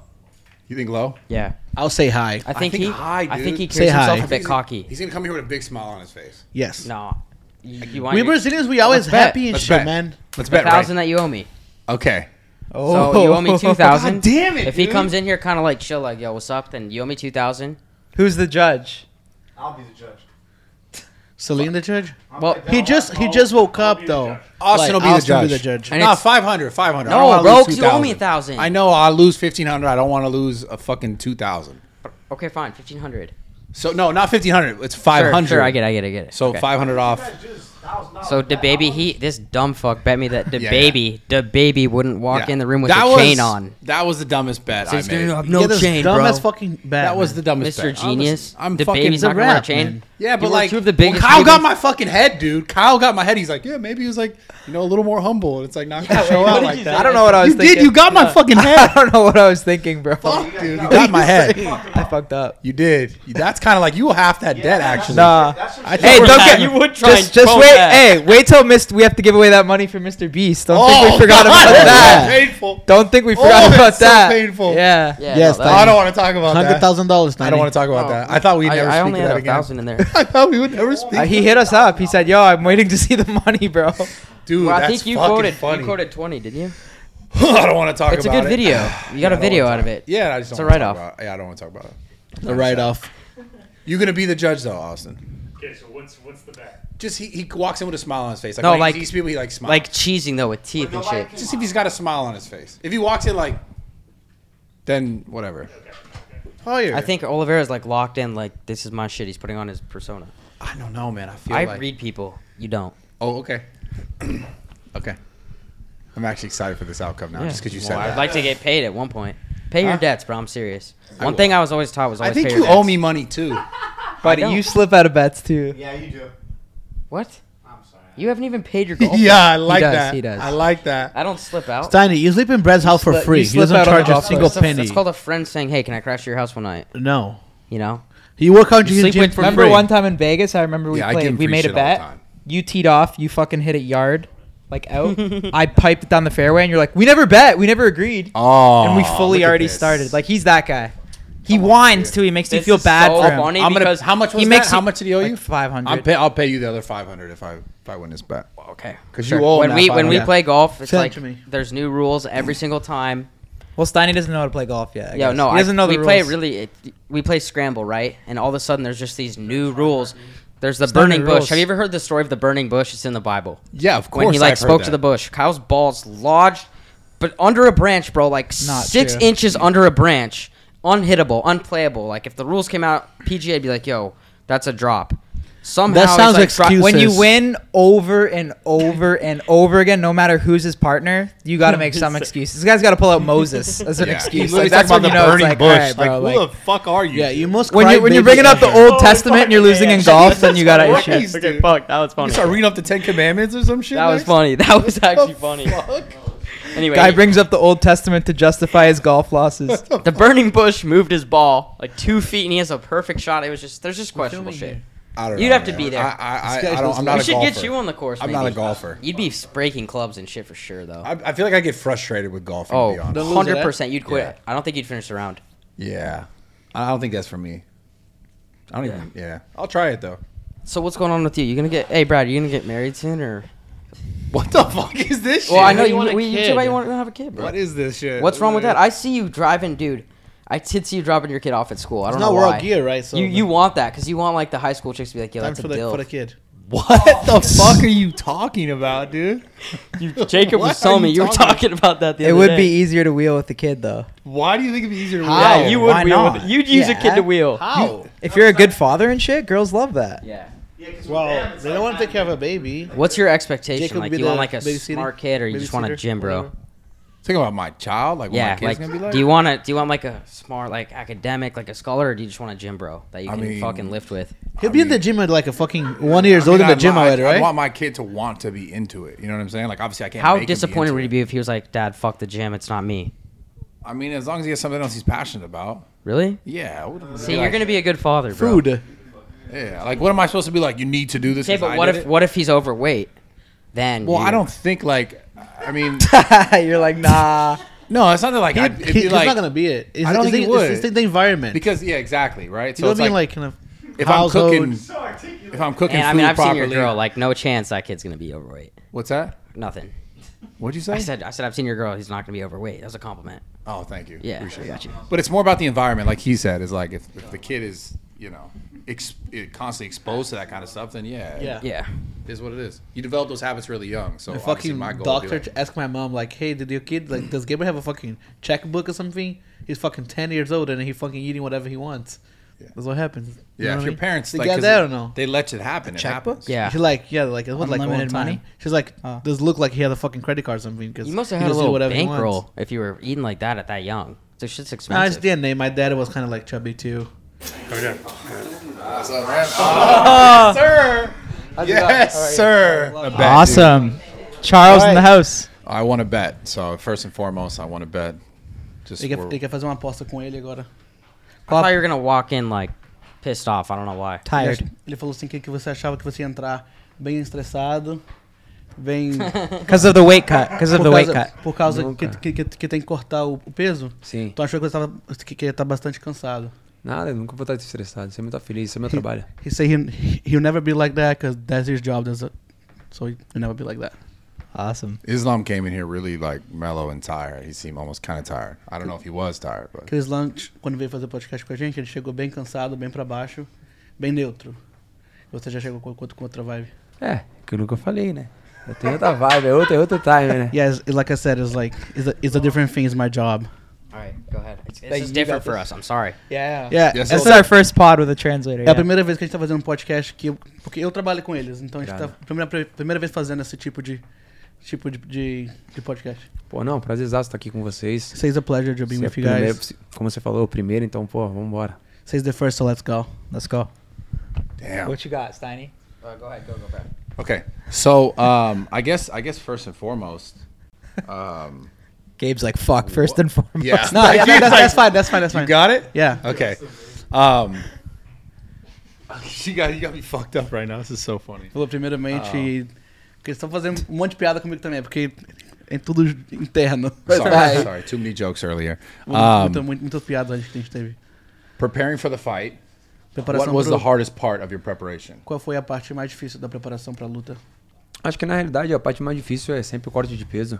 Speaker 2: You think low?
Speaker 4: Yeah.
Speaker 14: I'll say hi.
Speaker 4: I think, he.
Speaker 2: high, dude.
Speaker 4: I think he carries himself a bit
Speaker 2: He's-
Speaker 4: cocky.
Speaker 2: He's gonna come here with a big smile on his face.
Speaker 14: Yes.
Speaker 4: No. You, you want
Speaker 14: We
Speaker 4: your-
Speaker 14: Brazilians, we always
Speaker 4: Let's bet.
Speaker 14: happy and
Speaker 4: Let's
Speaker 14: shit,
Speaker 4: bet.
Speaker 14: man.
Speaker 2: Let's
Speaker 4: The
Speaker 2: bet, right?
Speaker 4: thousand that you owe me.
Speaker 2: Okay.
Speaker 4: So you owe
Speaker 2: Oh. *laughs*
Speaker 14: Oh. *laughs*
Speaker 4: me two thousand.
Speaker 1: God damn it,
Speaker 4: If he
Speaker 1: dude.
Speaker 4: comes in here kind of like chill, like yo, what's up? Then you owe me two thousand.
Speaker 1: Who's the judge?
Speaker 11: I'll be the judge.
Speaker 14: Celine the judge.
Speaker 4: Well,
Speaker 14: he just he just woke up though.
Speaker 2: Austin will
Speaker 14: Like,
Speaker 2: be the
Speaker 14: Austin
Speaker 2: judge.
Speaker 4: And
Speaker 2: no,
Speaker 4: it's-
Speaker 2: 500, 500.
Speaker 4: No, bro, 'cause you owe me 1,000.
Speaker 2: I know I lose 1500. I don't want to lose a fucking 2000.
Speaker 4: Okay, fine, fifteen hundred.
Speaker 2: So no, not 1500. It's 500.
Speaker 4: sure, I get it, I get it, I get it.
Speaker 2: So
Speaker 4: Okay.
Speaker 2: 500 off.
Speaker 4: So the baby, he this dumb fuck bet me that the
Speaker 2: Yeah, yeah.
Speaker 4: baby, the baby wouldn't walk
Speaker 2: Yeah.
Speaker 4: in the room with
Speaker 2: That
Speaker 4: a
Speaker 2: was-
Speaker 4: chain on.
Speaker 2: That was the dumbest bet.
Speaker 4: So
Speaker 2: I
Speaker 4: he's gonna
Speaker 2: made.
Speaker 4: have no Yeah, that's chain, dumb bro. as
Speaker 14: fucking
Speaker 4: bet,
Speaker 2: That was
Speaker 4: man.
Speaker 2: the dumbest
Speaker 4: Mr.
Speaker 2: bet.
Speaker 4: Genius.
Speaker 2: I'm
Speaker 4: The
Speaker 2: fucking
Speaker 4: baby's not gonna wear a chain.
Speaker 2: Yeah,
Speaker 4: You
Speaker 2: but
Speaker 4: were
Speaker 2: like
Speaker 4: two of the biggest
Speaker 2: Kyle got
Speaker 4: humans-
Speaker 2: my fucking head, dude. Kyle got my head. He's like, yeah, maybe he was like, you know, a little more humble. And it's like not gonna show out like that.
Speaker 1: I don't know what I was
Speaker 2: You
Speaker 1: thinking.
Speaker 2: did. You got my
Speaker 1: No.
Speaker 2: fucking head.
Speaker 1: I don't know what I was thinking, bro.
Speaker 2: Fuck, *laughs* dude. *laughs* You got my head.
Speaker 1: I fucked up.
Speaker 2: You did. That's kind of like you half that debt actually.
Speaker 1: Nah.
Speaker 2: I
Speaker 1: Hey,
Speaker 2: think-
Speaker 1: don't get. just, just wait. Hey, wait till Mr. We have to give away that money for Mr. Beast. Don't think
Speaker 2: Oh,
Speaker 1: we forgot
Speaker 2: God,
Speaker 1: about
Speaker 2: that's
Speaker 1: that.
Speaker 2: painful.
Speaker 1: Don't think we
Speaker 2: Oh,
Speaker 1: forgot
Speaker 2: it's
Speaker 1: about
Speaker 2: so
Speaker 1: that.
Speaker 2: painful.
Speaker 1: Yeah.
Speaker 2: Yeah, Yes, no, that- I don't wanna talk about that.
Speaker 14: $100,000,
Speaker 2: I don't want to talk about that. I thought we'd
Speaker 4: I-
Speaker 2: never
Speaker 4: I
Speaker 2: speak
Speaker 4: only
Speaker 2: of
Speaker 4: had
Speaker 2: that
Speaker 4: a
Speaker 2: again.
Speaker 4: thousand in there.
Speaker 2: *laughs* I thought we would never speak.
Speaker 1: Uh, he hit us up. He said, "Yo, I'm waiting to see the money, bro."
Speaker 2: Dude,
Speaker 4: Well, I think you quoted
Speaker 2: funny.
Speaker 4: you quoted twenty, did you?
Speaker 2: *laughs* I don't want to talk
Speaker 4: It's a
Speaker 2: about
Speaker 4: good
Speaker 2: it. *sighs*
Speaker 4: video. You got
Speaker 2: I
Speaker 4: a
Speaker 2: don't
Speaker 4: video
Speaker 2: wanna
Speaker 4: out of
Speaker 2: talk-
Speaker 4: it.
Speaker 2: Yeah, I just
Speaker 4: It's
Speaker 2: don't
Speaker 4: a
Speaker 2: wanna talk
Speaker 4: write-off.
Speaker 2: about it. Yeah, I don't want to talk about it.
Speaker 14: A write-off.
Speaker 2: You're gonna be the judge though, Austin.
Speaker 15: Okay, so what's what's the bet?
Speaker 2: Just he, he walks in with a smile on his face. Like,
Speaker 4: No,
Speaker 2: when he
Speaker 4: like-
Speaker 2: sees people, he like smiles.
Speaker 4: Like cheesing though with teeth and shit.
Speaker 2: Just if he's got a smile on his face. If he walks in like, then whatever. Oh, yeah.
Speaker 4: I think Oliveira's like locked in. Like this is my shit. He's putting on his persona.
Speaker 2: I don't know, man. I feel
Speaker 4: I
Speaker 2: like-
Speaker 4: read people. You don't.
Speaker 2: Oh, okay. okay. I'm actually excited for this outcome now,
Speaker 4: Yeah.
Speaker 2: just because you
Speaker 4: Well,
Speaker 2: said
Speaker 4: I'd
Speaker 2: that.
Speaker 4: like to get paid at one point. Pay your
Speaker 2: Huh?
Speaker 4: debts, bro. I'm serious.
Speaker 2: I
Speaker 4: One
Speaker 2: will.
Speaker 4: thing I was always taught was
Speaker 2: I
Speaker 4: always.
Speaker 2: think
Speaker 4: pay your *laughs*
Speaker 2: you owe
Speaker 4: debts.
Speaker 2: me money too.
Speaker 1: Buddy,
Speaker 4: I don't.
Speaker 1: you slip out of bets too.
Speaker 11: Yeah, you do.
Speaker 4: What? I'm sorry. You haven't even paid your
Speaker 2: *laughs*
Speaker 4: golf.
Speaker 14: yeah, I
Speaker 4: bill.
Speaker 14: like
Speaker 4: He does,
Speaker 14: that.
Speaker 4: He does.
Speaker 14: I like that.
Speaker 4: I don't slip out.
Speaker 14: Steiny, you sleep in Brad's house for
Speaker 4: sli-
Speaker 14: free.
Speaker 4: you
Speaker 14: He
Speaker 4: slip
Speaker 14: doesn't
Speaker 4: out on
Speaker 14: charge
Speaker 4: the
Speaker 14: a
Speaker 4: golf course.
Speaker 14: single
Speaker 4: That's-
Speaker 14: penny.
Speaker 4: That's called a friend saying, "Hey, can I crash to your house one night?"
Speaker 14: No.
Speaker 4: You know.
Speaker 14: He work out
Speaker 4: You
Speaker 14: his
Speaker 4: sleep
Speaker 14: gym
Speaker 4: with-
Speaker 14: for
Speaker 1: remember
Speaker 14: free.
Speaker 1: one time in Vegas? I remember we
Speaker 14: Yeah, I give him
Speaker 1: played. We
Speaker 14: free
Speaker 1: made a
Speaker 14: shit all the
Speaker 1: bet.
Speaker 14: time.
Speaker 1: You teed off. You fucking hit it yard, like
Speaker 4: *laughs*
Speaker 1: *laughs* out. I piped it down the fairway, and you're like, "We never bet. We never agreed."
Speaker 2: Oh,
Speaker 1: and we fully
Speaker 2: look at
Speaker 1: already
Speaker 2: this.
Speaker 1: started. Like he's that guy. He whines too. He makes you
Speaker 4: This
Speaker 1: feel
Speaker 4: is
Speaker 1: bad
Speaker 4: so
Speaker 1: for him.
Speaker 4: funny
Speaker 1: I'm gonna-
Speaker 4: because-
Speaker 2: How much
Speaker 1: he
Speaker 2: was
Speaker 1: makes
Speaker 2: that? How
Speaker 1: you-
Speaker 2: much did he owe you?
Speaker 1: Five hundred.
Speaker 2: I'll pay. I'll pay you the other five hundred if I if I win this bet.
Speaker 4: Okay.
Speaker 2: Because
Speaker 1: Sure.
Speaker 2: you owe
Speaker 4: when
Speaker 2: him that
Speaker 4: we when we
Speaker 2: 500.
Speaker 4: play golf, it's
Speaker 1: Send it
Speaker 4: like
Speaker 1: to me.
Speaker 4: there's new rules every single time.
Speaker 1: Well, Steiny doesn't know how to play golf yet. I
Speaker 4: Yeah,
Speaker 1: guess.
Speaker 4: no,
Speaker 1: he doesn't
Speaker 4: I,
Speaker 1: know the
Speaker 4: we
Speaker 1: rules.
Speaker 4: play really. It, we play scramble, right? And all of a sudden, there's just these new rules. There's the
Speaker 1: not
Speaker 4: burning
Speaker 1: new
Speaker 4: bush.
Speaker 1: rules.
Speaker 4: Have you ever heard the story of the burning bush? It's in the Bible.
Speaker 2: Yeah, of
Speaker 4: When he
Speaker 2: course
Speaker 4: like
Speaker 2: I've heard
Speaker 4: spoke to
Speaker 2: that.
Speaker 4: the bush, Kyle's balls lodged, but under a branch, bro, like
Speaker 1: Not
Speaker 4: six
Speaker 1: true.
Speaker 4: inches under a branch, unhittable, unplayable. Like if the rules came out, PGA'd be like, "Yo, that's a drop." Somehow he's,
Speaker 14: sounds
Speaker 4: like, dro-
Speaker 1: When you win over and over and over again, no matter who's his partner, you got to make some excuse. This guy's got to pull out Moses as an
Speaker 2: Yeah.
Speaker 1: excuse.
Speaker 2: He literally
Speaker 1: Like, *laughs* that's
Speaker 2: talked
Speaker 1: when
Speaker 2: about
Speaker 1: you
Speaker 2: the
Speaker 1: know it's
Speaker 2: burning
Speaker 1: like, all
Speaker 2: bush.
Speaker 1: right, bro.
Speaker 2: Like,
Speaker 1: Like,
Speaker 2: who the fuck are you?
Speaker 14: Yeah, you most
Speaker 1: when you when you're bringing up the
Speaker 4: Oh,
Speaker 1: Old Testament and you're losing in golf, then you
Speaker 4: *laughs*
Speaker 1: got an issue.
Speaker 4: Okay, fuck, that was
Speaker 2: You
Speaker 4: funny.
Speaker 2: start reading up the Ten Commandments or some shit.
Speaker 4: That was
Speaker 2: next?
Speaker 4: funny. *laughs* That was actually
Speaker 2: the
Speaker 4: funny. *laughs* Anyway,
Speaker 1: Guy brings up the Old Testament to justify his
Speaker 4: *laughs*
Speaker 1: golf
Speaker 14: *laughs*
Speaker 1: losses.
Speaker 4: the burning bush moved his ball like two feet, and he has a perfect shot. It was just there's just questionable shit.
Speaker 2: I don't
Speaker 4: You'd
Speaker 2: know,
Speaker 4: have to
Speaker 2: man.
Speaker 4: be there.
Speaker 2: I, I,
Speaker 4: This
Speaker 2: I,
Speaker 4: guy's
Speaker 2: I don't, I'm not
Speaker 4: we
Speaker 2: a
Speaker 4: should
Speaker 2: golfer.
Speaker 4: get you on the course.
Speaker 2: I'm not a
Speaker 4: maybe.
Speaker 2: golfer.
Speaker 4: You'd be breaking clubs and shit for sure, though.
Speaker 2: I, I feel like I get frustrated with golf.
Speaker 4: Oh,
Speaker 2: to be honest.
Speaker 4: 100 percent. You'd quit. I don't think you'd finish the round.
Speaker 2: Yeah, I don't think that's for me. I don't even. Yeah, I'll try it though.
Speaker 4: So what's going on with you? You gonna get? Hey, Brad, you gonna get married soon or?
Speaker 2: What the fuck is this?
Speaker 4: Well,
Speaker 2: shit?
Speaker 4: I know
Speaker 2: Why do
Speaker 4: you.
Speaker 2: want a
Speaker 4: we, you
Speaker 2: kid?
Speaker 4: too bad you want to have a kid, bro.
Speaker 2: What is this shit?
Speaker 4: What's wrong with that?
Speaker 2: Literally.
Speaker 4: I see you driving, dude. I did see you dropping your kid off at school. I don't
Speaker 14: It's not
Speaker 4: know
Speaker 14: world
Speaker 4: why.
Speaker 14: gear, right? So
Speaker 4: you
Speaker 14: the-
Speaker 4: you want that because you want like the high school chicks to be like, yo,
Speaker 14: Time
Speaker 4: that's a
Speaker 14: for the,
Speaker 4: deal.
Speaker 14: for the kid.
Speaker 2: What the fuck are *laughs* you talking about, dude?
Speaker 4: Jacob
Speaker 2: What
Speaker 4: was telling
Speaker 2: are
Speaker 4: me you were talking about that the
Speaker 1: It
Speaker 4: other
Speaker 1: would
Speaker 4: day.
Speaker 1: be easier to wheel with the kid though.
Speaker 2: e- Why do you think it'd be easier to?
Speaker 1: How?
Speaker 4: Yeah, you would
Speaker 1: Why
Speaker 4: wheel
Speaker 1: not?
Speaker 4: with it. You'd use a kid
Speaker 1: Yeah.
Speaker 4: to wheel.
Speaker 14: How?
Speaker 4: *laughs*
Speaker 1: If you're a good father and shit, girls love that.
Speaker 4: Yeah.
Speaker 14: Well, they don't want to take care of a baby.
Speaker 4: What's your expectation?
Speaker 14: Jacob
Speaker 4: like,
Speaker 14: be
Speaker 4: you want
Speaker 14: the
Speaker 4: like a
Speaker 14: babysitter?
Speaker 4: smart kid, or you just want a
Speaker 14: Babysitter?
Speaker 4: gym, bro?
Speaker 14: Whatever.
Speaker 2: Think about my child, like what my
Speaker 4: yeah, like,
Speaker 2: kid's gonna be like.
Speaker 4: do you want a do you want like a smart, like academic, like a scholar, or do you just want a gym, bro, that you
Speaker 2: I
Speaker 4: can
Speaker 2: mean-
Speaker 4: fucking lift with?
Speaker 14: He'll be in the gym at like a fucking one years old in the
Speaker 2: I'd
Speaker 14: gym
Speaker 2: li-
Speaker 14: already,
Speaker 2: I'd
Speaker 14: right?
Speaker 2: want my kid to want to be into it. You know what I'm saying? Like obviously I can't.
Speaker 4: How
Speaker 2: make him be
Speaker 4: disappointed
Speaker 2: into
Speaker 4: would
Speaker 2: it.
Speaker 4: you be if he was like, "Dad, fuck the gym, it's not me."
Speaker 2: I mean, as long as he has something else he's passionate about.
Speaker 4: Really?
Speaker 2: Yeah. I wouldn't
Speaker 4: See,
Speaker 2: be
Speaker 4: you're
Speaker 2: like-
Speaker 4: gonna be a good father, bro.
Speaker 14: Food.
Speaker 2: Yeah. Like, what am I supposed to be like? You need to do this.
Speaker 4: Okay,
Speaker 2: 'cause
Speaker 4: but
Speaker 2: I
Speaker 4: what
Speaker 2: did
Speaker 4: if
Speaker 2: it?
Speaker 4: what if he's overweight? Then
Speaker 2: Well,
Speaker 4: you-
Speaker 2: I don't think like. I mean,
Speaker 1: *laughs* you're like, nah.
Speaker 2: no, it's not that like. I'd,
Speaker 14: He-
Speaker 2: it'd
Speaker 14: he-
Speaker 2: be
Speaker 14: he's
Speaker 2: like
Speaker 14: not gonna be it. It's,
Speaker 2: I don't
Speaker 14: it's
Speaker 2: think
Speaker 14: the,
Speaker 2: he
Speaker 14: it's- It's,
Speaker 2: would.
Speaker 14: the environment.
Speaker 2: because yeah, exactly right.
Speaker 14: you
Speaker 2: So
Speaker 14: don't
Speaker 2: it's
Speaker 14: mean like,
Speaker 2: like,
Speaker 14: kind of
Speaker 2: if
Speaker 14: household-
Speaker 2: I'm cooking, if I'm cooking
Speaker 4: And I
Speaker 2: food
Speaker 4: mean, I've
Speaker 2: properly.
Speaker 4: seen your girl. Like, no chance that kid's gonna be overweight.
Speaker 2: What's that?
Speaker 4: Nothing.
Speaker 2: What'd you say?
Speaker 4: I said, I said, I've seen your girl. He's not gonna be overweight. That was a compliment.
Speaker 2: Oh, thank you.
Speaker 4: Yeah,
Speaker 2: Appreciate
Speaker 4: I got
Speaker 2: that.
Speaker 4: you.
Speaker 2: But it's more about the environment, like he said, is like if, if the kid is, you know, ex- eh, constantly exposed to that kind of stuff, then yeah,
Speaker 14: Yeah.
Speaker 4: Yeah.
Speaker 2: it is what it is. You develop those habits really young. So
Speaker 14: a
Speaker 2: obviously
Speaker 14: fucking
Speaker 2: my goal would be
Speaker 14: doctor
Speaker 2: like-
Speaker 14: to ask my mom like, "Hey, did your kid like does Gabriel have a fucking checkbook or something? He's fucking ten years old and he fucking eating whatever he wants." That's what happens.
Speaker 2: yeah, if your parents
Speaker 14: they
Speaker 2: like,
Speaker 14: got
Speaker 2: 'cause
Speaker 14: that or no?
Speaker 2: they let it happen. It happens.
Speaker 4: Yeah.
Speaker 14: She's like, yeah, like it was like one
Speaker 1: Unlimited
Speaker 2: *laughs*
Speaker 14: time.
Speaker 1: money?
Speaker 14: She's like,
Speaker 1: Oh.
Speaker 14: does look like he had a fucking credit card or something because
Speaker 4: You must have had a little bankroll if you were eating like that at that young. So shit's
Speaker 14: Nah, it's
Speaker 4: expensive.
Speaker 14: DNA. My dad was kind of like chubby too.
Speaker 4: *laughs*
Speaker 2: What's up, man? Oh, *laughs* sir. Yes, sir. A bet, dude.
Speaker 1: Awesome. Charles in the house.
Speaker 2: I want to bet. So first and foremost, I want to bet. Just
Speaker 14: Tem que,
Speaker 2: we're-
Speaker 14: tem que fazer uma aposta com ele agora.
Speaker 4: I thought you were gonna walk in like pissed off. I don't know why.
Speaker 14: Ele
Speaker 1: Tired.
Speaker 14: ach- Ele falou assim que, que você achava que você ia entrar bem estressado,
Speaker 16: *laughs*
Speaker 14: bem
Speaker 1: Because of the weight cut. Because of
Speaker 14: por
Speaker 1: the weight
Speaker 14: causa-
Speaker 1: cut.
Speaker 14: Por causa que, que, que, que tem que cortar o, o peso.
Speaker 16: Sim.
Speaker 14: Tu achou que você tava, que, que ia tá bastante cansado.
Speaker 16: Nada, eu nunca vou estar estressado. Sempre tá feliz,
Speaker 14: *laughs*
Speaker 16: isso é meu trabalho.
Speaker 14: He said he, he'll never be like that because that's his job. That's a, so he'll never be like that.
Speaker 1: Awesome.
Speaker 2: Islam came in here really like mellow and tired. He seemed almost kind of tired. I don't know if he was tired, but
Speaker 14: Chris Lunch, quando veio fazer podcast com a gente, ele chegou bem cansado, bem pra baixo, bem neutro. Você já chegou com, com, com outra vibe.
Speaker 16: É, que eu nunca falei, né? Eu tenho outra vibe, é outro, é outro time,
Speaker 14: *laughs*
Speaker 16: né?
Speaker 14: Yeah, it's, it's like I said, it's like, it's a, it's a different thing, it's my job.
Speaker 4: All right, go ahead. It's,
Speaker 1: Hey,
Speaker 4: it's just
Speaker 1: you
Speaker 4: different
Speaker 1: got
Speaker 4: for
Speaker 1: this.
Speaker 4: us. I'm sorry.
Speaker 14: Yeah.
Speaker 1: Yeah.
Speaker 2: Yes,
Speaker 1: this
Speaker 2: so-
Speaker 1: is our first pod with a translator.
Speaker 14: É
Speaker 1: yeah.
Speaker 14: a primeira vez que a gente tá fazendo um podcast que eu, porque eu trabalho com eles, então a gente tá
Speaker 16: Irado.
Speaker 14: primeira primeira vez fazendo esse tipo de tipo de, de, de podcast.
Speaker 16: Pô, não, prazerzaço estar aqui com vocês.
Speaker 14: It's a pleasure to be
Speaker 16: Você é
Speaker 14: with you
Speaker 16: primeiro,
Speaker 14: guys.
Speaker 16: Como você falou, o primeiro, então, pô, vambora.
Speaker 14: This is the first, so let's go.
Speaker 1: What you got, Steiny?
Speaker 4: Uh, go ahead, go, go, Brad.
Speaker 2: Okay. So um, I guess I guess first and foremost, um,
Speaker 1: Gabe's like, fuck, first and foremost.
Speaker 2: Yeah.
Speaker 14: No, yeah, that- that's- that's fine, that's fine, that's
Speaker 2: You
Speaker 14: fine.
Speaker 2: got it?
Speaker 14: Yeah.
Speaker 2: Okay. Um, *laughs* she got you got me fucked up right now. This is so funny.
Speaker 14: Falou
Speaker 2: Ah.
Speaker 14: primeiramente que eles estão fazendo um monte de piada comigo também, porque é tudo interno.
Speaker 2: *laughs* Sorry, sorry, too many jokes earlier.
Speaker 14: Muito-
Speaker 2: Um,
Speaker 14: muito- muitas piadas que a gente teve.
Speaker 2: preparing for the fight.
Speaker 14: Preparação
Speaker 2: what was
Speaker 14: pro-
Speaker 2: the hardest part of your preparation?
Speaker 14: Qual foi a parte mais difícil da preparação pra luta?
Speaker 16: Acho que na realidade a parte mais difícil é sempre o corte de peso.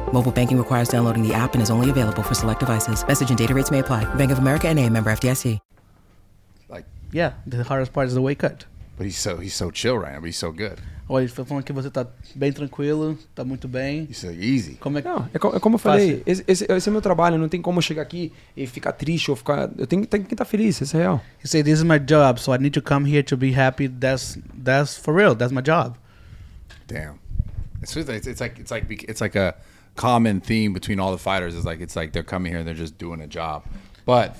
Speaker 17: Mobile banking requires downloading the app and is only available for select devices. Message and data rates may apply. Bank of America and a member FDIC.
Speaker 14: Yeah, the hardest part is the weight cut.
Speaker 2: But he's so he's so chill right now. But he's so good.
Speaker 14: Olha, ele foi falando que você tá bem tranquilo, tá muito bem.
Speaker 2: Isso é easy.
Speaker 14: Como é que...
Speaker 16: É, co- é como eu falei, esse, esse- esse é meu trabalho, não tem como eu chegar aqui e ficar triste ou ficar. Eu tenho, tenho que estar feliz, isso é real.
Speaker 14: He said, "This is my job, so I need to come here to be happy. That's that's for real. That's my job."
Speaker 2: Damn. It's, it's, it's like it's like bec- it's like a common theme between all the fighters is like it's like they're coming here and they're just doing a job. But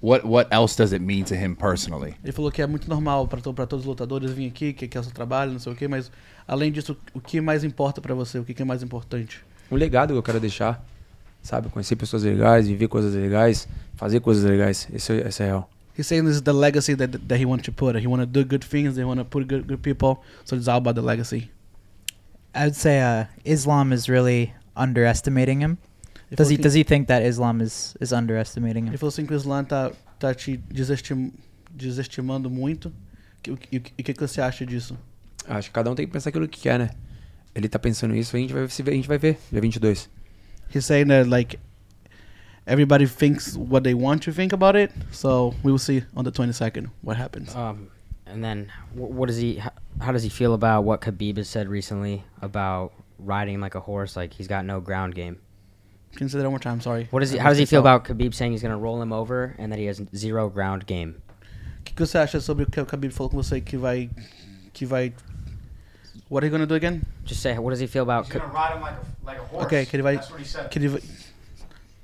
Speaker 2: what what else does it mean to him personally?
Speaker 14: Ele falou que é muito normal para todos os lutadores vir aqui, que, que é o seu trabalho, não sei o quê, mas além disso, o que mais importa para você? O que, que é mais importante?
Speaker 16: Um legado que eu quero deixar, sabe? Conhecer pessoas legais, viver coisas legais, fazer coisas legais, isso, é- isso é real.
Speaker 14: He's saying this is the legacy that that he wants to put. He want to do good things. He want to put good good people. So it's all about the legacy.
Speaker 1: I would say uh, Islam is really underestimating him.
Speaker 14: If
Speaker 1: Does he
Speaker 14: looking-
Speaker 1: does he think that Islam is is underestimating him?
Speaker 14: Ele falou assim que o Islam tá tá te desestim, desestimando muito. Que- o que- E o que, que você acha disso?
Speaker 16: Acho que cada um tem que pensar aquilo que quer, né? Ele tá pensando isso, a gente vai, se ver, a gente vai ver, dia 22.
Speaker 14: He's saying that like everybody thinks what they want to think about it. So we will see on the 22nd what happens.
Speaker 4: Um, and then wh- what does he? How, how does he feel about what Khabib has said recently about riding like a horse? Like he's got no ground game.
Speaker 14: Can you say that one more time? Sorry.
Speaker 4: What does he?
Speaker 14: I
Speaker 4: How does he
Speaker 14: missed
Speaker 4: feel
Speaker 14: it.
Speaker 4: about Khabib saying he's gonna roll him over and that he has zero ground
Speaker 2: *laughs*
Speaker 4: game?
Speaker 14: O que, que você acha sobre o que o Khabib falou com você que vai que vai What are you gonna do again?
Speaker 4: Just say what does he feel about? He's gonna
Speaker 14: ride him like a like a horse. Okay, que ele vai
Speaker 4: That's what he said.
Speaker 14: que ele vai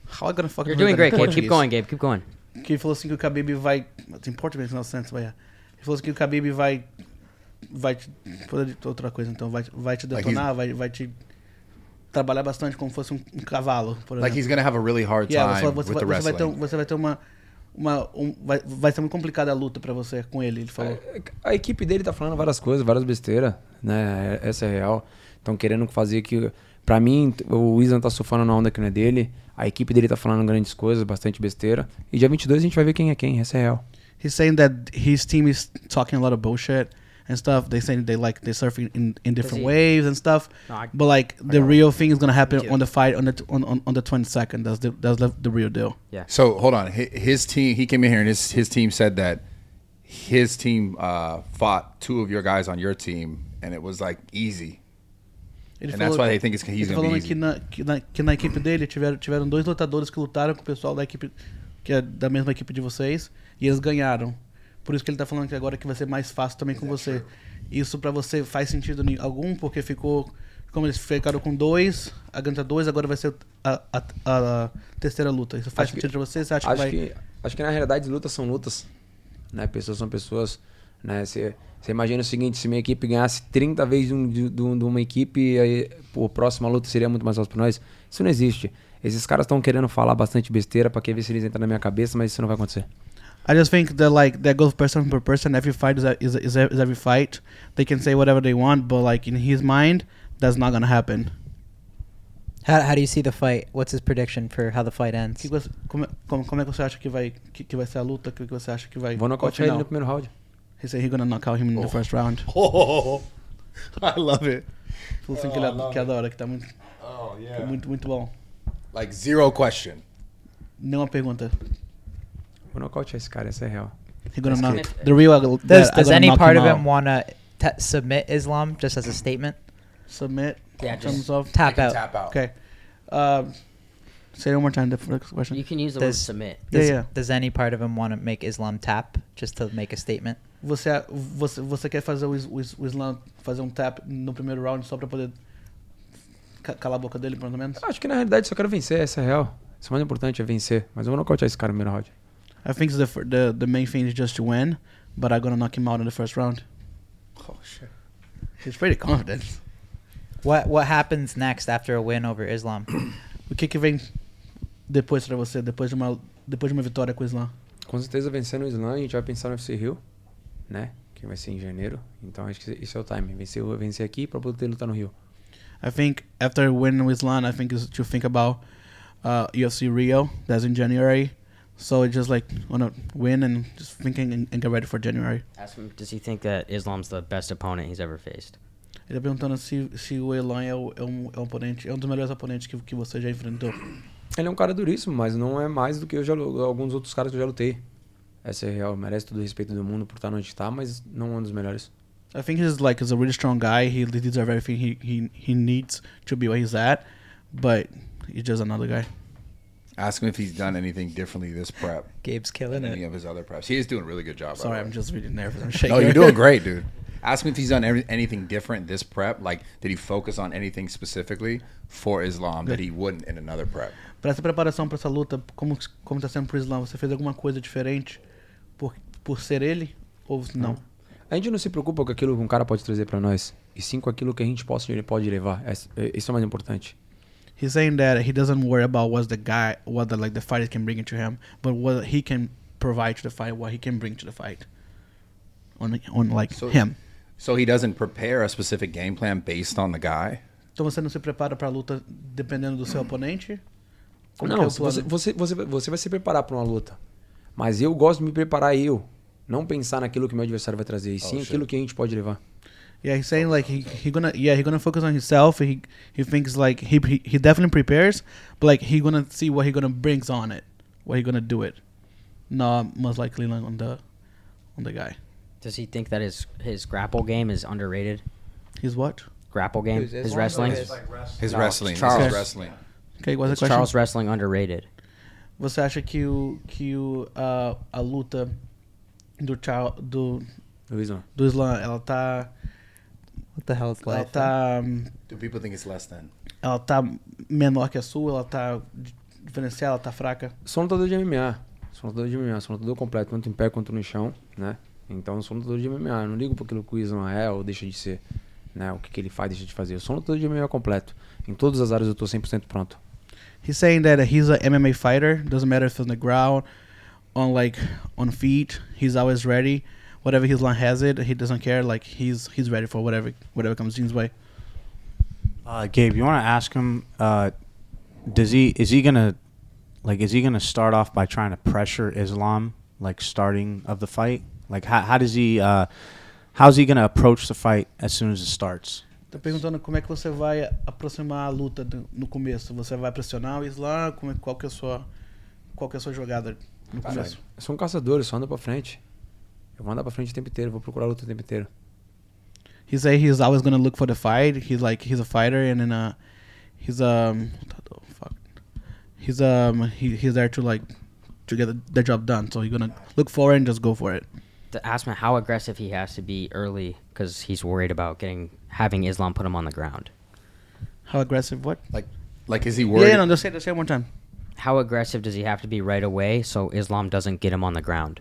Speaker 14: How am I gonna fucking
Speaker 4: You're doing
Speaker 14: remember
Speaker 4: great,
Speaker 14: that in
Speaker 4: Gabe. Keep
Speaker 14: Portuguese?
Speaker 4: going, Gabe. Keep going.
Speaker 14: Que ele falou assim que o Khabib vai It's in Portuguese no sense, but yeah. Ele falou assim que o Khabib vai vai te vou dizer outra coisa então vai vai te
Speaker 2: Like
Speaker 14: detonar, vai vai te trabalhar bastante como fosse um, um cavalo, por exemplo.
Speaker 2: Like he's gonna have a really hard
Speaker 14: Yeah,
Speaker 2: time
Speaker 14: você, você
Speaker 2: with the
Speaker 14: vai, você vai ter
Speaker 2: wrestling.
Speaker 14: um- você vai ter uma uma um, vai, vai ser muito complicada a luta pra você com ele, ele falou.
Speaker 16: A equipe dele tá falando várias coisas, várias besteiras, né? É- Essa é real. Estão querendo fazer que. Pra mim, t- o Islam tá surfando na onda que não é dele, a equipe dele tá falando grandes coisas, bastante besteira. E dia 22 a gente vai ver quem é quem, essa é real.
Speaker 14: he's saying that his team is talking a lot of bullshit and stuff. They saying they like they surfing in, in different
Speaker 4: he-
Speaker 14: waves and stuff.
Speaker 4: No, I-
Speaker 14: but like the real thing is gonna happen
Speaker 4: too.
Speaker 14: on the fight on the t- on, on, on the twenty second. That's the that's the, the real deal.
Speaker 2: So hold on. Hi- His team. He came in here and his his team said that his team uh, fought two of your guys on your team and it was like easy.
Speaker 14: Ele
Speaker 2: and that's
Speaker 14: falou-
Speaker 2: why they think it's, he's
Speaker 14: ele
Speaker 2: gonna
Speaker 14: falou
Speaker 2: be
Speaker 14: que
Speaker 2: easy.
Speaker 14: na, que, na, que na equipe dele tiveram, tiveram dois lutadores que lutaram com o pessoal da equipe que é da mesma equipe de vocês e eles ganharam. Por isso que ele tá falando que agora que vai ser mais fácil também com você. Isso pra você faz sentido ni- algum porque ficou como eles ficaram com dois, a ganha dois, agora vai ser a, a, a terceira luta. Isso faz
Speaker 16: Acho que-
Speaker 14: sentido pra você? Você acha
Speaker 16: acho
Speaker 14: que vai
Speaker 16: que acho que na realidade lutas são lutas né pessoas são pessoas né você você imagina o seguinte se minha equipe ganhasse 30 vezes de, um- de- de um- de uma equipe aí pô, a próxima luta seria muito mais fácil para nós isso não existe esses caras estão querendo falar bastante besteira para querer ver se eles entram na minha cabeça mas isso não vai acontecer
Speaker 14: I just think that like that goes person per person. Every fight is a, is, a, is, a, is every fight. They can say whatever they want, but like in his mind, that's not gonna happen.
Speaker 1: How how do you see the fight? What's his prediction for how the fight ends?
Speaker 14: Que você- como, como, como é que você acha que vai, que, que vai ser a luta? Que, que você acha que vai.
Speaker 16: Vou nocautear ele no primeiro round.
Speaker 14: He said he's gonna knock out him in the first round.
Speaker 2: Oh, *laughs* I love it.
Speaker 14: Falou assim que,
Speaker 2: Oh,
Speaker 14: ele
Speaker 2: I
Speaker 14: ad-
Speaker 2: love
Speaker 14: que adora, que tá muito.
Speaker 2: Oh, yeah.
Speaker 14: que Muito, muito bom.
Speaker 2: Like zero question.
Speaker 14: Nenhuma pergunta.
Speaker 16: vou nocautear esse cara essa é real
Speaker 14: He's gonna knock. The é real.
Speaker 1: Does, does any part of him want to t- submit Islam just as a statement?
Speaker 14: Submit.
Speaker 1: Yeah,
Speaker 14: Thumbs
Speaker 1: just
Speaker 14: off.
Speaker 1: tap out. Tap out.
Speaker 14: Okay. Um, say it one more time. The next question.
Speaker 4: You can use the word submit.
Speaker 14: Yeah,
Speaker 1: Does,
Speaker 14: yeah.
Speaker 1: does any part of him want to make Islam tap just to make a statement?
Speaker 14: Você, você, você quer fazer o, Is- o, Is- o Islam fazer um tap no primeiro round só pra poder ca- calar a boca dele, pelo menos?
Speaker 16: Acho que na realidade só quero vencer, essa é a real. Isso mais importante é vencer. Mas eu vou nocautear esse cara no primeiro round.
Speaker 14: I think the, fir- the the main thing is just to win, but I'm gonna knock him out in the first round.
Speaker 1: Oh shit.
Speaker 14: He's pretty confident.
Speaker 1: What what happens next after a win over Islam?
Speaker 14: *clears throat* O que que vem depois pra você, depois de uma depois de uma vitória com o Islam?
Speaker 16: Com certeza vencendo o Islã, a gente vai pensar no FC Rio, né? Que vai ser em janeiro. Então acho que isso é o time. Vencer, o- vencer aqui pra poder lutar no Rio.
Speaker 14: I think after winning with Lan, I think is to think about uh, UFC Rio. That's in January, so it's just like wanna win and just thinking and, and get ready for January.
Speaker 4: Ask him, does he think that Islam's the best opponent he's ever faced?
Speaker 14: Ele tá perguntando se, se o Elan é, o- é um, é um oponente, é um dos melhores oponentes que, que você já enfrentou.
Speaker 16: Ele é um cara duríssimo, mas não é mais do que eu já, lu- alguns outros caras que eu já lutei. Essa é a real. Merece todo o respeito do mundo por estar onde está, mas não é um dos melhores.
Speaker 14: I think he's like he's a really strong guy. He deserves everything he, he he needs to be where he's at, but he's just another guy.
Speaker 2: Ask him if he's done anything differently this prep.
Speaker 1: Gabe's killing
Speaker 2: than Any of his other preps. He is doing a really good job. by the
Speaker 14: Sorry,
Speaker 2: way.
Speaker 14: I'm just really nervous. *laughs*
Speaker 2: *laughs*
Speaker 14: I'm shaking.
Speaker 2: No, you're doing great, dude. Ask him if he's done every, anything different this prep. Like, did he focus on anything specifically for Islam that he wouldn't in another prep?
Speaker 14: Para essa preparação para essa luta, como como tá sendo pro Islam, você fez alguma coisa diferente por por ser ele ou não?
Speaker 16: A gente não se preocupa com aquilo que um cara pode trazer pra nós, e sim com aquilo que a gente possa, pode levar. Essa- é- Isso é o mais importante.
Speaker 14: He's saying that he doesn't worry about what the guy, what the like the fighter can bring into him, but what he can provide to the fight, what he can bring to the fight. On on like him.
Speaker 2: So he doesn't prepare a specific game plan based on the guy.
Speaker 14: Então você não se prepara para a luta dependendo do seu oponente? Como que é
Speaker 16: Não,
Speaker 14: o
Speaker 16: se
Speaker 14: plano?
Speaker 16: você, você, você, você vai se preparar pra uma luta. Mas eu gosto de me preparar eu. Não pensar naquilo que meu adversário vai trazer, e sim
Speaker 14: shit.
Speaker 16: aquilo que a gente pode levar.
Speaker 14: Yeah, he's saying like he, he gonna yeah he gonna focus on himself. He he thinks like he he- he definitely prepares, but like he gonna see what he gonna brings on it, what he gonna do it. No, most likely like on the on the guy.
Speaker 4: Does he think that his his grapple game is underrated?
Speaker 14: His what?
Speaker 4: Grapple game?
Speaker 14: His
Speaker 4: His,
Speaker 14: Islam?
Speaker 4: wrestling?
Speaker 14: His, like, wrestling. His
Speaker 4: No, it's
Speaker 2: wrestling. This is
Speaker 4: Charles.
Speaker 2: wrestling.
Speaker 14: Okay, what's the
Speaker 4: It's
Speaker 14: question?
Speaker 4: Charles wrestling underrated.
Speaker 14: Você acha que o que o, a, a luta do Charles do
Speaker 16: Do Islam.
Speaker 14: do Islam ela tá
Speaker 1: What the hell is
Speaker 14: ela
Speaker 1: life?
Speaker 14: tá hum,
Speaker 2: Do people think it's less than?
Speaker 14: ela tá menor que a sua, ela tá di- diferenciada, ela tá fraca?
Speaker 16: Sou um lutador de MMA. Sou um lutador de MMA. Sou um lutador completo, tanto em pé quanto no chão, né? Então eu sou um lutador de MMA. Eu não ligo para aquilo que o Islam é ou deixa de ser, né? O que, que ele faz, deixa de fazer. Eu sou um lutador de MMA completo. Em todas as áreas eu tô 100% pronto.
Speaker 14: He's saying that he's a MMA fighter. Doesn't matter if on the ground, on like on feet. He's always ready. Whatever his line has it, he doesn't care. Like he's he's ready for whatever whatever comes his way.
Speaker 3: Uh, Gabe, you want to ask him? Uh, does he is he gonna like is he gonna start off by trying to pressure Islam like starting of the fight? Like how how does he uh, how's he gonna approach the fight as soon as it starts?
Speaker 14: Tô perguntando como é que você vai aproximar a luta do- no começo. Você vai pressionar o Islam? Como é, qual que é a sua qual que é a sua jogada no
Speaker 16: Cara,
Speaker 14: começo?
Speaker 16: eu sou um caçador, eu só ando pra frente. Eu vou andar pra frente o tempo inteiro, vou procurar a luta o tempo inteiro.
Speaker 14: He say he's always gonna look for the fight. He's like he's a fighter, and then uh, he's um, fuck, he's um, he, he's there to like to get the, the job done. So he's gonna look for it and just go for it.
Speaker 4: To ask him how aggressive he has to be early because he's worried about getting having Islam put him on the ground.
Speaker 14: How aggressive? What?
Speaker 2: Like, like is he
Speaker 14: Yeah, yeah, no, just say just say it one time.
Speaker 4: How aggressive does he have to be right away so Islam doesn't get him on the ground?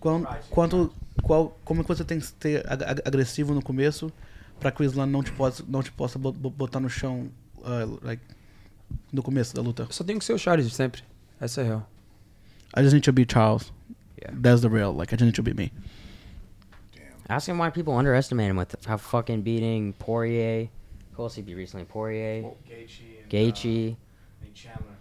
Speaker 14: Quão, quanto, qual, como é que você tem que ser ag- ag- agressivo no começo pra que o Islam não te possa não te possa bo- bo- botar no chão, uh, like no começo da luta?
Speaker 16: Eu só tenho que ser o Charles sempre. Essa é a real.
Speaker 14: I just need to be Charles. That's the real. Like I just need to be me.
Speaker 4: Ask him why people underestimate him with how fucking beating Poirier, who else he beat recently? Poirier, Gaethje,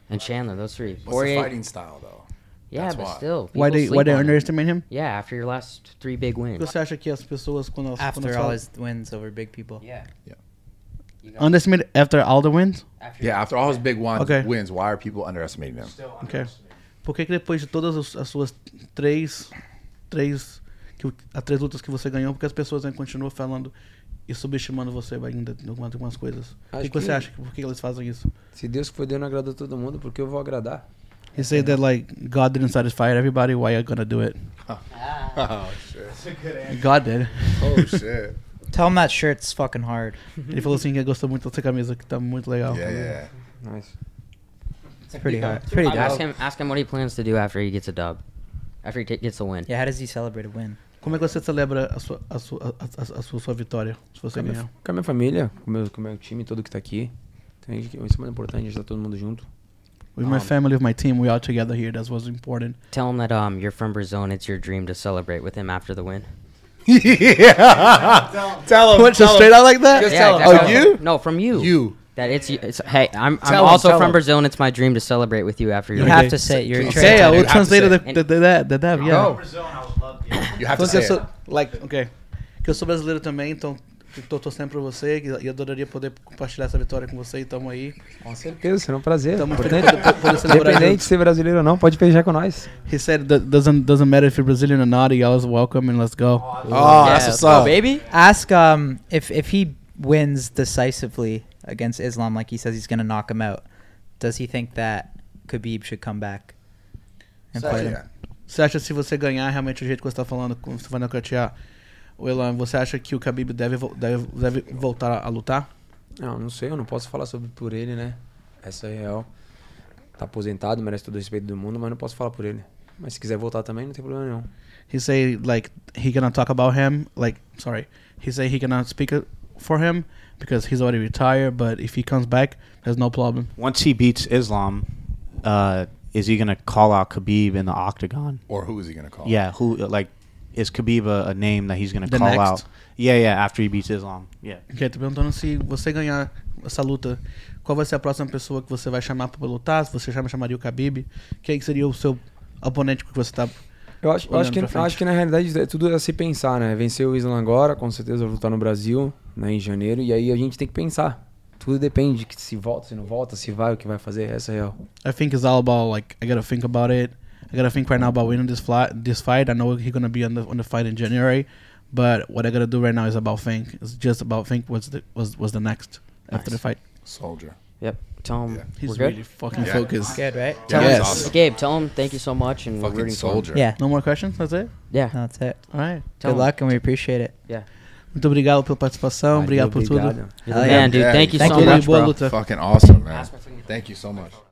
Speaker 4: and Chandler. those three.
Speaker 2: What's the fighting style, though?
Speaker 4: Yeah,
Speaker 2: That's
Speaker 4: but
Speaker 2: why.
Speaker 4: still.
Speaker 14: Why
Speaker 4: people
Speaker 14: they- why
Speaker 4: sleep
Speaker 14: they
Speaker 4: on
Speaker 14: underestimate him?
Speaker 4: Yeah, after your last three big
Speaker 14: O
Speaker 4: wins.
Speaker 14: que você acha que as pessoas quando elas quando
Speaker 1: Hmm. After
Speaker 14: elas
Speaker 1: all
Speaker 14: falam-
Speaker 1: his wins over big people.
Speaker 4: Yeah.
Speaker 2: Yeah.
Speaker 14: underestimate after all the wins?
Speaker 2: yeah, after all his big wins,
Speaker 14: Okay.
Speaker 2: wins, why are people underestimating him?
Speaker 14: Ok. Por que, que depois de todas as, as suas três, três que, as três lutas que você ganhou, porque as pessoas ainda continuam falando e subestimando você ainda em algumas, algumas coisas. o
Speaker 16: Acho
Speaker 14: que, que você
Speaker 16: que-
Speaker 14: acha? Por que eles fazem isso?
Speaker 16: Se Deus que foi Deus não agradou todo mundo, porque eu vou agradar.
Speaker 14: He said that like God didn't satisfy everybody. Why are you gonna do it?
Speaker 2: Oh,
Speaker 14: *laughs*
Speaker 2: shit. That's a good answer.
Speaker 14: God did. *laughs*
Speaker 2: Oh, shit.
Speaker 1: Tell him that shirt's fucking hard.
Speaker 14: Ele falou assim que gostou muito dessa camisa, que tá muito legal.
Speaker 2: Yeah, yeah.
Speaker 16: Nice.
Speaker 1: It's pretty hard. It's pretty
Speaker 4: Ask
Speaker 1: hard.
Speaker 4: him, ask him what he plans to do after he gets a dub, after he t- gets a win.
Speaker 1: Yeah, how does he celebrate a win?
Speaker 14: Como é que você celebra a sua, a sua, a, a- a sua, sua vitória? Se
Speaker 16: Com
Speaker 14: você
Speaker 16: a, minha,
Speaker 14: ganhar.
Speaker 16: com a minha família, com o meu, com o meu time todo que tá aqui. Tem gente que- isso é muito importante, a gente tá todo mundo junto.
Speaker 14: With
Speaker 1: Ah.
Speaker 14: my family, with my team, we all together here. That's what's important.
Speaker 4: Tell him that um, you're from Brazil and it's your dream to celebrate with him after the win.
Speaker 11: yeah. tell him.
Speaker 4: What,
Speaker 11: tell
Speaker 4: just
Speaker 11: him.
Speaker 4: straight out like that?
Speaker 11: Just
Speaker 4: Yeah,
Speaker 11: tell him.
Speaker 4: exactly.
Speaker 11: Oh, you?
Speaker 4: No, from you.
Speaker 11: You.
Speaker 4: That it's, it's hey, I'm, I'm
Speaker 11: Tell him,
Speaker 4: also
Speaker 11: tell
Speaker 4: from
Speaker 11: him.
Speaker 4: Brazil and it's my dream to celebrate with you after
Speaker 1: You
Speaker 4: your
Speaker 1: have
Speaker 4: win.
Speaker 1: to say it. You're a
Speaker 14: Okay, I will
Speaker 1: You have to
Speaker 14: translate
Speaker 1: say
Speaker 14: the,
Speaker 1: it.
Speaker 14: the, the, that, the, that, yeah.
Speaker 1: Go. You have to
Speaker 14: Falando que eu
Speaker 1: say
Speaker 14: sou-
Speaker 1: it.
Speaker 14: like, okay. Que eu sou brasileiro também, então eu tô torcendo pra você que- e adoraria poder compartilhar essa vitória com você e tamo aí.
Speaker 16: Com certeza, será um prazer.
Speaker 14: Tamo
Speaker 16: Importante.
Speaker 14: feliz de poder- poder celebrar
Speaker 16: Independente de
Speaker 14: juntos.
Speaker 16: ser brasileiro ou não, pode fechar com nós.
Speaker 14: He said that doesn't doesn't matter if you're Brazilian or not, you always welcome and let's go.
Speaker 1: Yeah, let's go, Ask um if if he wins decisively against Islam, like he says he's gonna knock him out. Does he think that Khabib should come back and
Speaker 14: Você
Speaker 1: fight
Speaker 14: acha-
Speaker 1: him?
Speaker 14: Você acha se você ganhar realmente o jeito que você tá falando, como você vai nocautear o Elan, você acha que o Khabib deve, vo- deve, deve voltar a lutar?
Speaker 16: Não, não sei, eu não posso falar sobre por ele, né? Essa é real. Tá aposentado, merece todo o respeito do mundo, mas não posso falar por ele. Mas se quiser voltar também, não tem problema nenhum.
Speaker 14: He say like he gonna talk about him like sorry he say he cannot speak uh, for him because he's already retired but if he comes back there's no problem.
Speaker 3: Once he beats Islam, uh, is he going to call out Khabib in the octagon?
Speaker 2: Or who is he gonna call?
Speaker 3: Yeah, who like is Khabib a, a name that he's going
Speaker 14: The
Speaker 3: to call
Speaker 14: next?
Speaker 3: out? Yeah, yeah. After he beats Islam, yeah.
Speaker 14: Ok, tô perguntando se você ganhar essa luta, qual vai ser a próxima pessoa que você vai chamar pra lutar? Se você chama, chamaria o Khabib? Quem que seria o seu oponente que você tá
Speaker 16: Eu acho, eu
Speaker 14: olhando
Speaker 16: acho, que,
Speaker 14: pra
Speaker 16: eu
Speaker 14: frente?
Speaker 16: acho que na realidade é tudo a se pensar, né? Vencer o Islam agora, com certeza vai voltar no Brasil, né, em janeiro, e aí a gente tem que pensar. Tudo depende de que se volta, se não volta, se vai, o que vai fazer, essa é a real.
Speaker 14: I think it's all about like I gotta think about it. I gotta think right now about winning this fight. This fight, I know he's gonna be on the on the fight in January, but what I gotta do right now is about think. It's just about think what's the what's what's the next after the
Speaker 4: Nice.
Speaker 14: fight.
Speaker 2: Soldier.
Speaker 4: Yep. Tell him
Speaker 14: He's
Speaker 4: we're good.
Speaker 14: really fucking Yeah. focused.
Speaker 1: Good, right?
Speaker 4: Tell
Speaker 14: Yeah,
Speaker 4: him,
Speaker 14: he's awesome.
Speaker 4: Gabe, tell him thank you so much and
Speaker 2: Fucking
Speaker 4: we're rooting for him.
Speaker 2: soldier.
Speaker 1: Yeah.
Speaker 14: No more questions. That's it.
Speaker 4: Yeah.
Speaker 1: That's it.
Speaker 14: All right.
Speaker 4: Tell
Speaker 1: Good
Speaker 4: him.
Speaker 1: luck, and we appreciate it.
Speaker 4: Yeah.
Speaker 14: Muito obrigado pela participação. Obrigado por tudo.
Speaker 4: obrigado. Hell yeah. Man, dude, thank you so
Speaker 14: Tudo e
Speaker 4: much,
Speaker 14: boa
Speaker 4: bro.
Speaker 14: luta.
Speaker 2: Fucking awesome, man. Thank you so much.